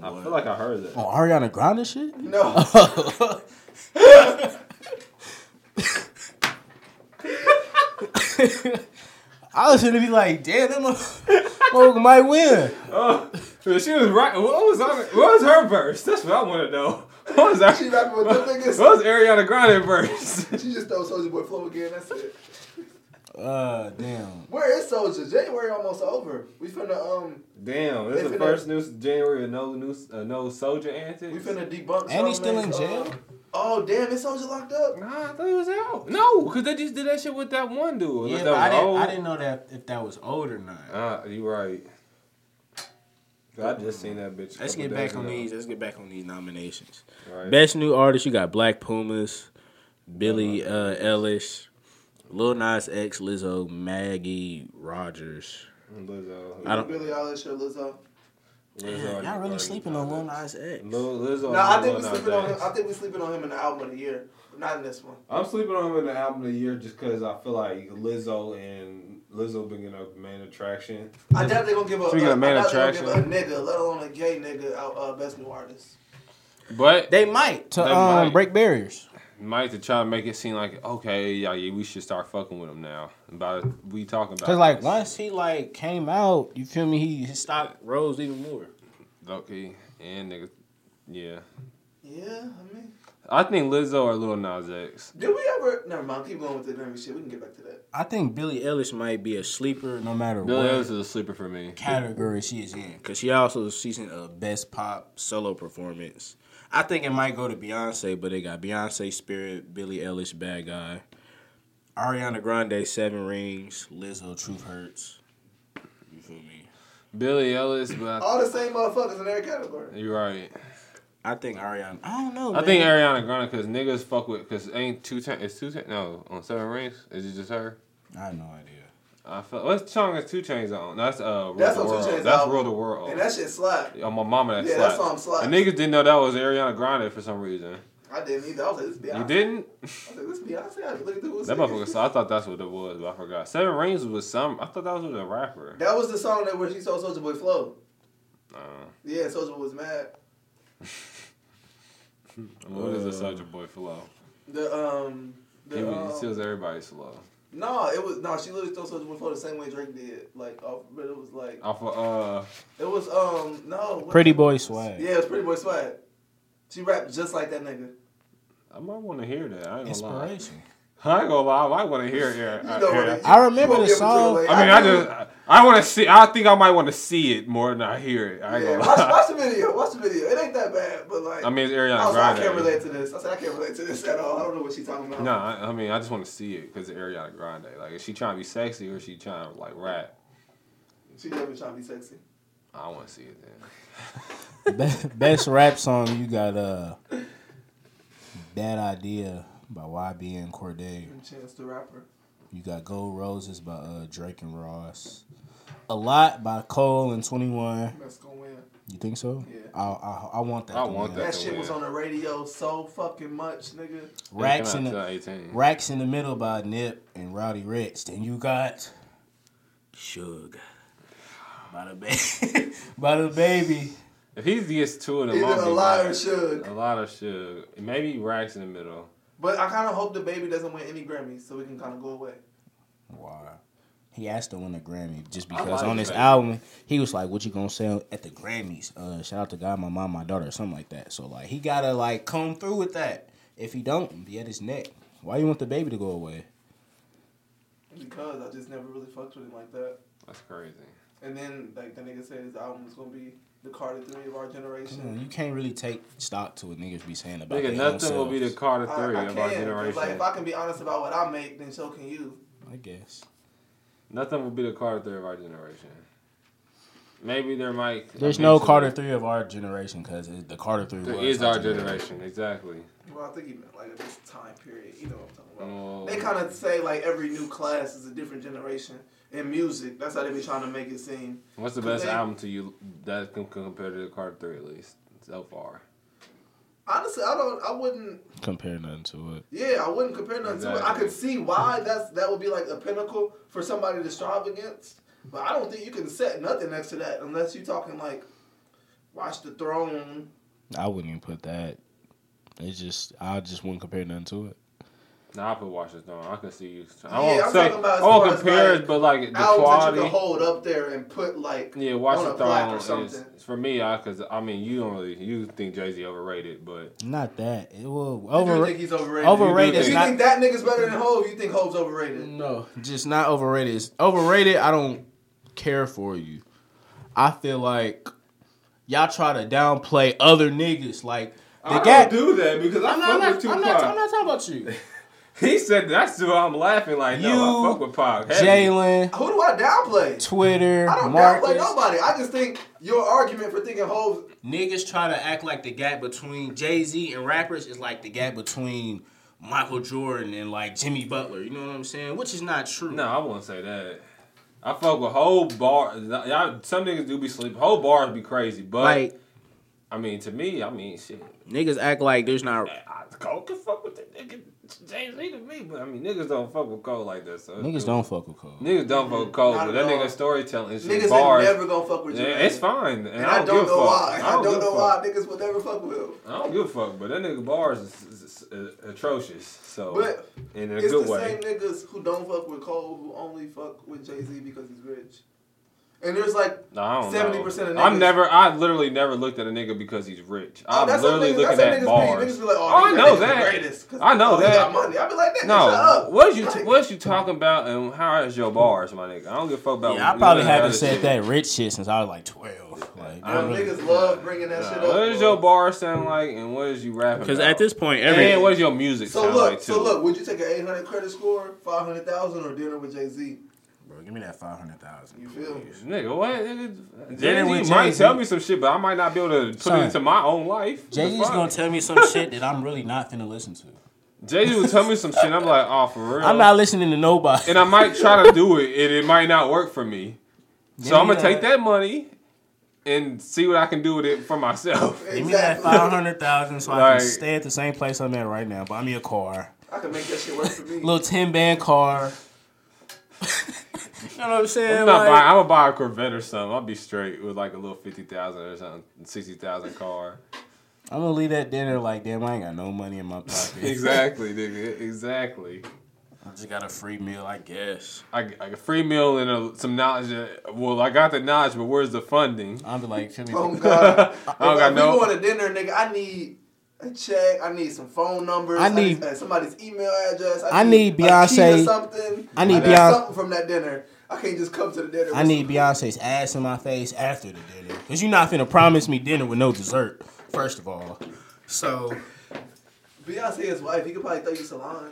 I feel like I heard that.
Oh, Ariana Grande shit?
No,
I was gonna be like, damn, that motherfucker might win.
Oh, but she was right. What was on, What was her verse? That's what I want to know. What was
she
that?
rapping with them niggas.
What was Ariana Grande verse?
She just throw Soldier Boy flow again. That's it.
Uh, damn.
Where is Soldier? January almost over. We finna um,
Damn, this is the
Infinite.
first news January of no new uh, no soldier antics.
we finna debunk.
And he's still in
Charlamagne's,
jail?
uh, oh damn, is Soldier locked up?
Nah, I thought he was out. No, cause they just did that shit with that one dude.
Yeah,
Like,
but
that
I didn't,
old-
I didn't know that if that was old or not.
Ah, you right. I just seen that bitch. a
Let's get
couple days
back on
ago.
these. Let's get back on these nominations.
Right.
Best new artist, you got Black Pumas, Billy uh, Ellis, Lil Nas X, Lizzo, Maggie Rogers.
Lizzo.
I don't-
Billy Eilish or Lizzo?
Lizzo,
y'all really
already
sleeping
got
on
that.
Lil Nas X.
Lil, Lizzo.
No, I
and
think we
Lil Nas
sleeping on him.
X.
I think we sleeping on him in the album of the year, not in this one.
I'm sleeping on him in the album of the year just because I feel like Lizzo and Lizzo been getting a main attraction.
I doubt they gonna give a,
Speaking
I
of Man
doubt they gonna give
Attraction.
a nigga, let alone a gay nigga, out uh, best new artist.
But
They might to
They
um,
might.
break barriers.
Mike to try and make it seem like okay, yeah, yeah, we should start fucking with him now. About we talking about
Cause like
this.
once he like came out, you feel me? He his stock rose even more.
Low key and nigga, yeah.
Yeah, I mean,
I think Lizzo or Lil Nas X.
did we ever? Never mind. Keep going with the Grammy shit. We can get back to that.
I think Billie Ellis might be a sleeper no matter
Billy
what
Ellis is a sleeper for me.
category she is in. Cause she also she's in a best pop solo performance. I think it might go to Beyonce, but they got Beyonce Spirit, Billie Ellis Bad Guy, Ariana Grande Seven Rings, Lizzo Truth Hurts. You feel me?
Billy Ellis, but I,
All the same motherfuckers in every category.
you're right.
I think Ariana. I don't know.
I think
man.
Ariana Grande because niggas fuck with because ain't two ten. It's two ten. No, on Seven Rings is it just her?
I have no idea.
I felt what song is Two Chains on? That's uh, Rule
That's
the
on Two
World.
Chain's
That's
album.
Rule the World.
And that shit slap.
on my mama that
Yeah,
slapped.
that song slapped.
And niggas didn't know that was Ariana Grande for some reason.
I didn't either. I was like, this Beyonce.
You didn't?
I was like, this Beyonce. I was looking through
That motherfucker. So I thought that's what it was, but I forgot. Seven Rings was some. I thought that was with a rapper.
That was the song that where she saw Soldier Boy flow.
Uh,
Yeah, Soldier Boy was mad.
what is
Uh,
a Soulja Boy flow?
The um. The,
He,
um,
was- he steals everybody's flow.
no, it was no. She literally stole Soldier Boy flow the same way Drake did. Like, off, but it was like
Off of,
it was um no. what-
Pretty Boy Swag.
Yeah, it was Pretty Boy Swag. She rapped just like that nigga.
uh, I might want to hear that. I ain't gonna lie.
Inspiration.
I ain't gonna lie. I might want to hear it. Yeah,
You know what
yeah.
it-
I remember
you won't
the
give it to her
song.
away.
I mean, I
do.
just I, want to see. I think I might want to see it more than I hear it. I ain't
Yeah,
gonna
watch,
lie.
watch the video. Watch the video. It ain't that bad, but like,
I mean, it's
I,
Ariana
was like,
Grande.
I can't relate to this. I said, I can't relate to this at all. I don't know what she's talking about.
No, I, I mean, I just want to see it because Ariana Grande. Like, is she trying to be sexy or is she trying to like rap?
She never trying to be sexy.
I want to see it then.
Be- Best rap song you got uh Bad Idea by YB and Cordae.
And Chance the rapper.
You got Gold Roses by uh, Drake and Ross. A Lot by Cole and 21.
That's gonna win.
You think so?
Yeah.
I I, I want that.
I
to
want
win.
That
That's a
shit was
win.
on the radio so fucking much, nigga.
Racks
It
in
came out
the
2018.
Racks in the Middle by Nip and Rowdy Rich. Then you got Suge by the baby by the baby.
If he gets two of them,
Either
I'll
a
be
liar
mad.
should.
A lot of shit. Maybe racks in the middle.
But I kind of hope the baby doesn't win any Grammys, so we can kind of go away.
Wow. He asked to win a Grammy just because
like
on his
that.
album he was like, "What you gonna say at the Grammys?" Uh, shout out to God, my mom, my daughter, or something like that. So like he gotta like come through with that. If he don't, be at his neck. Why you want the baby to go away?
Because I just never really fucked with him like that.
That's crazy.
And then, like, the nigga said his album was gonna be the Carter 3 of our generation.
Mm-hmm.
Come on, you can't really take stock to what niggas be saying about.
Nigga,
their
nothing
own selves.
will be the Carter
I,
Three
I
of our
can, 'cause,
generation.
Like, if I can be honest about what I make, then so can you.
I guess.
Nothing will be the Carter Three of our generation. Maybe there might.
There's no
eventually-
Carter three of our generation because the Carter three
There
was
is our generation, exactly.
Well, I think he meant like at this time period. You know what I'm talking about.
Oh,
They kind of say like every new class is a different generation in music. That's how they be trying to make it seem.
what's the
Cause
best
they-
album to you that can compare to the Carter Three at least so far?
Honestly, I don't. I wouldn't.
Compare nothing to it.
Yeah, I wouldn't compare nothing to it. I
Exactly.
could see why that's that would be like a pinnacle for somebody to strive against. But I don't think you can set nothing next to that unless you're talking like Watch the Throne.
I wouldn't even put that. It's just I just wouldn't compare nothing to it.
Nah, I put Watch the Throne. I can see you. I
Yeah,
won't
I'm
say.
talking about as
I won't
far as,
compare
like,
it, but like the
Albums that you
quality.
can hold up there and put like
yeah, Watch
on
the
a plaque or
Throne is
something.
for me. I because I mean you don't really you think Jay Z overrated, but
Not that it will
Over, you
over.
think he's overrated?
Overrated
You Mm. do
If
is
you
not
think that nigga's better than Hov, you think Hov's overrated?
No, just not overrated. It's overrated. I don't care for you. I feel like y'all try to downplay other niggas. Like the guy.
do that because I
I'm not. I'm not, I'm, not I'm not talking about you,
He said that's why I'm laughing. Like no,
You,
I fuck with Pac. heavy.
Jalen,
Who do I downplay?
Twitter,
I don't downplay
Marcus.
nobody. I just think your argument for thinking Hov
Niggas try to act like the gap between Jay Z and rappers is like the gap between Michael Jordan and like Jimmy Butler. You know what I'm saying? Which is not true.
No, I won't say that. I fuck with whole bar. Y'all, some niggas do be sleep. Whole bars be crazy, but
Like
I mean, to me, I mean, shit.
niggas act like there's not.
I, Cole can fuck with the nigga Jay Z to me, but I mean, niggas don't fuck with Cole like that. So
Niggas don't fuck with Cole.
Niggas don't fuck with Cole,
Not
but
at
that
all.
nigga storytelling is
niggas
bars.
ain't never gonna fuck with you.
yeah, it's fine, and,
And I
give
don't
a
know
fuck.
why. I
give
don't
a
know
fuck.
why niggas will never fuck with him.
I don't give a fuck, but that nigga bars is, is, is atrocious. So
But
in a
It's
good
the
way.
same niggas who don't fuck with Cole who only fuck with Jay Z because he's rich. And there's like,
No, I
70%
don't know.
of
I'm
niggas-
never. I literally never looked at a nigga because he's rich.
oh,
I'm
that's
literally
how niggas,
looking
that's how
at
niggas Be,
bars.
niggas be like, oh,
Oh, I
nigga,
know
nigga's the
that.
greatest 'cause
I know
oh, he
that.
got money. I be like, that. shut
No,
up.
what you
Like,
what you talking about, and how is your bars, my nigga? I don't give a fuck about.
Yeah, I
you
probably
know,
haven't
other
said
shit.
that rich shit since I was like twelve. Like,
Yo, niggas love bringing that
Nah,
shit up.
what does
bro.
your bar sound like, and what is you rapping?
because
about?
at this point, every
and what is your music
So
sound
look,
like too?
so look, would you take an 800 credit score, 500,000, or dinner with Jay Z?
bro, give me that five hundred thousand.
You feel me?
Nigga, what? Nigga,
Then
Jay
with
Z might
Jay-Z.
tell me some shit, but I might not be able to put
Son.
it into my own life.
Jay Z's
What the
gonna
fuck?
tell me some shit that I'm really not finna listen to.
Jay Z will tell me some shit. I'm like, oh, for real.
I'm not listening to nobody.
and I might try to do it, and it might not work for me. So
Yeah.
I'm gonna take that money and see what I can do with it for myself.
Give me that five hundred thousand so I
Like-
can stay at the same place I'm at right now. Buy me a car,
I can make that shit work for me.
little ten band car. you know what I'm saying?
I'm, not
Like,
buying, I'm gonna buy a Corvette or something. I'll be straight with like a little fifty thousand or something, sixty thousand car.
I'm gonna leave that dinner like damn. I ain't got no money in my pocket.
exactly, nigga. Exactly.
I just got a free meal, I guess.
I, I a free meal and a, some knowledge. uh, Well, I got the knowledge, but where's the funding?
I'm be like, feel me?
oh God.
I don't got
if
no-
we going to dinner, nigga, I need a check. I need some phone numbers.
I need-
uh, somebody's email address.
I need
a key to
Beyonce.
something.
I need Beyonce.
something from that dinner. I can't just come to the dinner.
I
with
need Beyonce's ass in my face after the dinner. Because you're not finna promise me dinner with no dessert, first of all. So,
some- Beyonce, his wife. He could probably throw you Solange.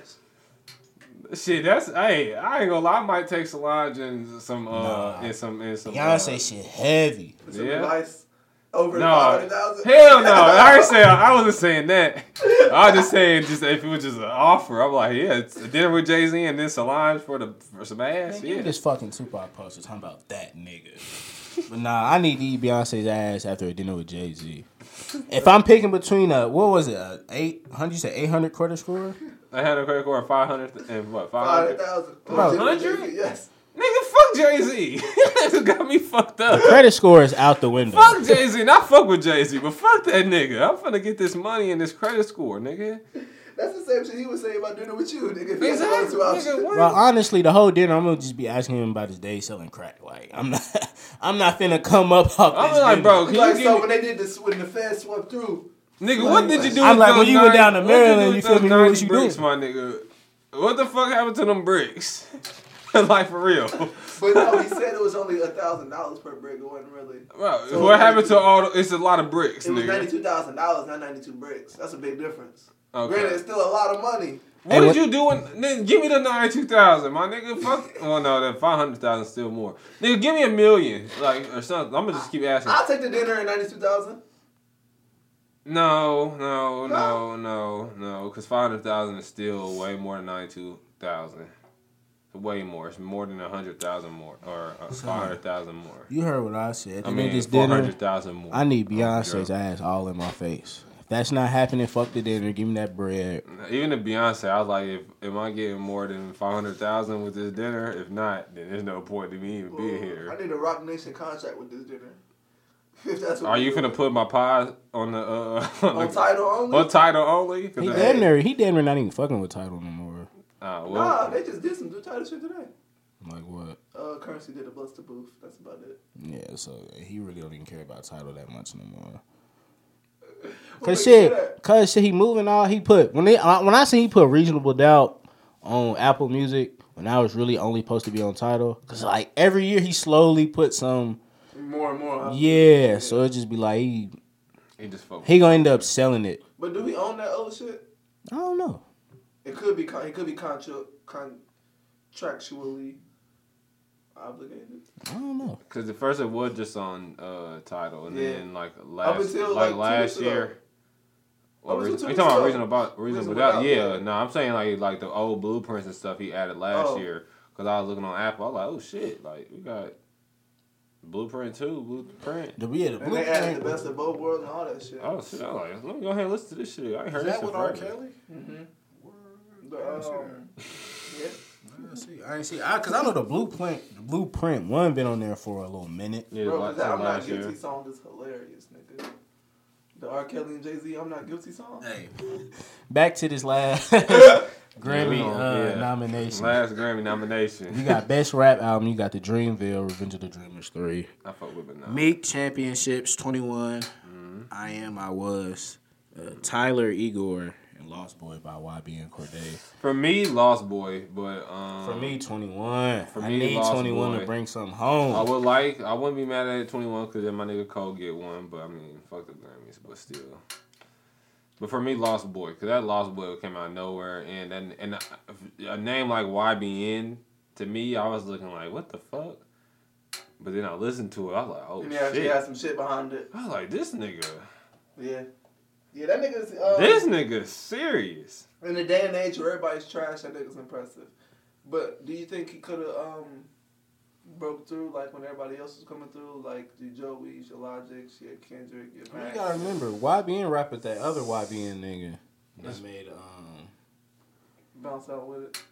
Shit, that's hey. I ain't gonna lie. I might take Solange and some uh
Nah.
and some and some. uh,
Beyonce shit heavy.
with Some
Yeah.
advice over
No.
five hundred thousand.
Hell no! I ain't saying I wasn't saying that. I was just saying just if it was just an offer, I'm like, yeah, it's a dinner with Jay Z and then Solange for the for some
Man,
ass.
give me
Yeah,
this fucking Tupac poster talking about that nigga. but nah, I need to eat Beyonce's ass after a dinner with Jay Z. If I'm picking between a what was it, a eight hundred? You said eight hundred credit score?
I had a credit card five hundred and what five
Five hundred
hundred.
thousand.
Bro.
Yes.
Nigga, fuck Jay Z. This got me fucked up.
Credit score is out the window.
Fuck Jay Z, not fuck with Jay Z, but fuck that nigga. I'm finna get this money and this credit score, nigga.
That's the same shit he was saying about dinner with you, nigga. If he had those
Exactly.
two
Nigga,
options.
what?
Well, honestly, the whole dinner I'm gonna just be asking him about his day selling crack. Like I'm not, I'm not finna come up off.
I'm
this
like,
dinner.
bro, can
Like
you
so,
give
when
me,
they did this, when the Fed swept through,
nigga? What did you do?
I'm
with
like, when
those
you went
nine-
down to
what did
Maryland,
do
you
with
feel
those
me? What
nine
was you
bricks,
doing?
my nigga? What the fuck happened to them bricks? like for real.
but no, he said it was only a thousand dollars per brick. It wasn't really.
Bro,
So
what
it's
happened
92
to all? The, it's a lot of bricks,
It was
nigga.
ninety-two thousand dollars, not ninety-two bricks. That's a big difference.
Okay.
Granted, it's still a lot of money,
What did you do? When, nigga, give me the ninety two thousand, my nigga. Fuck. Well, no, that five hundred thousand still more. Nigga, give me a million, like or something. I'm gonna just keep asking.
I'll take the dinner at ninety two thousand.
No, no, no, no, no. Because five hundred thousand is still way more than ninety two thousand. Way more. It's more than a hundred thousand more, or uh, five hundred thousand more.
You heard what I said.
I
I mean,
mean,
this
four
dinner.
hundred thousand more.
I need
Oh, girl.
Beyonce's ass all in my face. If that's not happening, fuck the dinner. Give me that bread.
Even to Beyonce, I was like, if am I getting more than five hundred thousand with this dinner? If not, then there's no point to me even being
I
here.
need a Rock Nation contract with this dinner. If that's what
Are
we
you
do.
gonna put my pie on the uh on,
on
the,
title only?
on title only? 'Cause
He
I-
damn near. He damn near not even fucking with title no more.
Ah, well,
Nah, they just did some new title shit today.
I'm like what?
Uh, Currency did a Buster Booth. That's about it.
Yeah. So he really don't even care about title that much no more.
Who
Cause
makes you
shit,
do that?
cause shit, he moving all he put when they uh, when I see he put reasonable doubt on Apple Music when I was really only supposed to be on title. Cause like every year he slowly put some
more and more. huh?
yeah, so it just be like he
he just focused.
he gonna end up selling it.
But do we own that old shit?
I don't know.
It could be. Con- it could be contra- contractually obligated.
I don't know.
Because at first it was just on uh title, and
Yeah.
then like last
until, like, two
like, last
weeks ago.
year. Well,
Up until
reason,
two
you
weeks
talking about
ago.
reasonable about reasonable
Reasonable
doubt?
doubt,
Yeah,
yeah.
no, I'm saying like like the old blueprints and stuff he added last
Oh.
year. Cause I was looking on Apple, I was like, oh shit, like we got blueprint two, blueprint.
The, yeah, the
And they added the
blueprint.
best of both worlds and all that shit.
Oh shit, I was like, let me go ahead and listen to this shit. I ain't heard
Is
this
that
shit
with R.
forever.
Kelly?
The, Mm-hmm. um, yeah.
I see. I ain't see. I, Cause I know the blueprint. The blueprint one been on there for a little minute.
Yeah,
Bro,
like,
that I'm not
last
guilty
year.
song is hilarious, nigga. The R. Kelly and Jay Z I'm not guilty song.
Hey, back to this last Grammy
Yeah,
uh,
yeah.
nomination.
Last Grammy nomination.
You got best rap album. You got the Dreamville, Revenge of the Dreamers three.
I fuck with it now.
Meek Championships 21. I am, I was. Uh, Tyler Igor and Lost Boy by YB and Cordae.
For me, Lost Boy, but um
For me, 21.
For
I
me,
need
Lost
21
Boy.
to bring something
I
home.
would like. I wouldn't be mad at 21 because then my nigga Cole get one. But I mean, fuck the Grammys. But still. But for me, Lost Boy, because that Lost Boy came out of nowhere, and and and uh, a name like YBN to me, I was looking like, what the fuck? But then I listened to it. I was like, oh
and they actually
shit.
had some shit behind it.
I was like, this nigga,
Yeah. Yeah, that nigga's
Oh.
uh,
this nigga serious.
in the day and age where everybody's trash, that nigga's impressive. But do you think he could have um broke through like when everybody else was coming through, like the Joey's, your Logic's, your Kendrick, your
You
Mac?
gotta remember, YBN rap with that other YBN nigga that made, um,
bounce out with it?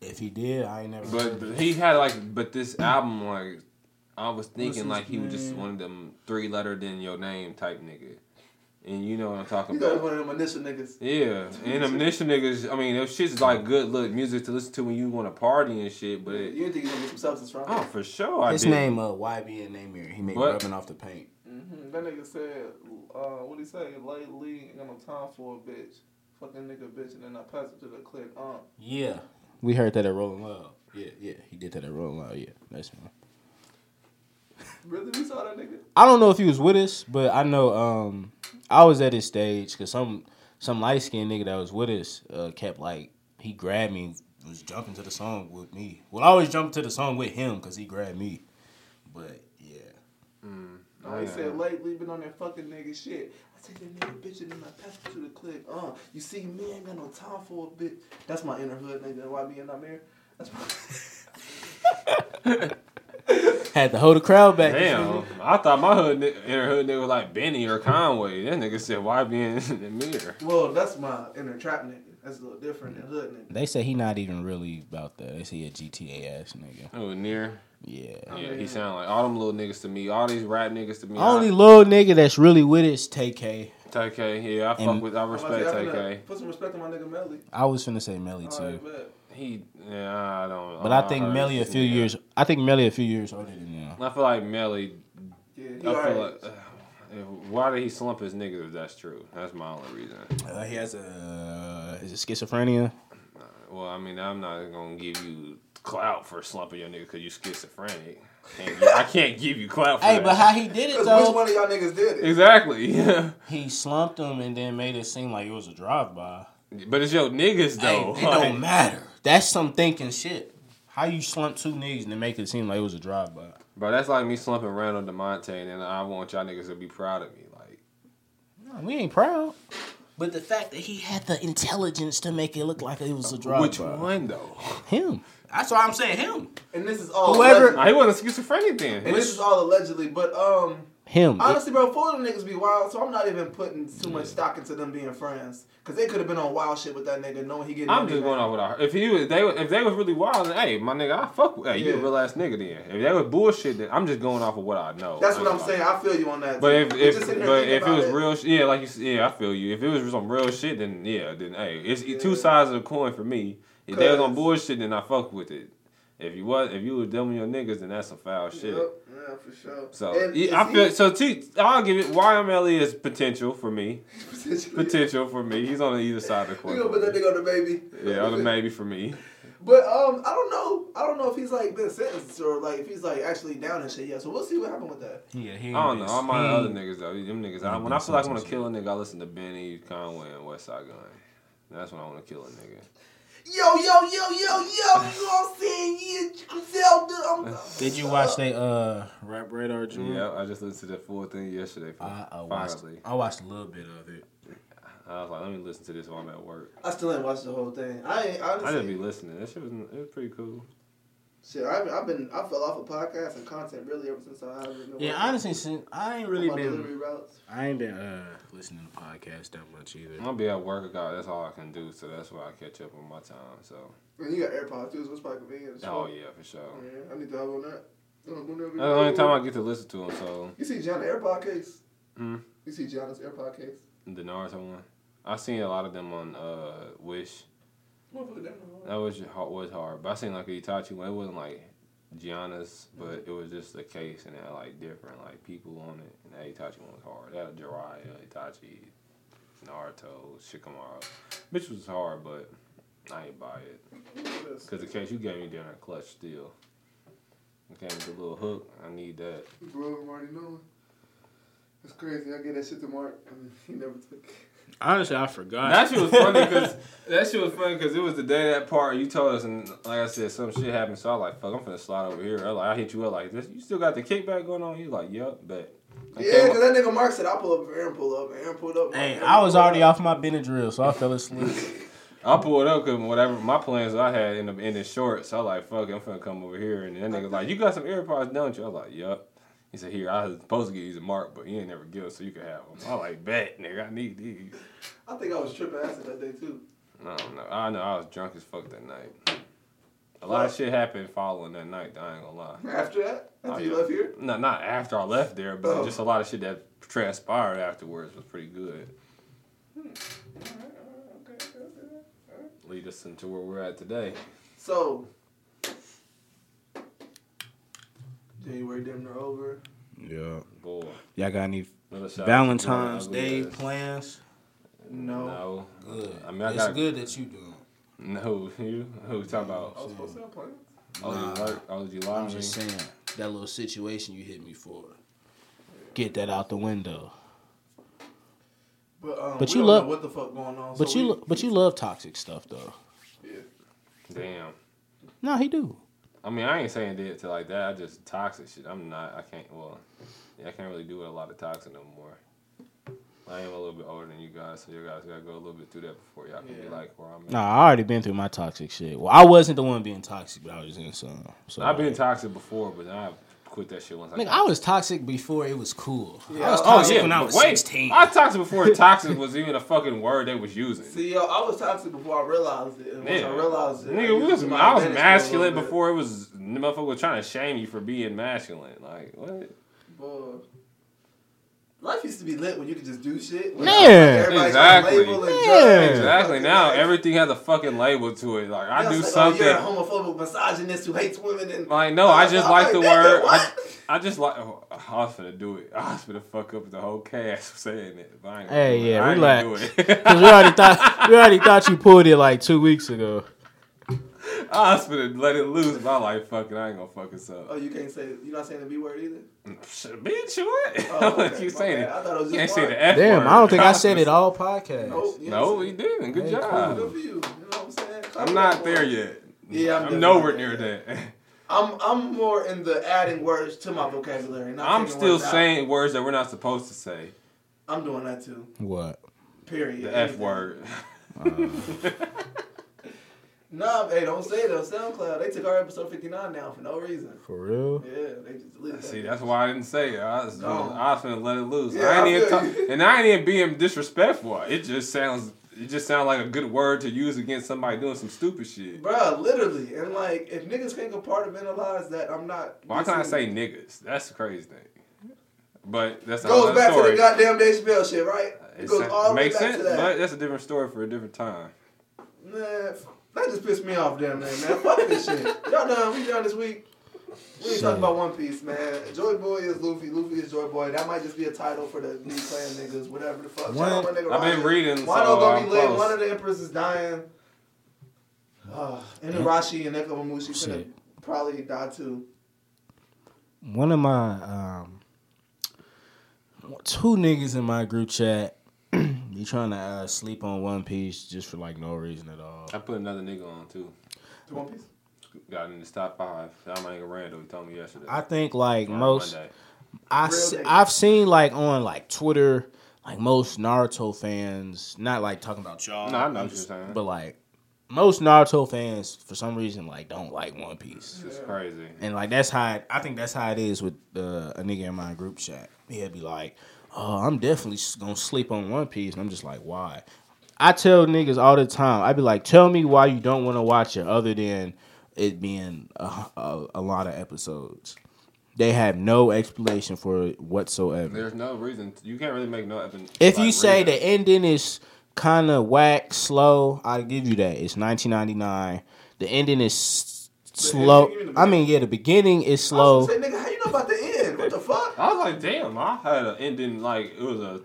if he did, I ain't never.
But
heard it.
he had like, but this album like, I was thinking
his
like he was just
name?
one of them three letter than your name type nigga, and you know what I'm talking
You got
about.
one of them initial niggas.
Yeah, and them initial niggas. I mean, them shit's like good look music to listen to when you want to party and shit. But
You
it,
didn't think you gonna get some substance from it?
oh, for sure, I
His
did.
name, uh, YBN name mirror. He made
What?
rubbing off the paint.
hmm That nigga said, uh, what he say? Lately, ain't got no time for a bitch. Fucking nigga, bitch, and then I pass it to the click. Um,
Yeah, we heard that at Rolling Loud. Yeah, yeah, he did that at Rolling Loud. Yeah, that's one.
really, we saw that nigga.
I don't know if he was with us, but I know um, I was at his stage because some some light skinned nigga that was with us uh, kept like he grabbed me, was jumping to the song with me. Well, I always jump to the song with him because he grabbed me. But yeah,
Oh, he said, lately been on that fucking nigga shit. I take that nigga bitch and then I pass it to the click. Uh, you see, me ain't got no time for a bitch. That's my inner hood, nigga. Why me and not married? That's my.
had to hold the crowd back.
Damn, I thought my hood ni- inner hood nigga was like Benny or Conway. That nigga said, "Why being in the mirror?"
well, that's my inner trap nigga. That's a little different than hood nigga.
They say he not even really about that. They say he a GTA ass nigga.
Oh, near.
Yeah.
Yeah, he sound like all them little niggas to me. All these rap niggas to me.
Only little nigga that's really with it is TK.
Take yeah, I fuck
And-
with. I
I'm
respect
about to say, I'm
Take
gonna Put some respect on my nigga Melly.
I was finna say Melly
All
too.
right, bet.
He, yeah, Oh, I don't.
But
I'm
I
not
think
hurt.
Melly a few years. I think Melly a few years older than you.
I feel like Melly.
Yeah,
I
he
feel
alright.
like. uh, why did he slump his niggas? If that's true, that's my only reason.
Uh, he has a uh, is it schizophrenia?
Well, I mean, I'm not gonna give you clout for slumping your nigga because you schizophrenic. Can't gi- I can't give you clout for
Hey,
that.
but how he did it
'Cause which
though?
one of y'all niggas did it?
exactly. Yeah.
He slumped him and then made it seem like it was a drive by.
But it's your niggas though.
Hey, it
like-
don't matter. That's some thinking shit. How you slump two niggas and make it seem like it was a drive by?
Bro, that's like me slumping Randall DeMonte, and I want y'all niggas to be proud of me. Like,
No, we ain't proud. But the fact that he had the intelligence to make it look like it was a drive
which one though?
Him. That's why I'm saying him.
And this is all
Whoever-
alleged-
Nah, he wasn't schizophrenic then.
And this is all allegedly, but um,
Him.
honestly, bro, four of them niggas be wild, so I'm not even putting too much stock into them being friends, cause they could have been on wild shit with that nigga, knowing he getting.
I'm
money
just
back.
going off what I heard. If he was, they were- if they was really wild, then, hey, my nigga, I fuck with. Hey, you a
Yeah.
real ass nigga then. If they was bullshit, then I'm just going off of what I know.
That's what
Like,
I'm
like,
saying. I feel you on that.
But
too.
if,
just
if
sitting here
but
thinking
if it
about
was real, sh- yeah, like you, s- yeah, I feel you. If it was some real shit, then yeah, then hey, it's it- two
Yeah.
sides of the coin for me. If they was on
Cause-
bullshit, then I fuck with it. If you was, if you was dumb with your niggas, then that's some foul shit.
Yep, yeah, for sure.
So
And
yeah,
is
I
he-
feel so. T, I'll give it. YMLE is potential for me.
potentially-
Potential for me. He's on the either side of the
We gonna put that
court.
nigga on the baby.
Yeah, on the maybe for me.
But um, I don't know. I don't know if he's like been sentenced or like if he's like actually down and shit. Yeah, so we'll see what happened with that.
yeah,
I
him.
don't know. All my
Him.
other niggas though. Them niggas. I, when I feel like I want to kill a nigga, I listen to Benny Conway and West Side Gun. That's when I want to kill a nigga.
Yo, yo, yo, yo, yo. You know what I'm saying? Yeah, Griselda. I'm,
Did you watch they uh rap radar Junior?
Yeah, I just listened to the full thing yesterday. For,
Mm-hmm. I, I watched.
finally,
I watched a little bit of it.
I was like, let me listen to this while I'm at work.
I still ain't watched the whole thing. I ain't honestly.
I just be listening. That shit was it was pretty cool.
Shit, I've, I've been I fell off of podcasts and content really ever since I haven't been.
Yeah,
working
honestly, since I ain't
on
really
my
been.
delivery routes.
I ain't been uh listening to podcasts that much either.
I'll be at work. God, that's all I can do. So that's why I catch up on my time. So
And you got AirPods too, so it's probably convenient. as
oh
fuck.
yeah, for sure.
Yeah, I need to have on that. Uh, whenever
That's the only time I get to listen to him. So
You see Gianna AirPod case.
Hmm.
You see Gianna's AirPod case.
the Naruto one, I seen a lot of them on uh Wish.
Motherfucker, that one.
That was hard, was hard, but I seen like a Itachi one. It wasn't like Gianna's, but it was just a case and it had like different like people on it. And that Itachi one was hard. That Jiraiya, Itachi, Naruto, Shikamaru, bitch was hard, but I ain't buy it
What is-
because the case you gave me during that clutch still. It came with a little hook. I need that.
Bro, I'm already knowing. It's crazy. I get that shit to Mark. and He never took. it.
Honestly, I forgot.
That shit was funny because that shit was funny because it was the day that part you told us, and like I said, some shit happened. So I was like, fuck, I'm finna slide over here. I like, I hit you up like this. You still got the kickback going on? You like, yup, but I
Yeah,
came
because that nigga Mark said, I'll pull up if Aaron pull up. and Aaron pulled up.
Hey,
Aaron
I was
pulled
already
up.
off my Benadryl, so I fell asleep.
I pulled up because whatever my plans I had ended up ending short. So I was like, fuck, it, I'm finna come over here. And that nigga like, you got some AirPods, don't you? I was like, yup. He said, here, I was supposed to get these a mark, but you ain't never give, so you can have them. I was like, bet, nigga, I need these.
I think I was tripping acid that day, too.
I don't know. I know I was drunk as fuck that night. A lot of shit happened following that night. I ain't gonna lie.
After that, after
Oh,
you
yeah.
left here,
No, not after I left there, but
Oh.
just a lot of shit that transpired afterwards was pretty good. Lead us into where we're at today.
so. January damn near over.
yeah.
Boy,
Y'all got any
another shout out to
Valentine's
my ugly
Day
ass.
plans?
No.
No.
Good.
I mean, I
it's
got-
good that you doing.
No, you? Who talking about?
I was supposed to have plans.
Oh, you
Nah.
work? Oh, you
I'm
lying?
just saying that little situation you hit me for. Get that out the window.
But, um,
But
we
you
don't
love-
know what the fuck going on.
But
so
you,
we-
lo- but you love toxic stuff though.
Yeah.
Damn.
No, he do.
I mean, I ain't saying did to like that. I just toxic shit. I'm not. I can't. Well, yeah, I can't really do it a lot of toxic no more. I am a little bit older than you guys, so you guys gotta go a little bit through that before y'all can be
Yeah.
like where I'm at.
Nah, I already been through my toxic shit. Well, I wasn't the one being toxic, but I was in some. So
I've been toxic before, but I quit that shit once.
Nigga,
got-
I was toxic before it was cool. I
Yeah,
was
oh,
toxic when I
but
was
wait,
sixteen.
I was toxic before toxic was even a fucking word they was using.
See, yo, I was toxic before I realized it. And once I
Yeah.
realized it,
Nigga,
used
we was,
it to my
I
advantage for a
was
little
masculine
bit.
before it was the motherfucker was trying to shame you for being masculine. Like what?
Boy. Life used to be lit when you could just do shit.
Yeah.
Exactly.
Yeah.
Exactly. Now everything has a fucking label to it. Like I do something.
"Oh, You're a homophobic misogynist who hates women and.
Like no, I
I'm
just
like,
like the
nigga,
word. I,
what?
I just like. Oh, I was finna do it. I was finna fuck up the whole cast for saying it. But I ain't gonna
Hey,
do it.
yeah,
I ain't gonna
relax.
do it.
Cause we already thought we already thought you pulled it like two weeks ago.
I was gonna let it loose, but I like fuck it. I ain't gonna fuck this
Oh,
up.
you can't say you're not saying the B word either.
Shit, Bitch, what?
Oh,
like
okay,
you
my
saying
bad.
it?
I thought it was
You ain't
just
say
one.
the F
Damn,
word.
I don't think I said it all podcast.
Nope, you
No,
didn't
we didn't. Good
Hey,
say it. Good
job.
for you. You know what I'm saying?
I'm not there yet.
Yeah, I'm
I'm,
definitely
nowhere
not
near
there.
that.
I'm I'm more in the adding words to my vocabulary. Not
I'm
taking
still
words out.
saying words that we're not supposed to say.
I'm doing that too.
What?
Period.
The F
Anything.
word.
Nah, hey, don't say it on SoundCloud. They took our episode 59 down for no reason.
For real?
Yeah, they just deleted
See,
that.
that's why I didn't say it. I was,
No.
gonna, I was finna let it loose.
Yeah,
I
I
ain't even
feel you.
talk, and I ain't even being disrespectful. It just sounds, it just sounds like a good word to use against somebody doing some stupid shit.
Bruh, literally. And like, if niggas can't compartmentalize that, I'm not.
Why can't I say niggas? That's the crazy thing. But that's another
Goes back
story.
to the goddamn Dave Chappelle shit, right? It
It's-
goes all the way
makes
back
sense,
to that.
but that's a different story for a different time.
Man, f- that just pissed me off, damn man. Man, fuck this shit. Y'all done? We done this week. We ain't
Shit.
talking about One Piece, man. Joy Boy is Luffy. Luffy is Joy Boy. That might just be a title for the new clan niggas, whatever the fuck. Shout out
What?
my nigga
I've been
Roger.
reading,
Wano
so
gonna
I'm
be lit.
close.
One of the emperors is dying. Uh, Inarashi and Nekomamushi finna
Shit.
probably die too.
One of my um, two niggas in my group chat, be trying to uh, sleep on One Piece just for like no reason at all.
I put another nigga on too.
To One Piece.
Got in his top five. Found my nigga Randall. He told me yesterday.
I think like
Or
most,
Monday.
I
Real
se-
niggas.
I've seen like on like Twitter, like most Naruto fans, not like talking about y'all.
No, I know what
I'm
you're saying.
But like most Naruto fans, for some reason, like don't like One Piece,
It's just crazy.
and like that's how it, I think that's how it is with uh, a nigga in my group chat. He'll be like, "Oh, I'm definitely s- gonna sleep on One Piece," and I'm just like, "Why?" I tell niggas all the time. I'd be like, "Tell me why you don't want to watch it, other than it being a, a, a lot of episodes." They have no explanation for it whatsoever.
There's no reason you can't really make no. Epi-
If you
like,
say
reason.
the ending is kind of whack, slow, I give you that. It's 1999. The ending is s- slow.
ending, you mean the
I mean, yeah, the beginning is
Slow.
slow.
I was gonna say, nigga, how you know about the end? What the fuck?
I was like, damn, I had an ending like it was a,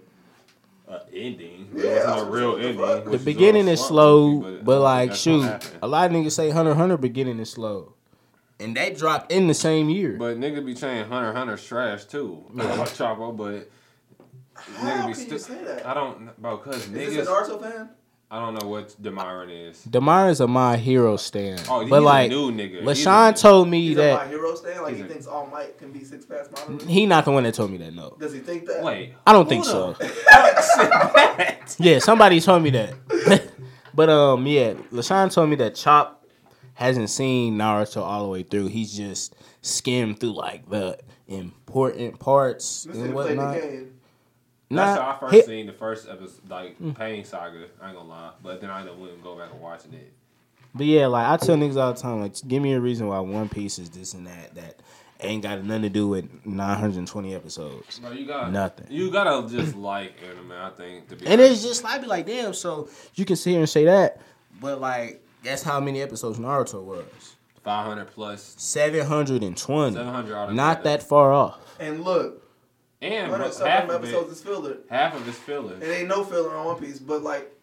a ending.
Yeah,
it
I
wasn't a
was
real
like,
ending.
what the fuck?
which
The
is a
beginning is
slump
slow,
movie,
but
I don't think
like,
that's what
shoot,
happened.
a lot of niggas say Hunter x Hunter beginning is slow, and that dropped in the same year.
But nigga be saying Hunter x Hunter's trash too. Like Chapo, but
How
nigga be
can you say
stupid.
that?
I don't, bro, cause
Is this a
niggas.
Naruto fan?
I don't know what Demarin is.
Demar is a my hero stand,
Oh, he's
but
a
like,
new nigga. He's a-
LaShawn told me
He's a my
that
hero stand. Like he
He's a-
thinks All Might can be six packs modern.
he not the one that told me that. No,
Does he think that?
Wait,
I don't think so.
Hold up.
Yeah, somebody told me that. but um, yeah, Lashawn told me that Chop hasn't seen Naruto all the way through. He's just skimmed through like the important parts
This
and
nigga played
whatnot.
the game.
Nah,
That's
Mm.
how I first
he-
seen the first episode, like Pain Saga. I ain't gonna lie, but then I ended up wouldn't go back and watching it.
But yeah, like I tell niggas all the time, like give me a reason why One Piece is this and that that ain't got nothing to do with 920 episodes.
Bro, you got
Nothing.
You gotta just like anime. I think to be
And
honest.
it's just I'd be like, damn. So you can sit here and say that, but like that's how many episodes Naruto was.
500 plus
720.
700 all
Not
together.
that far off.
And look,
and
one
bro,
of some
half
of
of
episodes
it,
is filler.
half of it's filler.
It ain't no filler on One Piece, but like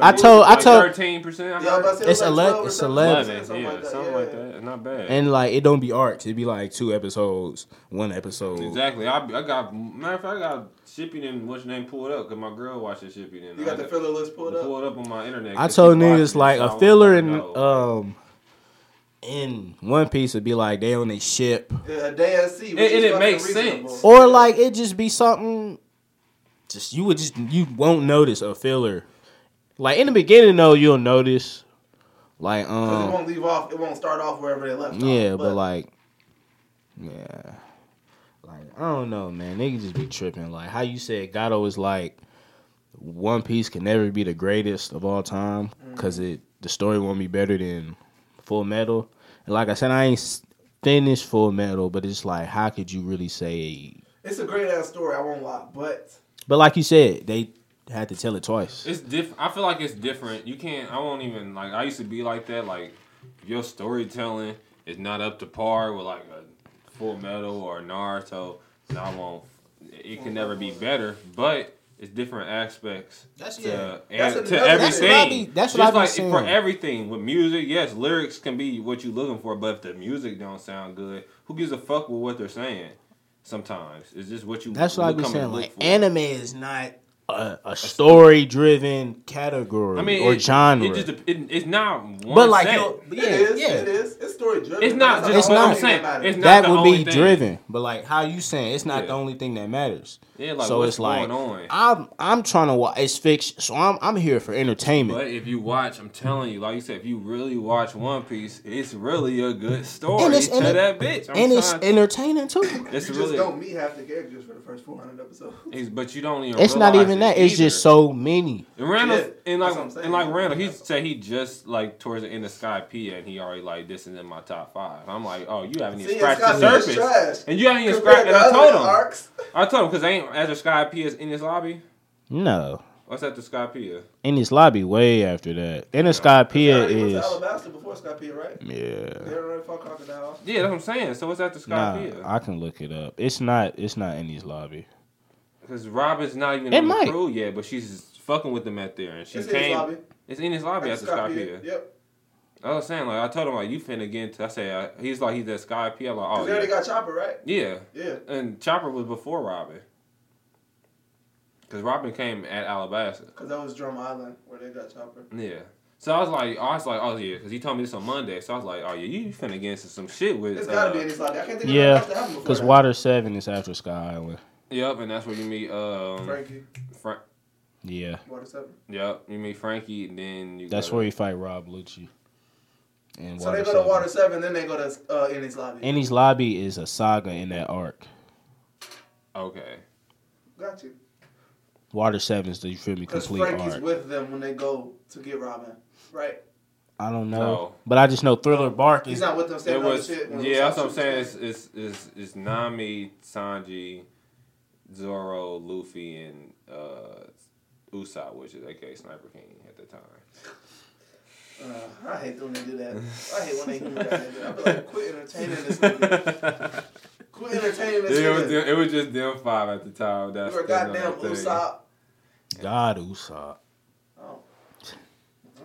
I told- I told-
13 percent.
y'all about to say
It's
like
ele-
12 or
it's
something,
11,
something
yeah,
like that.
something
yeah.
like that. It's not bad.
And like it don't be arcs. It'd be like two episodes, one episode.
exactly. I, I got matter of fact, I got shipping and what's your name pulled up because my girl watches shipping and uh,
You got the filler list pulled up.
pulled up on my internet.
I
'cause
told
she watches
niggas
it,
like
so I
a
wanna
filler in
know.
um in One Piece would be like they on a ship.
Yeah, a day at sea. Which
It-
is
and it
fucking
makes
reasonable.
sense.
Or like it just be something just you would just you won't notice a filler. Like in the beginning though you'll notice. Like
'Cause it
um
won't leave off. It won't start off wherever they left.
Yeah,
off,
but like Yeah. Like I don't know, man. Niggas just be tripping. Like how you said Gato is like One Piece can never be the greatest of all time because it the story won't be better than Full Metal. And like I said, I ain't s- finished Full Metal, but it's like how could you really say?
it's a great ass story. I won't lie, but
But like you said, they had to tell it twice.
It's diff. I feel like it's different. You can't. I won't even like. I used to be like that. Like your storytelling is not up to par with like a Full Metal or Naruto. And I won't. It can never be better. But It's different aspects
That's-
to,
yeah.
and-
That's
to
another- that's
everything.
what I
be- that's what
Just
I be
like
saying.
for everything with music. Yes, lyrics can be what you're looking for, but if the music don't sound good, who gives a fuck with what they're saying? Sometimes it's just what you.
That's what I be
come and
saying.
look
Like
for.
anime is not a, a story driven category
I mean,
or
it,
genre.
It just, it, it's not one.
but like,
set.
yo, but yeah,
it is.
yeah.
It is. It's story driven.
It's not
That's
just-
the
it's
only
not-
thing
I'm saying,
matters.
it's not
that
the
would
only
be
thing.
driven. But like how you saying, it's not
Yeah.
the only thing that matters.
yeah, like
so
what's
it's like
going on.
I'm I'm trying to watch. It's fiction, so I'm I'm here for entertainment.
But if you watch, I'm telling you, like you said, if you really watch One Piece, it's really a good story
And it's-
to
and it-
that bitch. I'm
and it's
trying-
entertaining too.
it's
you
really,
just don't meet half the characters for the first 400 episodes.
it's- but you don't even.
It's not
realize
even
it
that. It's just
either.
so many.
And Randall,
Yeah,
and
that's what I'm
like,
saying.
and like Randall, he said he just like towards the end of Sky P, and he already like this is in my top five. I'm like, oh, you haven't even
See,
scratched
Sky
the
P is
surface,
trash.
and you haven't even
Compared
scratched.
to
And I
other
told him,
arcs,
I told him because ain't as a Sky P is in his lobby.
No,
What's at the Sky P? is?
in this lobby way after that. Endoscopia
He went to
is
Alabasta before Scott P, right? They
yeah.
don't really fuck crocodile.
Yeah, that's what I'm saying. So what's at the
Nah,
Sky P?
I can look it up. It's not. It's not in this lobby.
Because Robin's not even
It
on
might.
the crew yet, but she's fucking with them out there, and she
It's in his
came.
lobby.
It's in his lobby
That's
after
Scott
Sky
P.
P.
Yep.
I was saying like I told him like you finna get into. I said uh, he's like he's at Sky P. I'm like oh
Because they already
yeah.
got Chopper, right?
yeah,
Yeah.
and Chopper was before Robin. Because Robin came at Alabasta.
Because that was Drum Island where they got Chopper.
Yeah. So I was like, I was like, oh yeah, because he told me this on Monday. So I was like, oh yeah, you finna get into some shit with.
It's
uh,
gotta be in his lobby. I can't think of
Yeah,
yeah, that happened before.
Cause
that.
Water Seven is after Sky Island.
Yep, and that's where you meet. Um,
Frankie,
Fra-
Yeah,
Water 7.
yep, you meet Frankie, and then you.
that's
go
where
to-
you fight Rob Lucci. And
So they go to Water 7, then they go to uh, in his lobby.
In his lobby is a saga in that arc.
Okay.
got you.
Water Seven is the you feel me
Because
complete
Frankie's
arc.
with them when they go to get Robin. Right?
I don't know,
No.
but I just know Thriller Bark
He's
is
not with them
It
saying all this
was
shit. when
yeah,
it's
that's what I'm
all
saying. It's,
shooting.
it's it's it's Nami, Sanji, Zoro, Luffy, and uh, Usopp, which is aka Sniper King at the time.
Uh, I hate when they do that. I hate when they humor that nigga. I be like, quit entertaining this nigga. Quit entertaining this
it, was,
nigga.
it was just them five at the time. That's
You're a
that's another
goddamn
thing.
Usopp.
God Usopp.
Oh.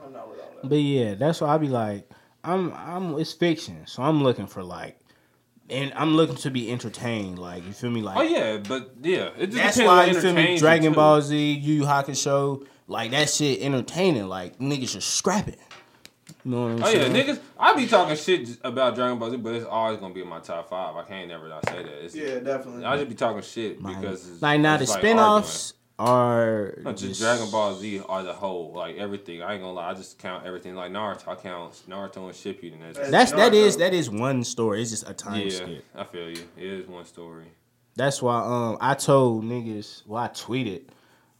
I'm not with all that.
But yeah, that's why I be like, I'm I'm it's fiction, so I'm looking for like, and I'm looking to be entertained. Like you feel me? Like
Oh yeah, but yeah, it just
that's
depends
why
on
you feel me?
entertains
Dragon
too.
Ball Z, Yu Yu Hakusho, like that shit entertaining. Like niggas are scrapping. You know what I'm
Oh yeah,
saying?
niggas. I be talking shit j- about Dragon Ball Z, but it's always gonna be in my top five. I can't never not say that. It's,
Yeah, definitely.
I just be talking shit
Like,
because it's,
like now
it's
the
like arguing.
spinoffs are
Not just Dragon Ball Z are the whole, like everything. I ain't gonna lie, I just count everything. Like Naruto, I count Naruto and Shippuden. And that's,
That's that
Naruto.
is that is one story. It's just a time
yeah,
skip.
I feel you. It is one story.
That's why um I told niggas well I tweeted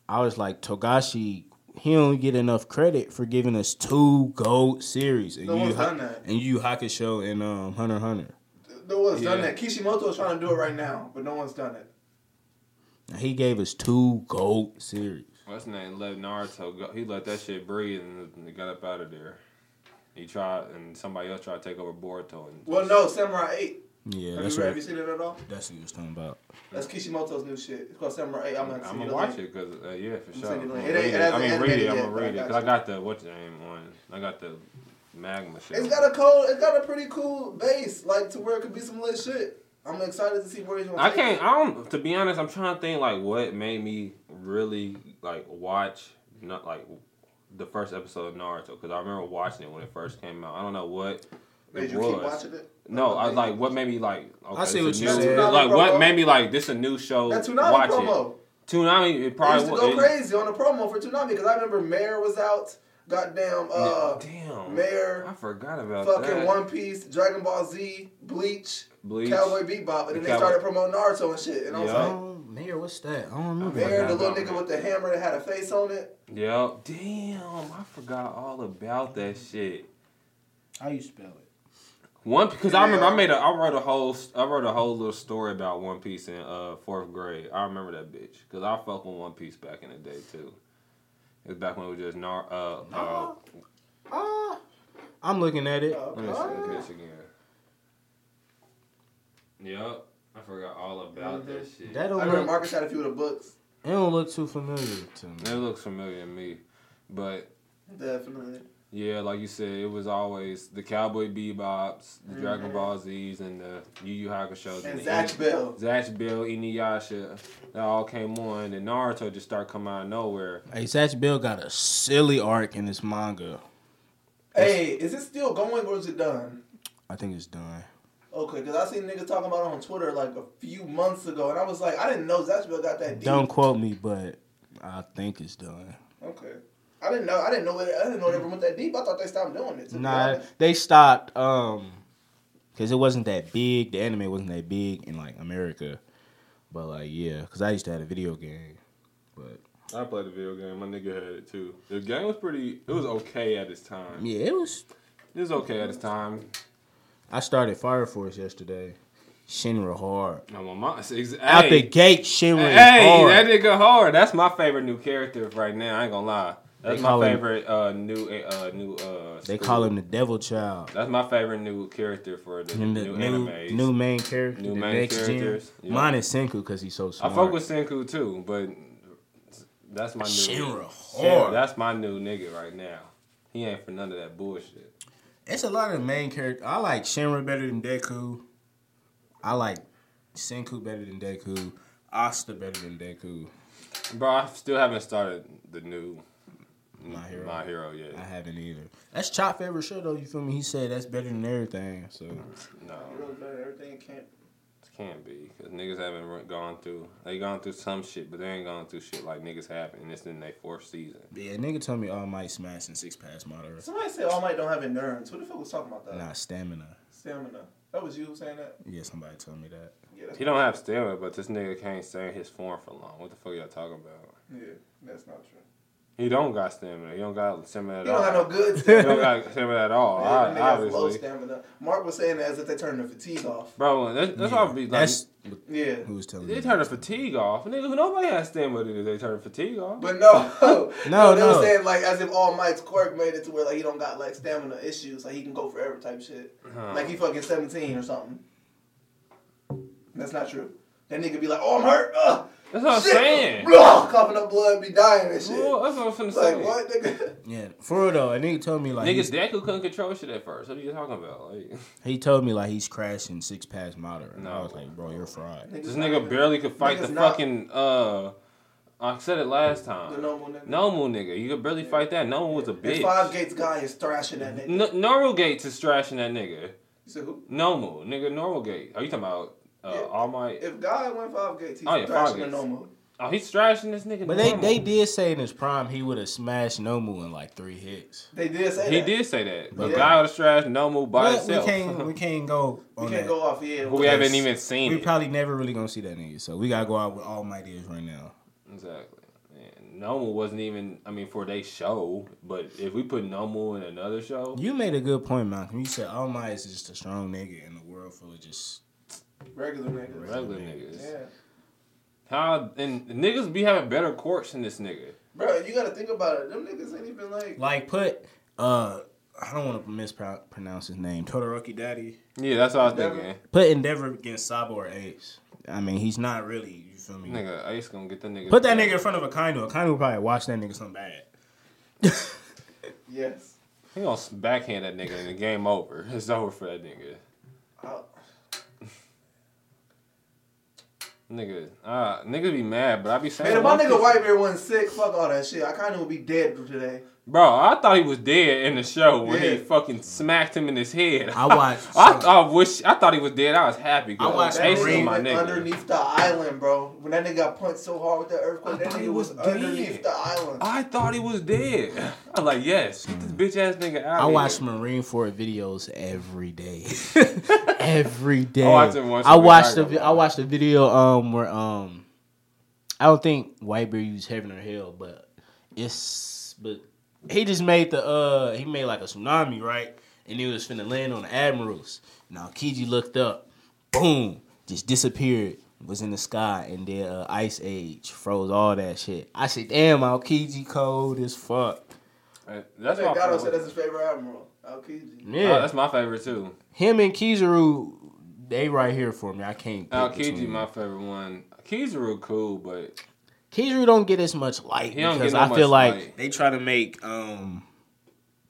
I was like Togashi he don't get enough credit for giving us two gold series and
No
you
one's done that.
and you Hakusho and um Hunter x Hunter.
No one's done
Yeah.
that. Kishimoto is trying to do it right now, but no one's done it.
Now, He gave us two gold series.
What's his name? Let Naruto go. He let that shit breathe and it got up out of there. He tried, and somebody else tried to take over Boruto. And
Well, no, Samurai 8.
Yeah,
have,
that's
you, read- have you
what
seen it at all?
that's what he was talking about.
That's Kishimoto's new shit. It's called Samurai 8. I'm
I'm
gonna, send you
gonna
the
watch
link.
it because uh, yeah, for sure.
send you
I'm
the
gonna
link. It ain't-
read
it
it. I
hasn't
mean, read
animated
it.
yet,
I'm gonna
but I
read it
got
because I
you.
got the what's the name on. I got the magma shit.
It's got a cool, it's got a pretty cool base, like to where it could be some lit shit. I'm excited to see where he's gonna
I
take
can't.
it.
I don't. To be honest, I'm trying to think like what made me really like watch not like the first episode of Naruto because I remember watching it when it first came out. I don't know what
Did
it
you
was.
keep watching it?
No, I was like what made me like. Okay,
I see
this
what
a
you
new-
said.
Like what
Promo.
made me like this a new show.
That Tsunami
watch
promo.
it. Tsunami. It
I
probably
used to go
it-
crazy on the promo for Toonami because I remember Mare was out. Goddamn, uh,
Damn.
Mare,
I forgot about
fucking
that.
One Piece, Dragon Ball Z, Bleach,
Bleach.
Cowboy Bebop, and then they
Cowboy-
started promoting Naruto and shit. And I was
Yeah.
like,
Oh, Mayor, what's that? I don't
remember.
remember.
Mare, the little
about
nigga with the hammer that had a face on it.
Yep. Damn. I forgot all about that shit.
How you spell it?
One because I remember
Yeah.
I made a I wrote a whole I wrote a whole little story about One Piece in uh fourth grade. I remember that bitch because I fucked with One Piece back in the day too. It was back when it was just nar uh,
Oh,
uh
Ah, I'm looking at it.
Oh,
let me
God.
see this again. Yep, I forgot all about that shit.
That
I
don't
remember
look,
Marcus had a few of the books.
It don't look too familiar to me.
It looks familiar to me, but
Definitely.
yeah, like you said, it was always the Cowboy Bebops, the Dragon
Mhm.
Ball Z's, and the Yu Yu Hakusho.
And Zach Bell.
Zatch Bell, Inuyasha, that all came on, and Naruto just started coming out of nowhere.
Hey, Satch Bell got a silly arc in this manga.
Hey, is it still going or is it done?
I think it's done.
Okay, because I seen niggas talking about it on Twitter like a few months ago, and I was like, I didn't know Zach Bell got that deep.
Don't quote me, but I think it's done.
Okay. I didn't know. I didn't know. It, I didn't know it ever went that deep. I thought they stopped doing it. to be
Nah,
honest.
they stopped um because it wasn't that big. The anime wasn't that big in like America, but like yeah, because I used to have a video game, but
I played the video game. My nigga had it too. The game was pretty. It was okay at its time.
yeah, it was.
It was okay at its time.
I started Fire Force yesterday. Shinra hard
No, my mom. Hey,
out the gate. Shinra is
hey,
hard.
that nigga hard. That's my favorite new character right now. I ain't gonna lie. That's
They
my
call him-
favorite uh, new uh, new. Uh,
they
school.
call him the Devil Child.
That's my favorite new character for the,
And the
new,
new,
animes.
new, main character,
New
the
main
next
characters,
gen.
yeah.
Mine is Senku because he's so
I
smart.
fuck with Senku too, but that's my new.
Shinra
Shinra,
hard.
that's my new nigga right now. He ain't for none of that bullshit.
It's a lot of main characters. I like Shinra better than Deku. I like Senku better than Deku. Asta better than Deku.
Bro, I still haven't started the new
My Hero.
My Hero yet.
I haven't either. That's Chop favorite show though. You feel me? He said that's better than everything. So
No,
It really bad. Everything can't.
it can't be because niggas haven't re- gone through. They gone through some shit, but they ain't gone through shit like niggas have, and it's in their fourth season.
yeah, nigga told me all might smash and six pass moderate.
Somebody said All Might don't have endurance. Who the fuck was talking about that?
Not stamina.
Stamina. That was you saying that.
Yeah, somebody told me that.
Yeah. That's,
He don't have stamina, but this nigga can't stay in his form for long. What the fuck y'all talking about?
yeah. That's not true.
He don't got stamina. He don't got stamina at
You
all.
don't have no good
he
stamina.
don't got stamina at all.
Yeah,
I,
that nigga has low
obviously,
stamina. Mark was saying that as if they turned the fatigue off.
bro. That's, that's
yeah.
all. Be like,
That's
Yeah.
who was telling me.
they
that.
turn the fatigue off. Nigga, nobody has stamina. Did they turn the fatigue off?
But no, no,
No,
they
no.
were saying like as if all Mike's quirk made it to where like he don't got like stamina issues, like he can go forever type shit.
Huh.
Like he fucking seventeen or something. That's not true. That nigga be like, oh, I'm hurt. Ugh,
that's what I'm
shit.
saying.
Blah, coughing up blood, be dying and shit.
Well, that's what I'm finna
It's
say.
like what, nigga?
Yeah, for real though. A nigga told me like he's-
Niggas, Deku couldn't control shit at first. What are you talking about? Like,
he told me like he's crashing six pass moderate. And I
No.
was like, bro, you're fried.
Niggas
this
not
nigga
even
barely could fight the
niggas not-
fucking. uh I said it last
The
time.
normal nigga.
Nomu nigga, you could barely fight that. Nomu was a
And Five
bitch.
Gates guy is thrashing that nigga.
N- Normal Gates is thrashing that nigga.
You said who?
Nomu, nigga, Normal Gate. Are you talking about uh,
Yeah.
All Might?
If guy went Five Gates, he's
Oh, yeah, Five
thrashing a
Gates.
normal.
Oh, he's thrashing this nigga.
But they,
Normal.
they did say in his prime he would have smashed Nomu in like three hits.
They did say
He
that.
did say that. But
Yeah.
God was trash, Nomu by
But we
itself.
can't we can't go
We
on
can't
that.
go off. Yeah.
Who
okay.
we haven't even seen
we
it.
probably never really gonna see that nigga, so we gotta go out with all my ideas right now.
Exactly. And Nomu wasn't even, I mean, for they show, but if we put Nomu in another show,
You made a good point, Malcolm. You said All Might is just a strong nigga in a world full of just
regular niggas.
regular
Yeah.
niggas.
Yeah.
How, and niggas be having better courts than this nigga.
Bro, you gotta think about it. Them niggas ain't even like.
like put uh I don't want to mispronounce his name Todoroki Daddy.
Yeah, that's what I was
Endeavor.
thinking.
Put Endeavor against Sabo or Ace. I mean, he's not really. You feel me?
Nigga, Ace gonna get that nigga.
Put that nigga in front of a Akainu. Akainu would probably watch that nigga something bad.
Yes.
He gonna backhand that nigga and the game over. It's over for that nigga.
I'll-
Nigga, uh, nigga be mad, but I be saying.
Man, if my
one
nigga
thing-
Whitebeard wasn't sick, fuck all that shit. I kinda would be dead today.
Bro, I thought he was dead in the show when he
Yeah.
fucking smacked him in his head.
I watched-
I, I wish. I thought he was dead. I was happy. 'cause
I watched
That
Ace was
Marine
nigga
my
went
nigga.
underneath the island, bro. When that nigga got punched so hard with that earthquake,
I
that
thought he
nigga was
was dead.
underneath the island.
I thought he was dead. I'm like, yes, get this bitch ass nigga out.
I
of
watch
Here.
Marine Corps videos every day. every day.
watch it once
I
a week.
watched
I
the
ain't gonna
I
lie.
watched the video um where um I don't think Whitebeard used heaven or hell, but it's but he just made the uh he made like a tsunami, right? And he was finna land on the admirals. Now Kiji looked up, boom, just disappeared, was in the sky, and then uh, Ice Age froze all that shit. I said, damn, Aokiji cold as fuck.
Uh, That's my
That's Gato said that's
favorite.
his favorite admiral, Aokiji.
Yeah,
Oh, that's my favorite too.
Him and Kizaru, they right here for me. I can't. pick
Al
between
Kiji,
them.
my favorite one. Kizuru cool, but
Keezer don't get as much light
He don't
because
get no
I feel
much
like
light.
they try to make um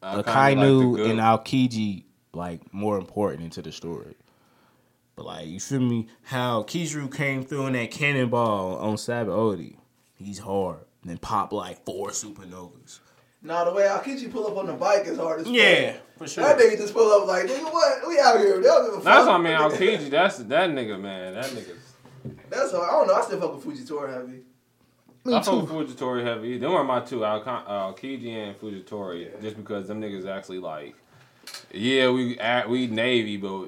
I kinda like the
Akainu
good-
and Aokiji like more important into the story. But like you feel me? How Kizaru came through in that cannonball on Sabaody. He's hard. And then pop like four supernovas.
Nah, the way Akechi pull up on the bike is hard as fuck.
for
That nigga just pull up like, nigga, what? We out here. They don't give a fuck.
That's what I mean. Aokiji, that's that nigga, man. That nigga's.
That's hard. I don't know. I still fuck with Fujitora heavy.
Me
I
too.
fuck with Fujitori heavy. Them are my two, Alki- Aokiji and Fujitori, just because them niggas actually like, yeah, we act- we Navy, but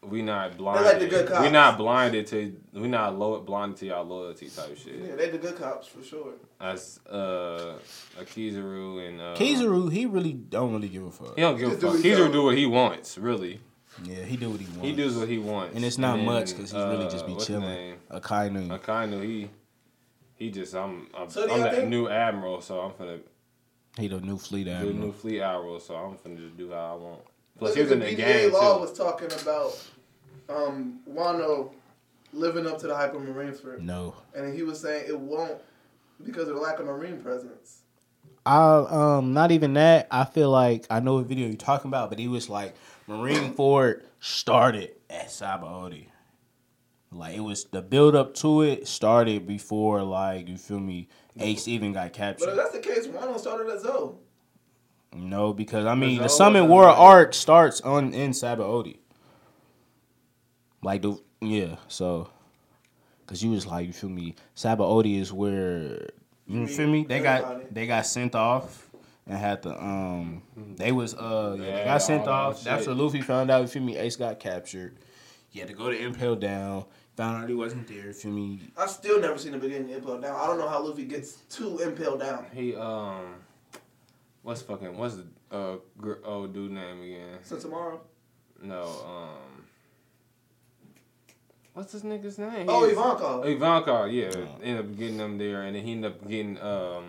we not blinded.
like the good cops.
We not blinded to we not lo- blinded to y'all loyalty type shit.
Yeah, they the good cops for sure.
That's uh, Akizaru and uh,
Kizaru, he really don't really give a fuck.
He don't give a
Just do
fuck.
what he
Kizaru
told.
do what he wants, really.
Yeah, he do what he wants.
He does what he wants,
and it's not
then,
much because he's really just
uh,
be
what's his name?
chilling. Akainu.
Akainu, he he just I'm I'm,
So do
I'm
y'all
that
think-
new admiral, so I'm finna
He the new fleet
do a new
admiral.
fleet admiral, so I'm finna just do how I want. Plus
Look,
he was
the
in the
BDA
game
law
too.
was talking about um, Wano living up to the hype of Marineford,
No.
and he was saying it won't because of the lack of Marine presence.
I um not even that. I feel like I know what video you're talking about, but he was like Marine Ford started at Sabaody. Like it was the build up to it started before like you feel me Ace even got
But if
captured.
that's the case, Wano started at Zoe.
No, because I mean the
There's
Summit
always
War
another-
arc starts on in Sabaody. Like the yeah, so because you was like you feel me Sabaody is where you
Me,
feel me they
everybody.
got they got sent off and had to um they was uh yeah, they
Yeah,
got sent
all
off
that
after
shit.
Luffy found out you feel me Ace got captured. He had to go to Impel Down. Found out he wasn't there. You feel me?
I've still never seen the beginning of Impel Down. I don't know how Luffy gets to Impel Down.
He um what's fucking what's the uh gr- old dude name again?
So tomorrow.
No, um What's this nigga's name?
Oh,
He's-
Ivanka.
Ivanka, yeah, ended up getting them there, and then he ended up getting um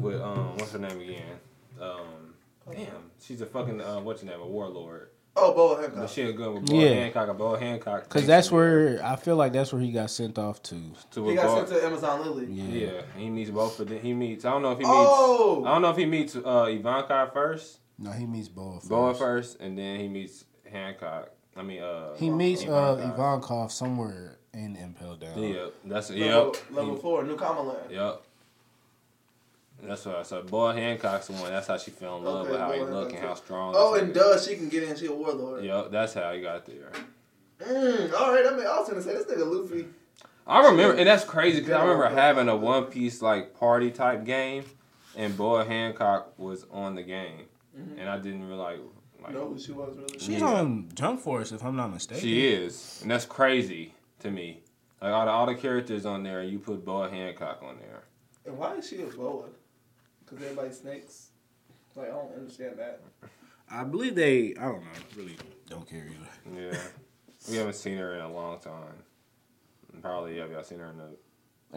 with um what's her name again? Um, damn, she's a fucking uh, what's her name? A warlord.
Oh, Boa
But
Hancock.
she a good with Bo
Yeah.
Hancock. Bo Hancock.
Cause that's where I feel like that's where he got sent off to.
to
He
a
got
bar.
sent to Amazon Lily.
Yeah.
Yeah, he meets both of them. He meets. I don't know if he meets.
Oh!
I don't know if he meets uh, Ivanka first,
No, he meets Boa.
Boa first, and then he meets Hancock. I mean, uh,
He meets uh,
Ivankov.
Ivankov somewhere in Impel Down.
Yeah, that's
Level,
yep.
level
He-
four, New Kamaland.
Yep. That's what I said. Boy Hancock's the one. That's how she fell in love
Okay,
with how he
Boa
look and
Hancock.
how strong.
Oh,
this
and
nigga
does she can get in? She a
is.
warlord.
Yep, that's how he got there.
Mm, all right. I mean, I was gonna say this nigga Luffy.
I remember, and that's crazy because I remember having a One Piece like party type game, and Boy Hancock was on the game, and I didn't realize like
Mm-hmm. know who she was really.
She's
Yeah.
on Jump Force, if I'm not mistaken.
she is, and that's crazy to me. Like all the, all the characters on there, you put Boy Hancock on there.
And why is she a boa? Because everybody snakes. Like I don't understand that.
I believe they. I don't know. Really don't care either.
Yeah, we haven't seen her in a long time. Probably have y'all seen her in the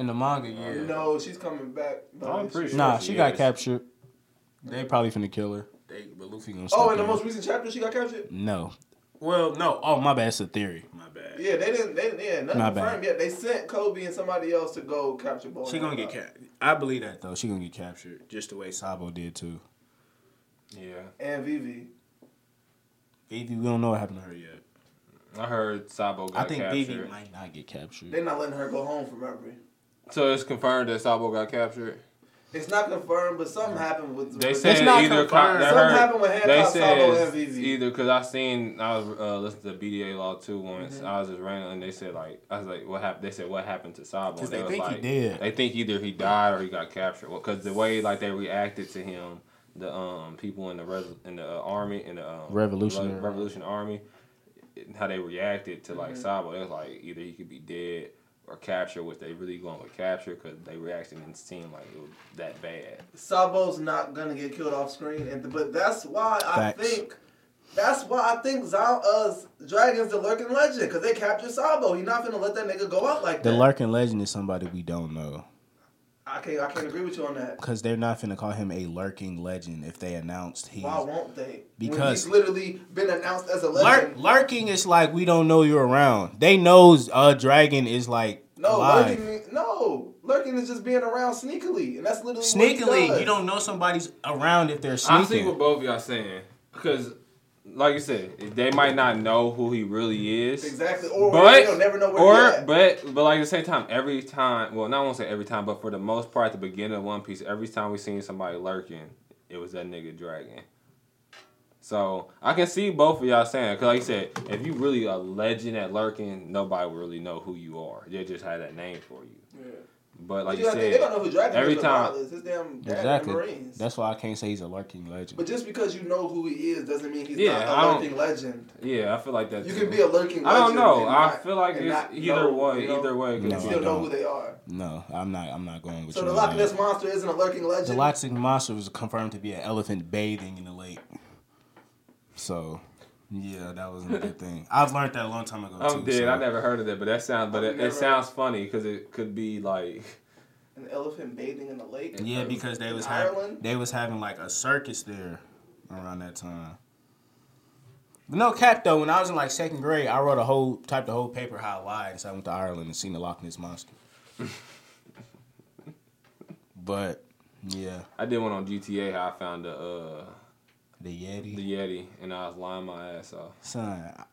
In the manga,
yeah.
No, she's coming back. but Oh,
I'm pretty
she-
sure.
Nah,
she
she got
is.
captured. They probably finna kill her. They, but Luffy gonna.
Oh,
step
in the
in.
most recent chapter, she got captured.
No. Well, no. Oh, my bad. It's a theory. My bad.
Yeah, they didn't. They didn't. Yeah, nothing
My
confirmed yet. They sent Kobe and somebody else to go capture Boa.
She gonna get
captured.
captured. I believe that though. She gonna get captured, just the way Sabo did too.
Yeah.
And Vivi.
Vivi, we don't know what happened to her yet.
I heard Sabo
I
got
think
captured.
Vivi might not get captured.
They're not letting her go home for memory.
So it's confirmed that Sabo got captured.
It's not confirmed, but something happened with.
They
with-
said
not
either
confirmed.
cop that
Something
heard-
happened with
They
Hancock, Sabo,
said
and E VV.
either because I seen I was uh, listening to BDA Law two once.
Mm-hmm.
I was just random and they said like I was like what happened? They said what happened to Sabo?
'Cause
And
they
was
think he
like-
did.
They think either he died or he got captured. Because the way like they reacted to him, the um people in the res- in the uh, army in the um,
Revolutionary.
Re- revolution army, and how they reacted to
Mm-hmm.
like Sabo, they was like either he could be dead. Or capture, which they really going with capture, because they reaction didn't seem like it was that bad.
Sabo's not gonna get killed off screen, and but that's why I
Facts.
think that's why I think Zao, uh, Dragons the lurking legend because they captured Sabo. He not gonna let that nigga go out like
The
that.
lurking legend is somebody we don't know.
I can't I can't agree with you on that.
Because they're not finna call him a lurking legend if they announced he's.
Why won't they? when
Because-
he's literally been announced as a
Lurk,
legend.
lurking is like we don't know you're around. They knows uh dragon is like
no,
alive.
lurking. mean- No, Lurking is just being around sneakily, and that's literally what he
Sneakily,
does.
you don't know somebody's around if they're
I see
sneaking.
what both of y'all saying because, like you said, they might not know who he really is.
exactly, or
But
you'll never know where
or
you're at.
but but like at the same time, every time well, not I won't say every time, but for the most part, at the beginning of One Piece, every time we seen somebody lurking, it was that nigga Dragon. So I can see both of y'all saying because like you said, if you really a legend at lurking, nobody will really know who you are. They just had that name for you.
Yeah.
But
But
like you
gotta think, they don't
said,
know who Dragon
every
is or
time-
Wild is. His damn dad
Exactly.
in the Marines.
That's why I can't say he's a lurking
but
legend.
just because you know who he is doesn't mean he's
Yeah,
not a
I don't-
lurking legend.
yeah, I feel like that.
You
too.
can be a lurking.
I don't
legend
know.
and
I
not-
feel like
and
it's
not
either
know,
way.
you know,
Either way, it
No,
could be-
I
Still know
don't.
who they are.
No, I'm not. I'm not going with
So
you.
the
on
Loch
that.
Ness monster isn't a lurking legend.
The Loch Ness monster was confirmed to be an elephant bathing in the lake. So, yeah, that wasn't a good thing. I've learned that a long time ago.
I'm
too,
dead.
so-
I never heard of that, but that sounds. But
I've
it,
never-
it sounds funny because it could be like.
An elephant bathing in the lake.
Yeah,
Ireland.
because they was
In
having
Ireland?
they was having like a circus there around that time. But no cap though, when I was in like second grade, I wrote a whole typed a whole paper how I lied and so I went to Ireland and seen the Loch Ness monster. but yeah,
I did one on GTA how I found the uh,
the Yeti,
the Yeti and I was lying my ass off.
son,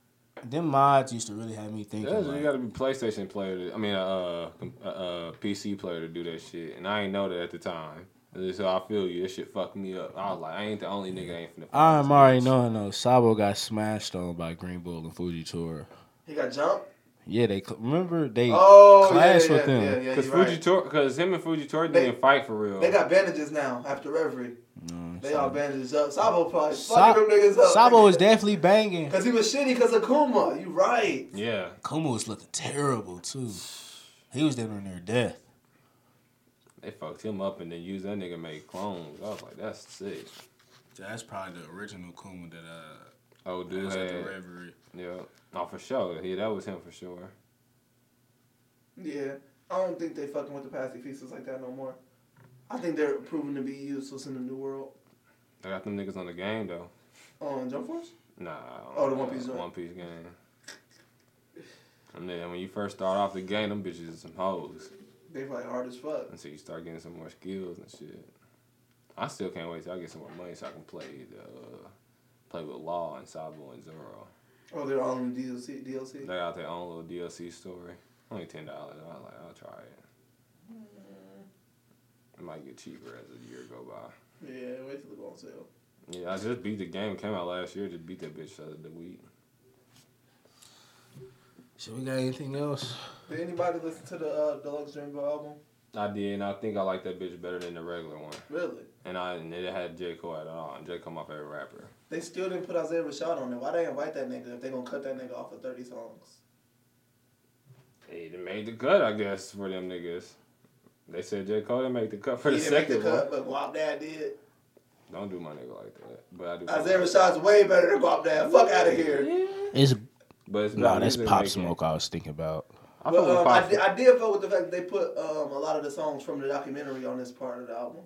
them mods used to really have me thinking.
Yeah,
like,
you gotta be PlayStation player. To, I mean, uh, com- uh, uh, PC player to do that shit, and I ain't know that at the time. So I feel you. That shit fucked me up. I was like, I ain't the only nigga. that ain't finna.
I'm already knowing though. Sabo got smashed on by Green Bull and Fuji Tour.
He got jumped.
Yeah, they cl- remember they
Oh,
clash
yeah, yeah,
with them.
yeah, yeah,
Because
you're right.
because him and Fujitora
They-
didn't fight for real.
They got bandages now after Reverie.
Mm,
They
so-
all bandages up. Sabo probably
Sa-
fucking them niggas up.
Sabo is definitely banging.
Because he was shitty because of Kuma. You right.
yeah,
Kuma was looking terrible too. He was damn near death.
they fucked him up and then used that nigga to make clones. I was like, that's sick.
That's probably the original Kuma that uh
Oh, dude, had-
Reverie.
yeah, oh for sure. Yeah, that was him for sure.
Yeah. I don't think they fucking with the passive pieces like that no more. I think they're proven to be useless in the new world.
I got them niggas on the game though.
Oh, and Jump Force?
Nah. I don't
Oh, the
know
One
that
Piece joint.
One Piece game. And then when you first start off the game, them bitches is some hoes.
They probably hard as fuck.
Until you start getting some more skills and shit. I still can't wait till I get some more money so I can play the uh, play with Law and Sabo and Zoro.
Oh, they're all in the DLC. DLC.
They got their own little DLC story. Only ten dollars. I was like, I'll try it. It might get cheaper as the year go by.
Yeah, wait till it go on sale.
Yeah, I just beat the game. Came out last year. Just beat that bitch the other week.
So we got anything else?
Did anybody listen to the uh, Deluxe Rainbow album?
I did, and I think I like that bitch better than the regular one.
Really?
and I and it had J Cole at all. And J Cole my favorite rapper.
They still didn't put Isaiah Rashad on there. Why they invite that nigga if they gonna cut that nigga off of 30 songs?
Hey, they made the cut, I guess, for them niggas. They said J Cole didn't make the cut for
he
the
didn't make
second
the
one.
cut, but Guap Dad did.
Don't do my nigga like that. But I do.
Isaiah Rashad's way better than Guap Dad. Fuck out of here.
It's
But it's
no,
about
that's
music
pop
making.
smoke I was thinking about.
I fuck
But,
with
um, I,
pop.
did, I did feel with the fact that they put um, a lot of the songs from the documentary on this part of the album.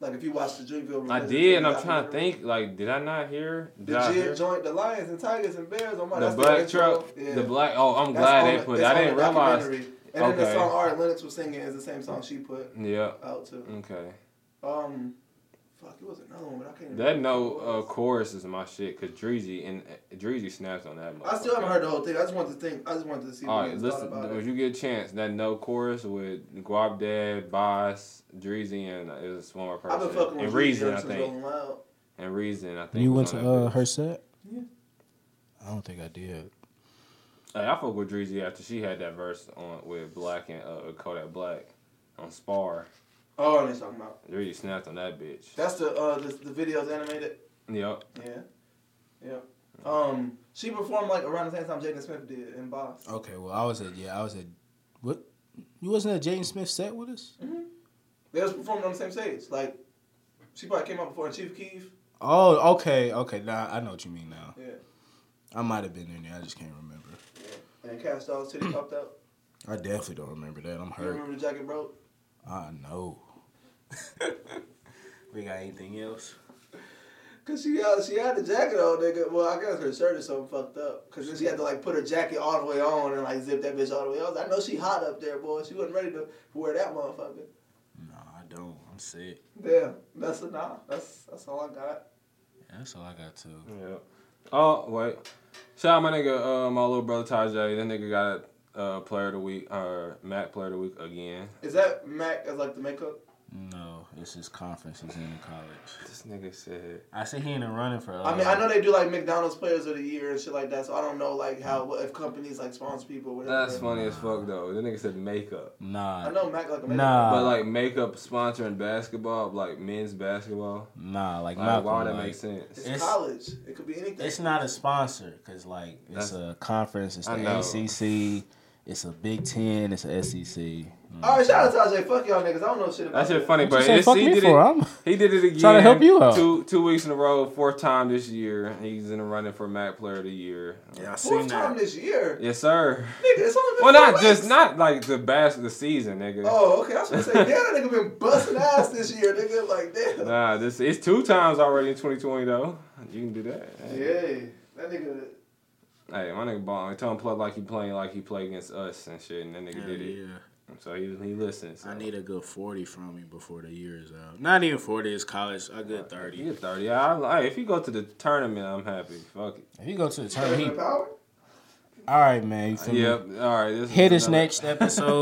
Like if you watch the Dreamville,
I did, and I'm trying to think. Like, did I not hear? Did
The
I
Jib
hear?
joint, the Lions and Tigers and Bears. Oh my,
The
that's
black
intro.
truck,
Yeah.
the black. Oh, I'm
That's
glad
on
they
the-
put.
that's
that. I
on
didn't
the
realize.
documentary. And then
okay.
the song Art Lennox was singing is the same song she put
Yeah.
out too.
Okay.
Um, fuck, it was another one, but I can't. remember
That
what
no
it
uh,
was.
chorus is my shit. Cause Dreezy and uh, Dreezy snaps on that.
I still haven't
motherfucker.
heard the whole thing. I just wanted to think. I just wanted to see
All
what
right,
you thought
listen.
about
If
it.
you get a chance, that no chorus with Guap Dad, Boss, Dreezy, and uh, is one more person.
I've been fucking with
and
Dreezy
Reason,
ever
I
since
think.
Rolling Loud.
And Reason, I think.
You went
was
to
on that
uh,
bitch.
her set?
Yeah.
I don't think I did.
Hey, I fuck with Dreezy after she had that verse on with Black and uh, Kodak Black on Spar.
Oh, I know what you're talking about.
Dreezy snapped on that bitch.
That's the uh the, the videos animated.
Yep.
Yeah, yeah. Um, she performed like around the same time Jaden Smith did in Boss.
Okay, well I was at yeah I was at what you wasn't at Jaden Smith set with us?
They was performing on the same stage. Like, she probably came out before Chief Keef.
Oh, okay, okay. Now I know what you mean now.
Yeah.
I might have been in there. I just can't remember.
And Cash Doll's titty popped out.
I definitely don't remember that. I'm
You remember the jacket broke?
I know. we got anything else?
Cause she had she had a jacket on, nigga. Well, I guess her shirt is something fucked up. Cause then she had to like put her jacket all the way on and like zip that bitch all the way on. I know she hot up there, boy. She wasn't ready to wear that motherfucker.
No, I don't. I'm sick.
Damn, that's a nah. That's that's all I got.
That's all I got too.
Yeah. Oh wait. Shout out my nigga, uh, my little brother Tajay. That nigga got uh, player of the week or Mac player of the week again.
Is that Mac as like the makeup?
No, it's his conference. He's in in college.
This nigga said
I see he in the running for. Uh,
I
Uh-huh.
mean, I know they do like McDonald's Players of the Year and shit like that. So I don't know like how what if companies like sponsor people. Or whatever.
that's funny as fuck though. That nigga said makeup,
I
Nah,
know Mac like a makeup.
Nah.
but like makeup sponsoring basketball, like men's basketball.
nah. Like,
Like,
Malcolm,
why would that
like,
make sense?
It's,
It's-
college. It could be anything.
It's not a sponsor because like it's a conference. It's the
I know.
ACC. It's a Big Ten. It's a E SEC.
All right, shout out to Tajay. Fuck y'all niggas. I don't know shit about
That shit
that.
funny,
What
but
you say
it's,
fuck
he
me
did
for?
it.
I'm-
He did it again.
Trying to help you out.
Two two weeks in a row, fourth time this year. He's in the running for Mac Player of the Year.
Yeah, I
Fourth time this year,
Yes, sir.
nigga. It's only been
Well,
four
not just
weeks.
not like the bas- the season, nigga.
Oh, okay. I was gonna say, damn, that nigga been busting ass this year, nigga. Like, damn.
Nah, this it's two times already in 2020 though. You can do that. Hey,
Yeah, that nigga.
Hey, my nigga Bong, tell him plug like he playing like he played against us and shit, and that nigga did it. So he he listens. So.
I need a good forty from him before the year is out. Not even forty. It's college. A good
He
thirty.
get 30. I, I, if you go to the tournament, I'm happy. Fuck it.
If you go to the
Trevor
tournament, he,
Power.
all right, man. You feel me?
Yep. All right. This
Hit
is
us
another-
next episode.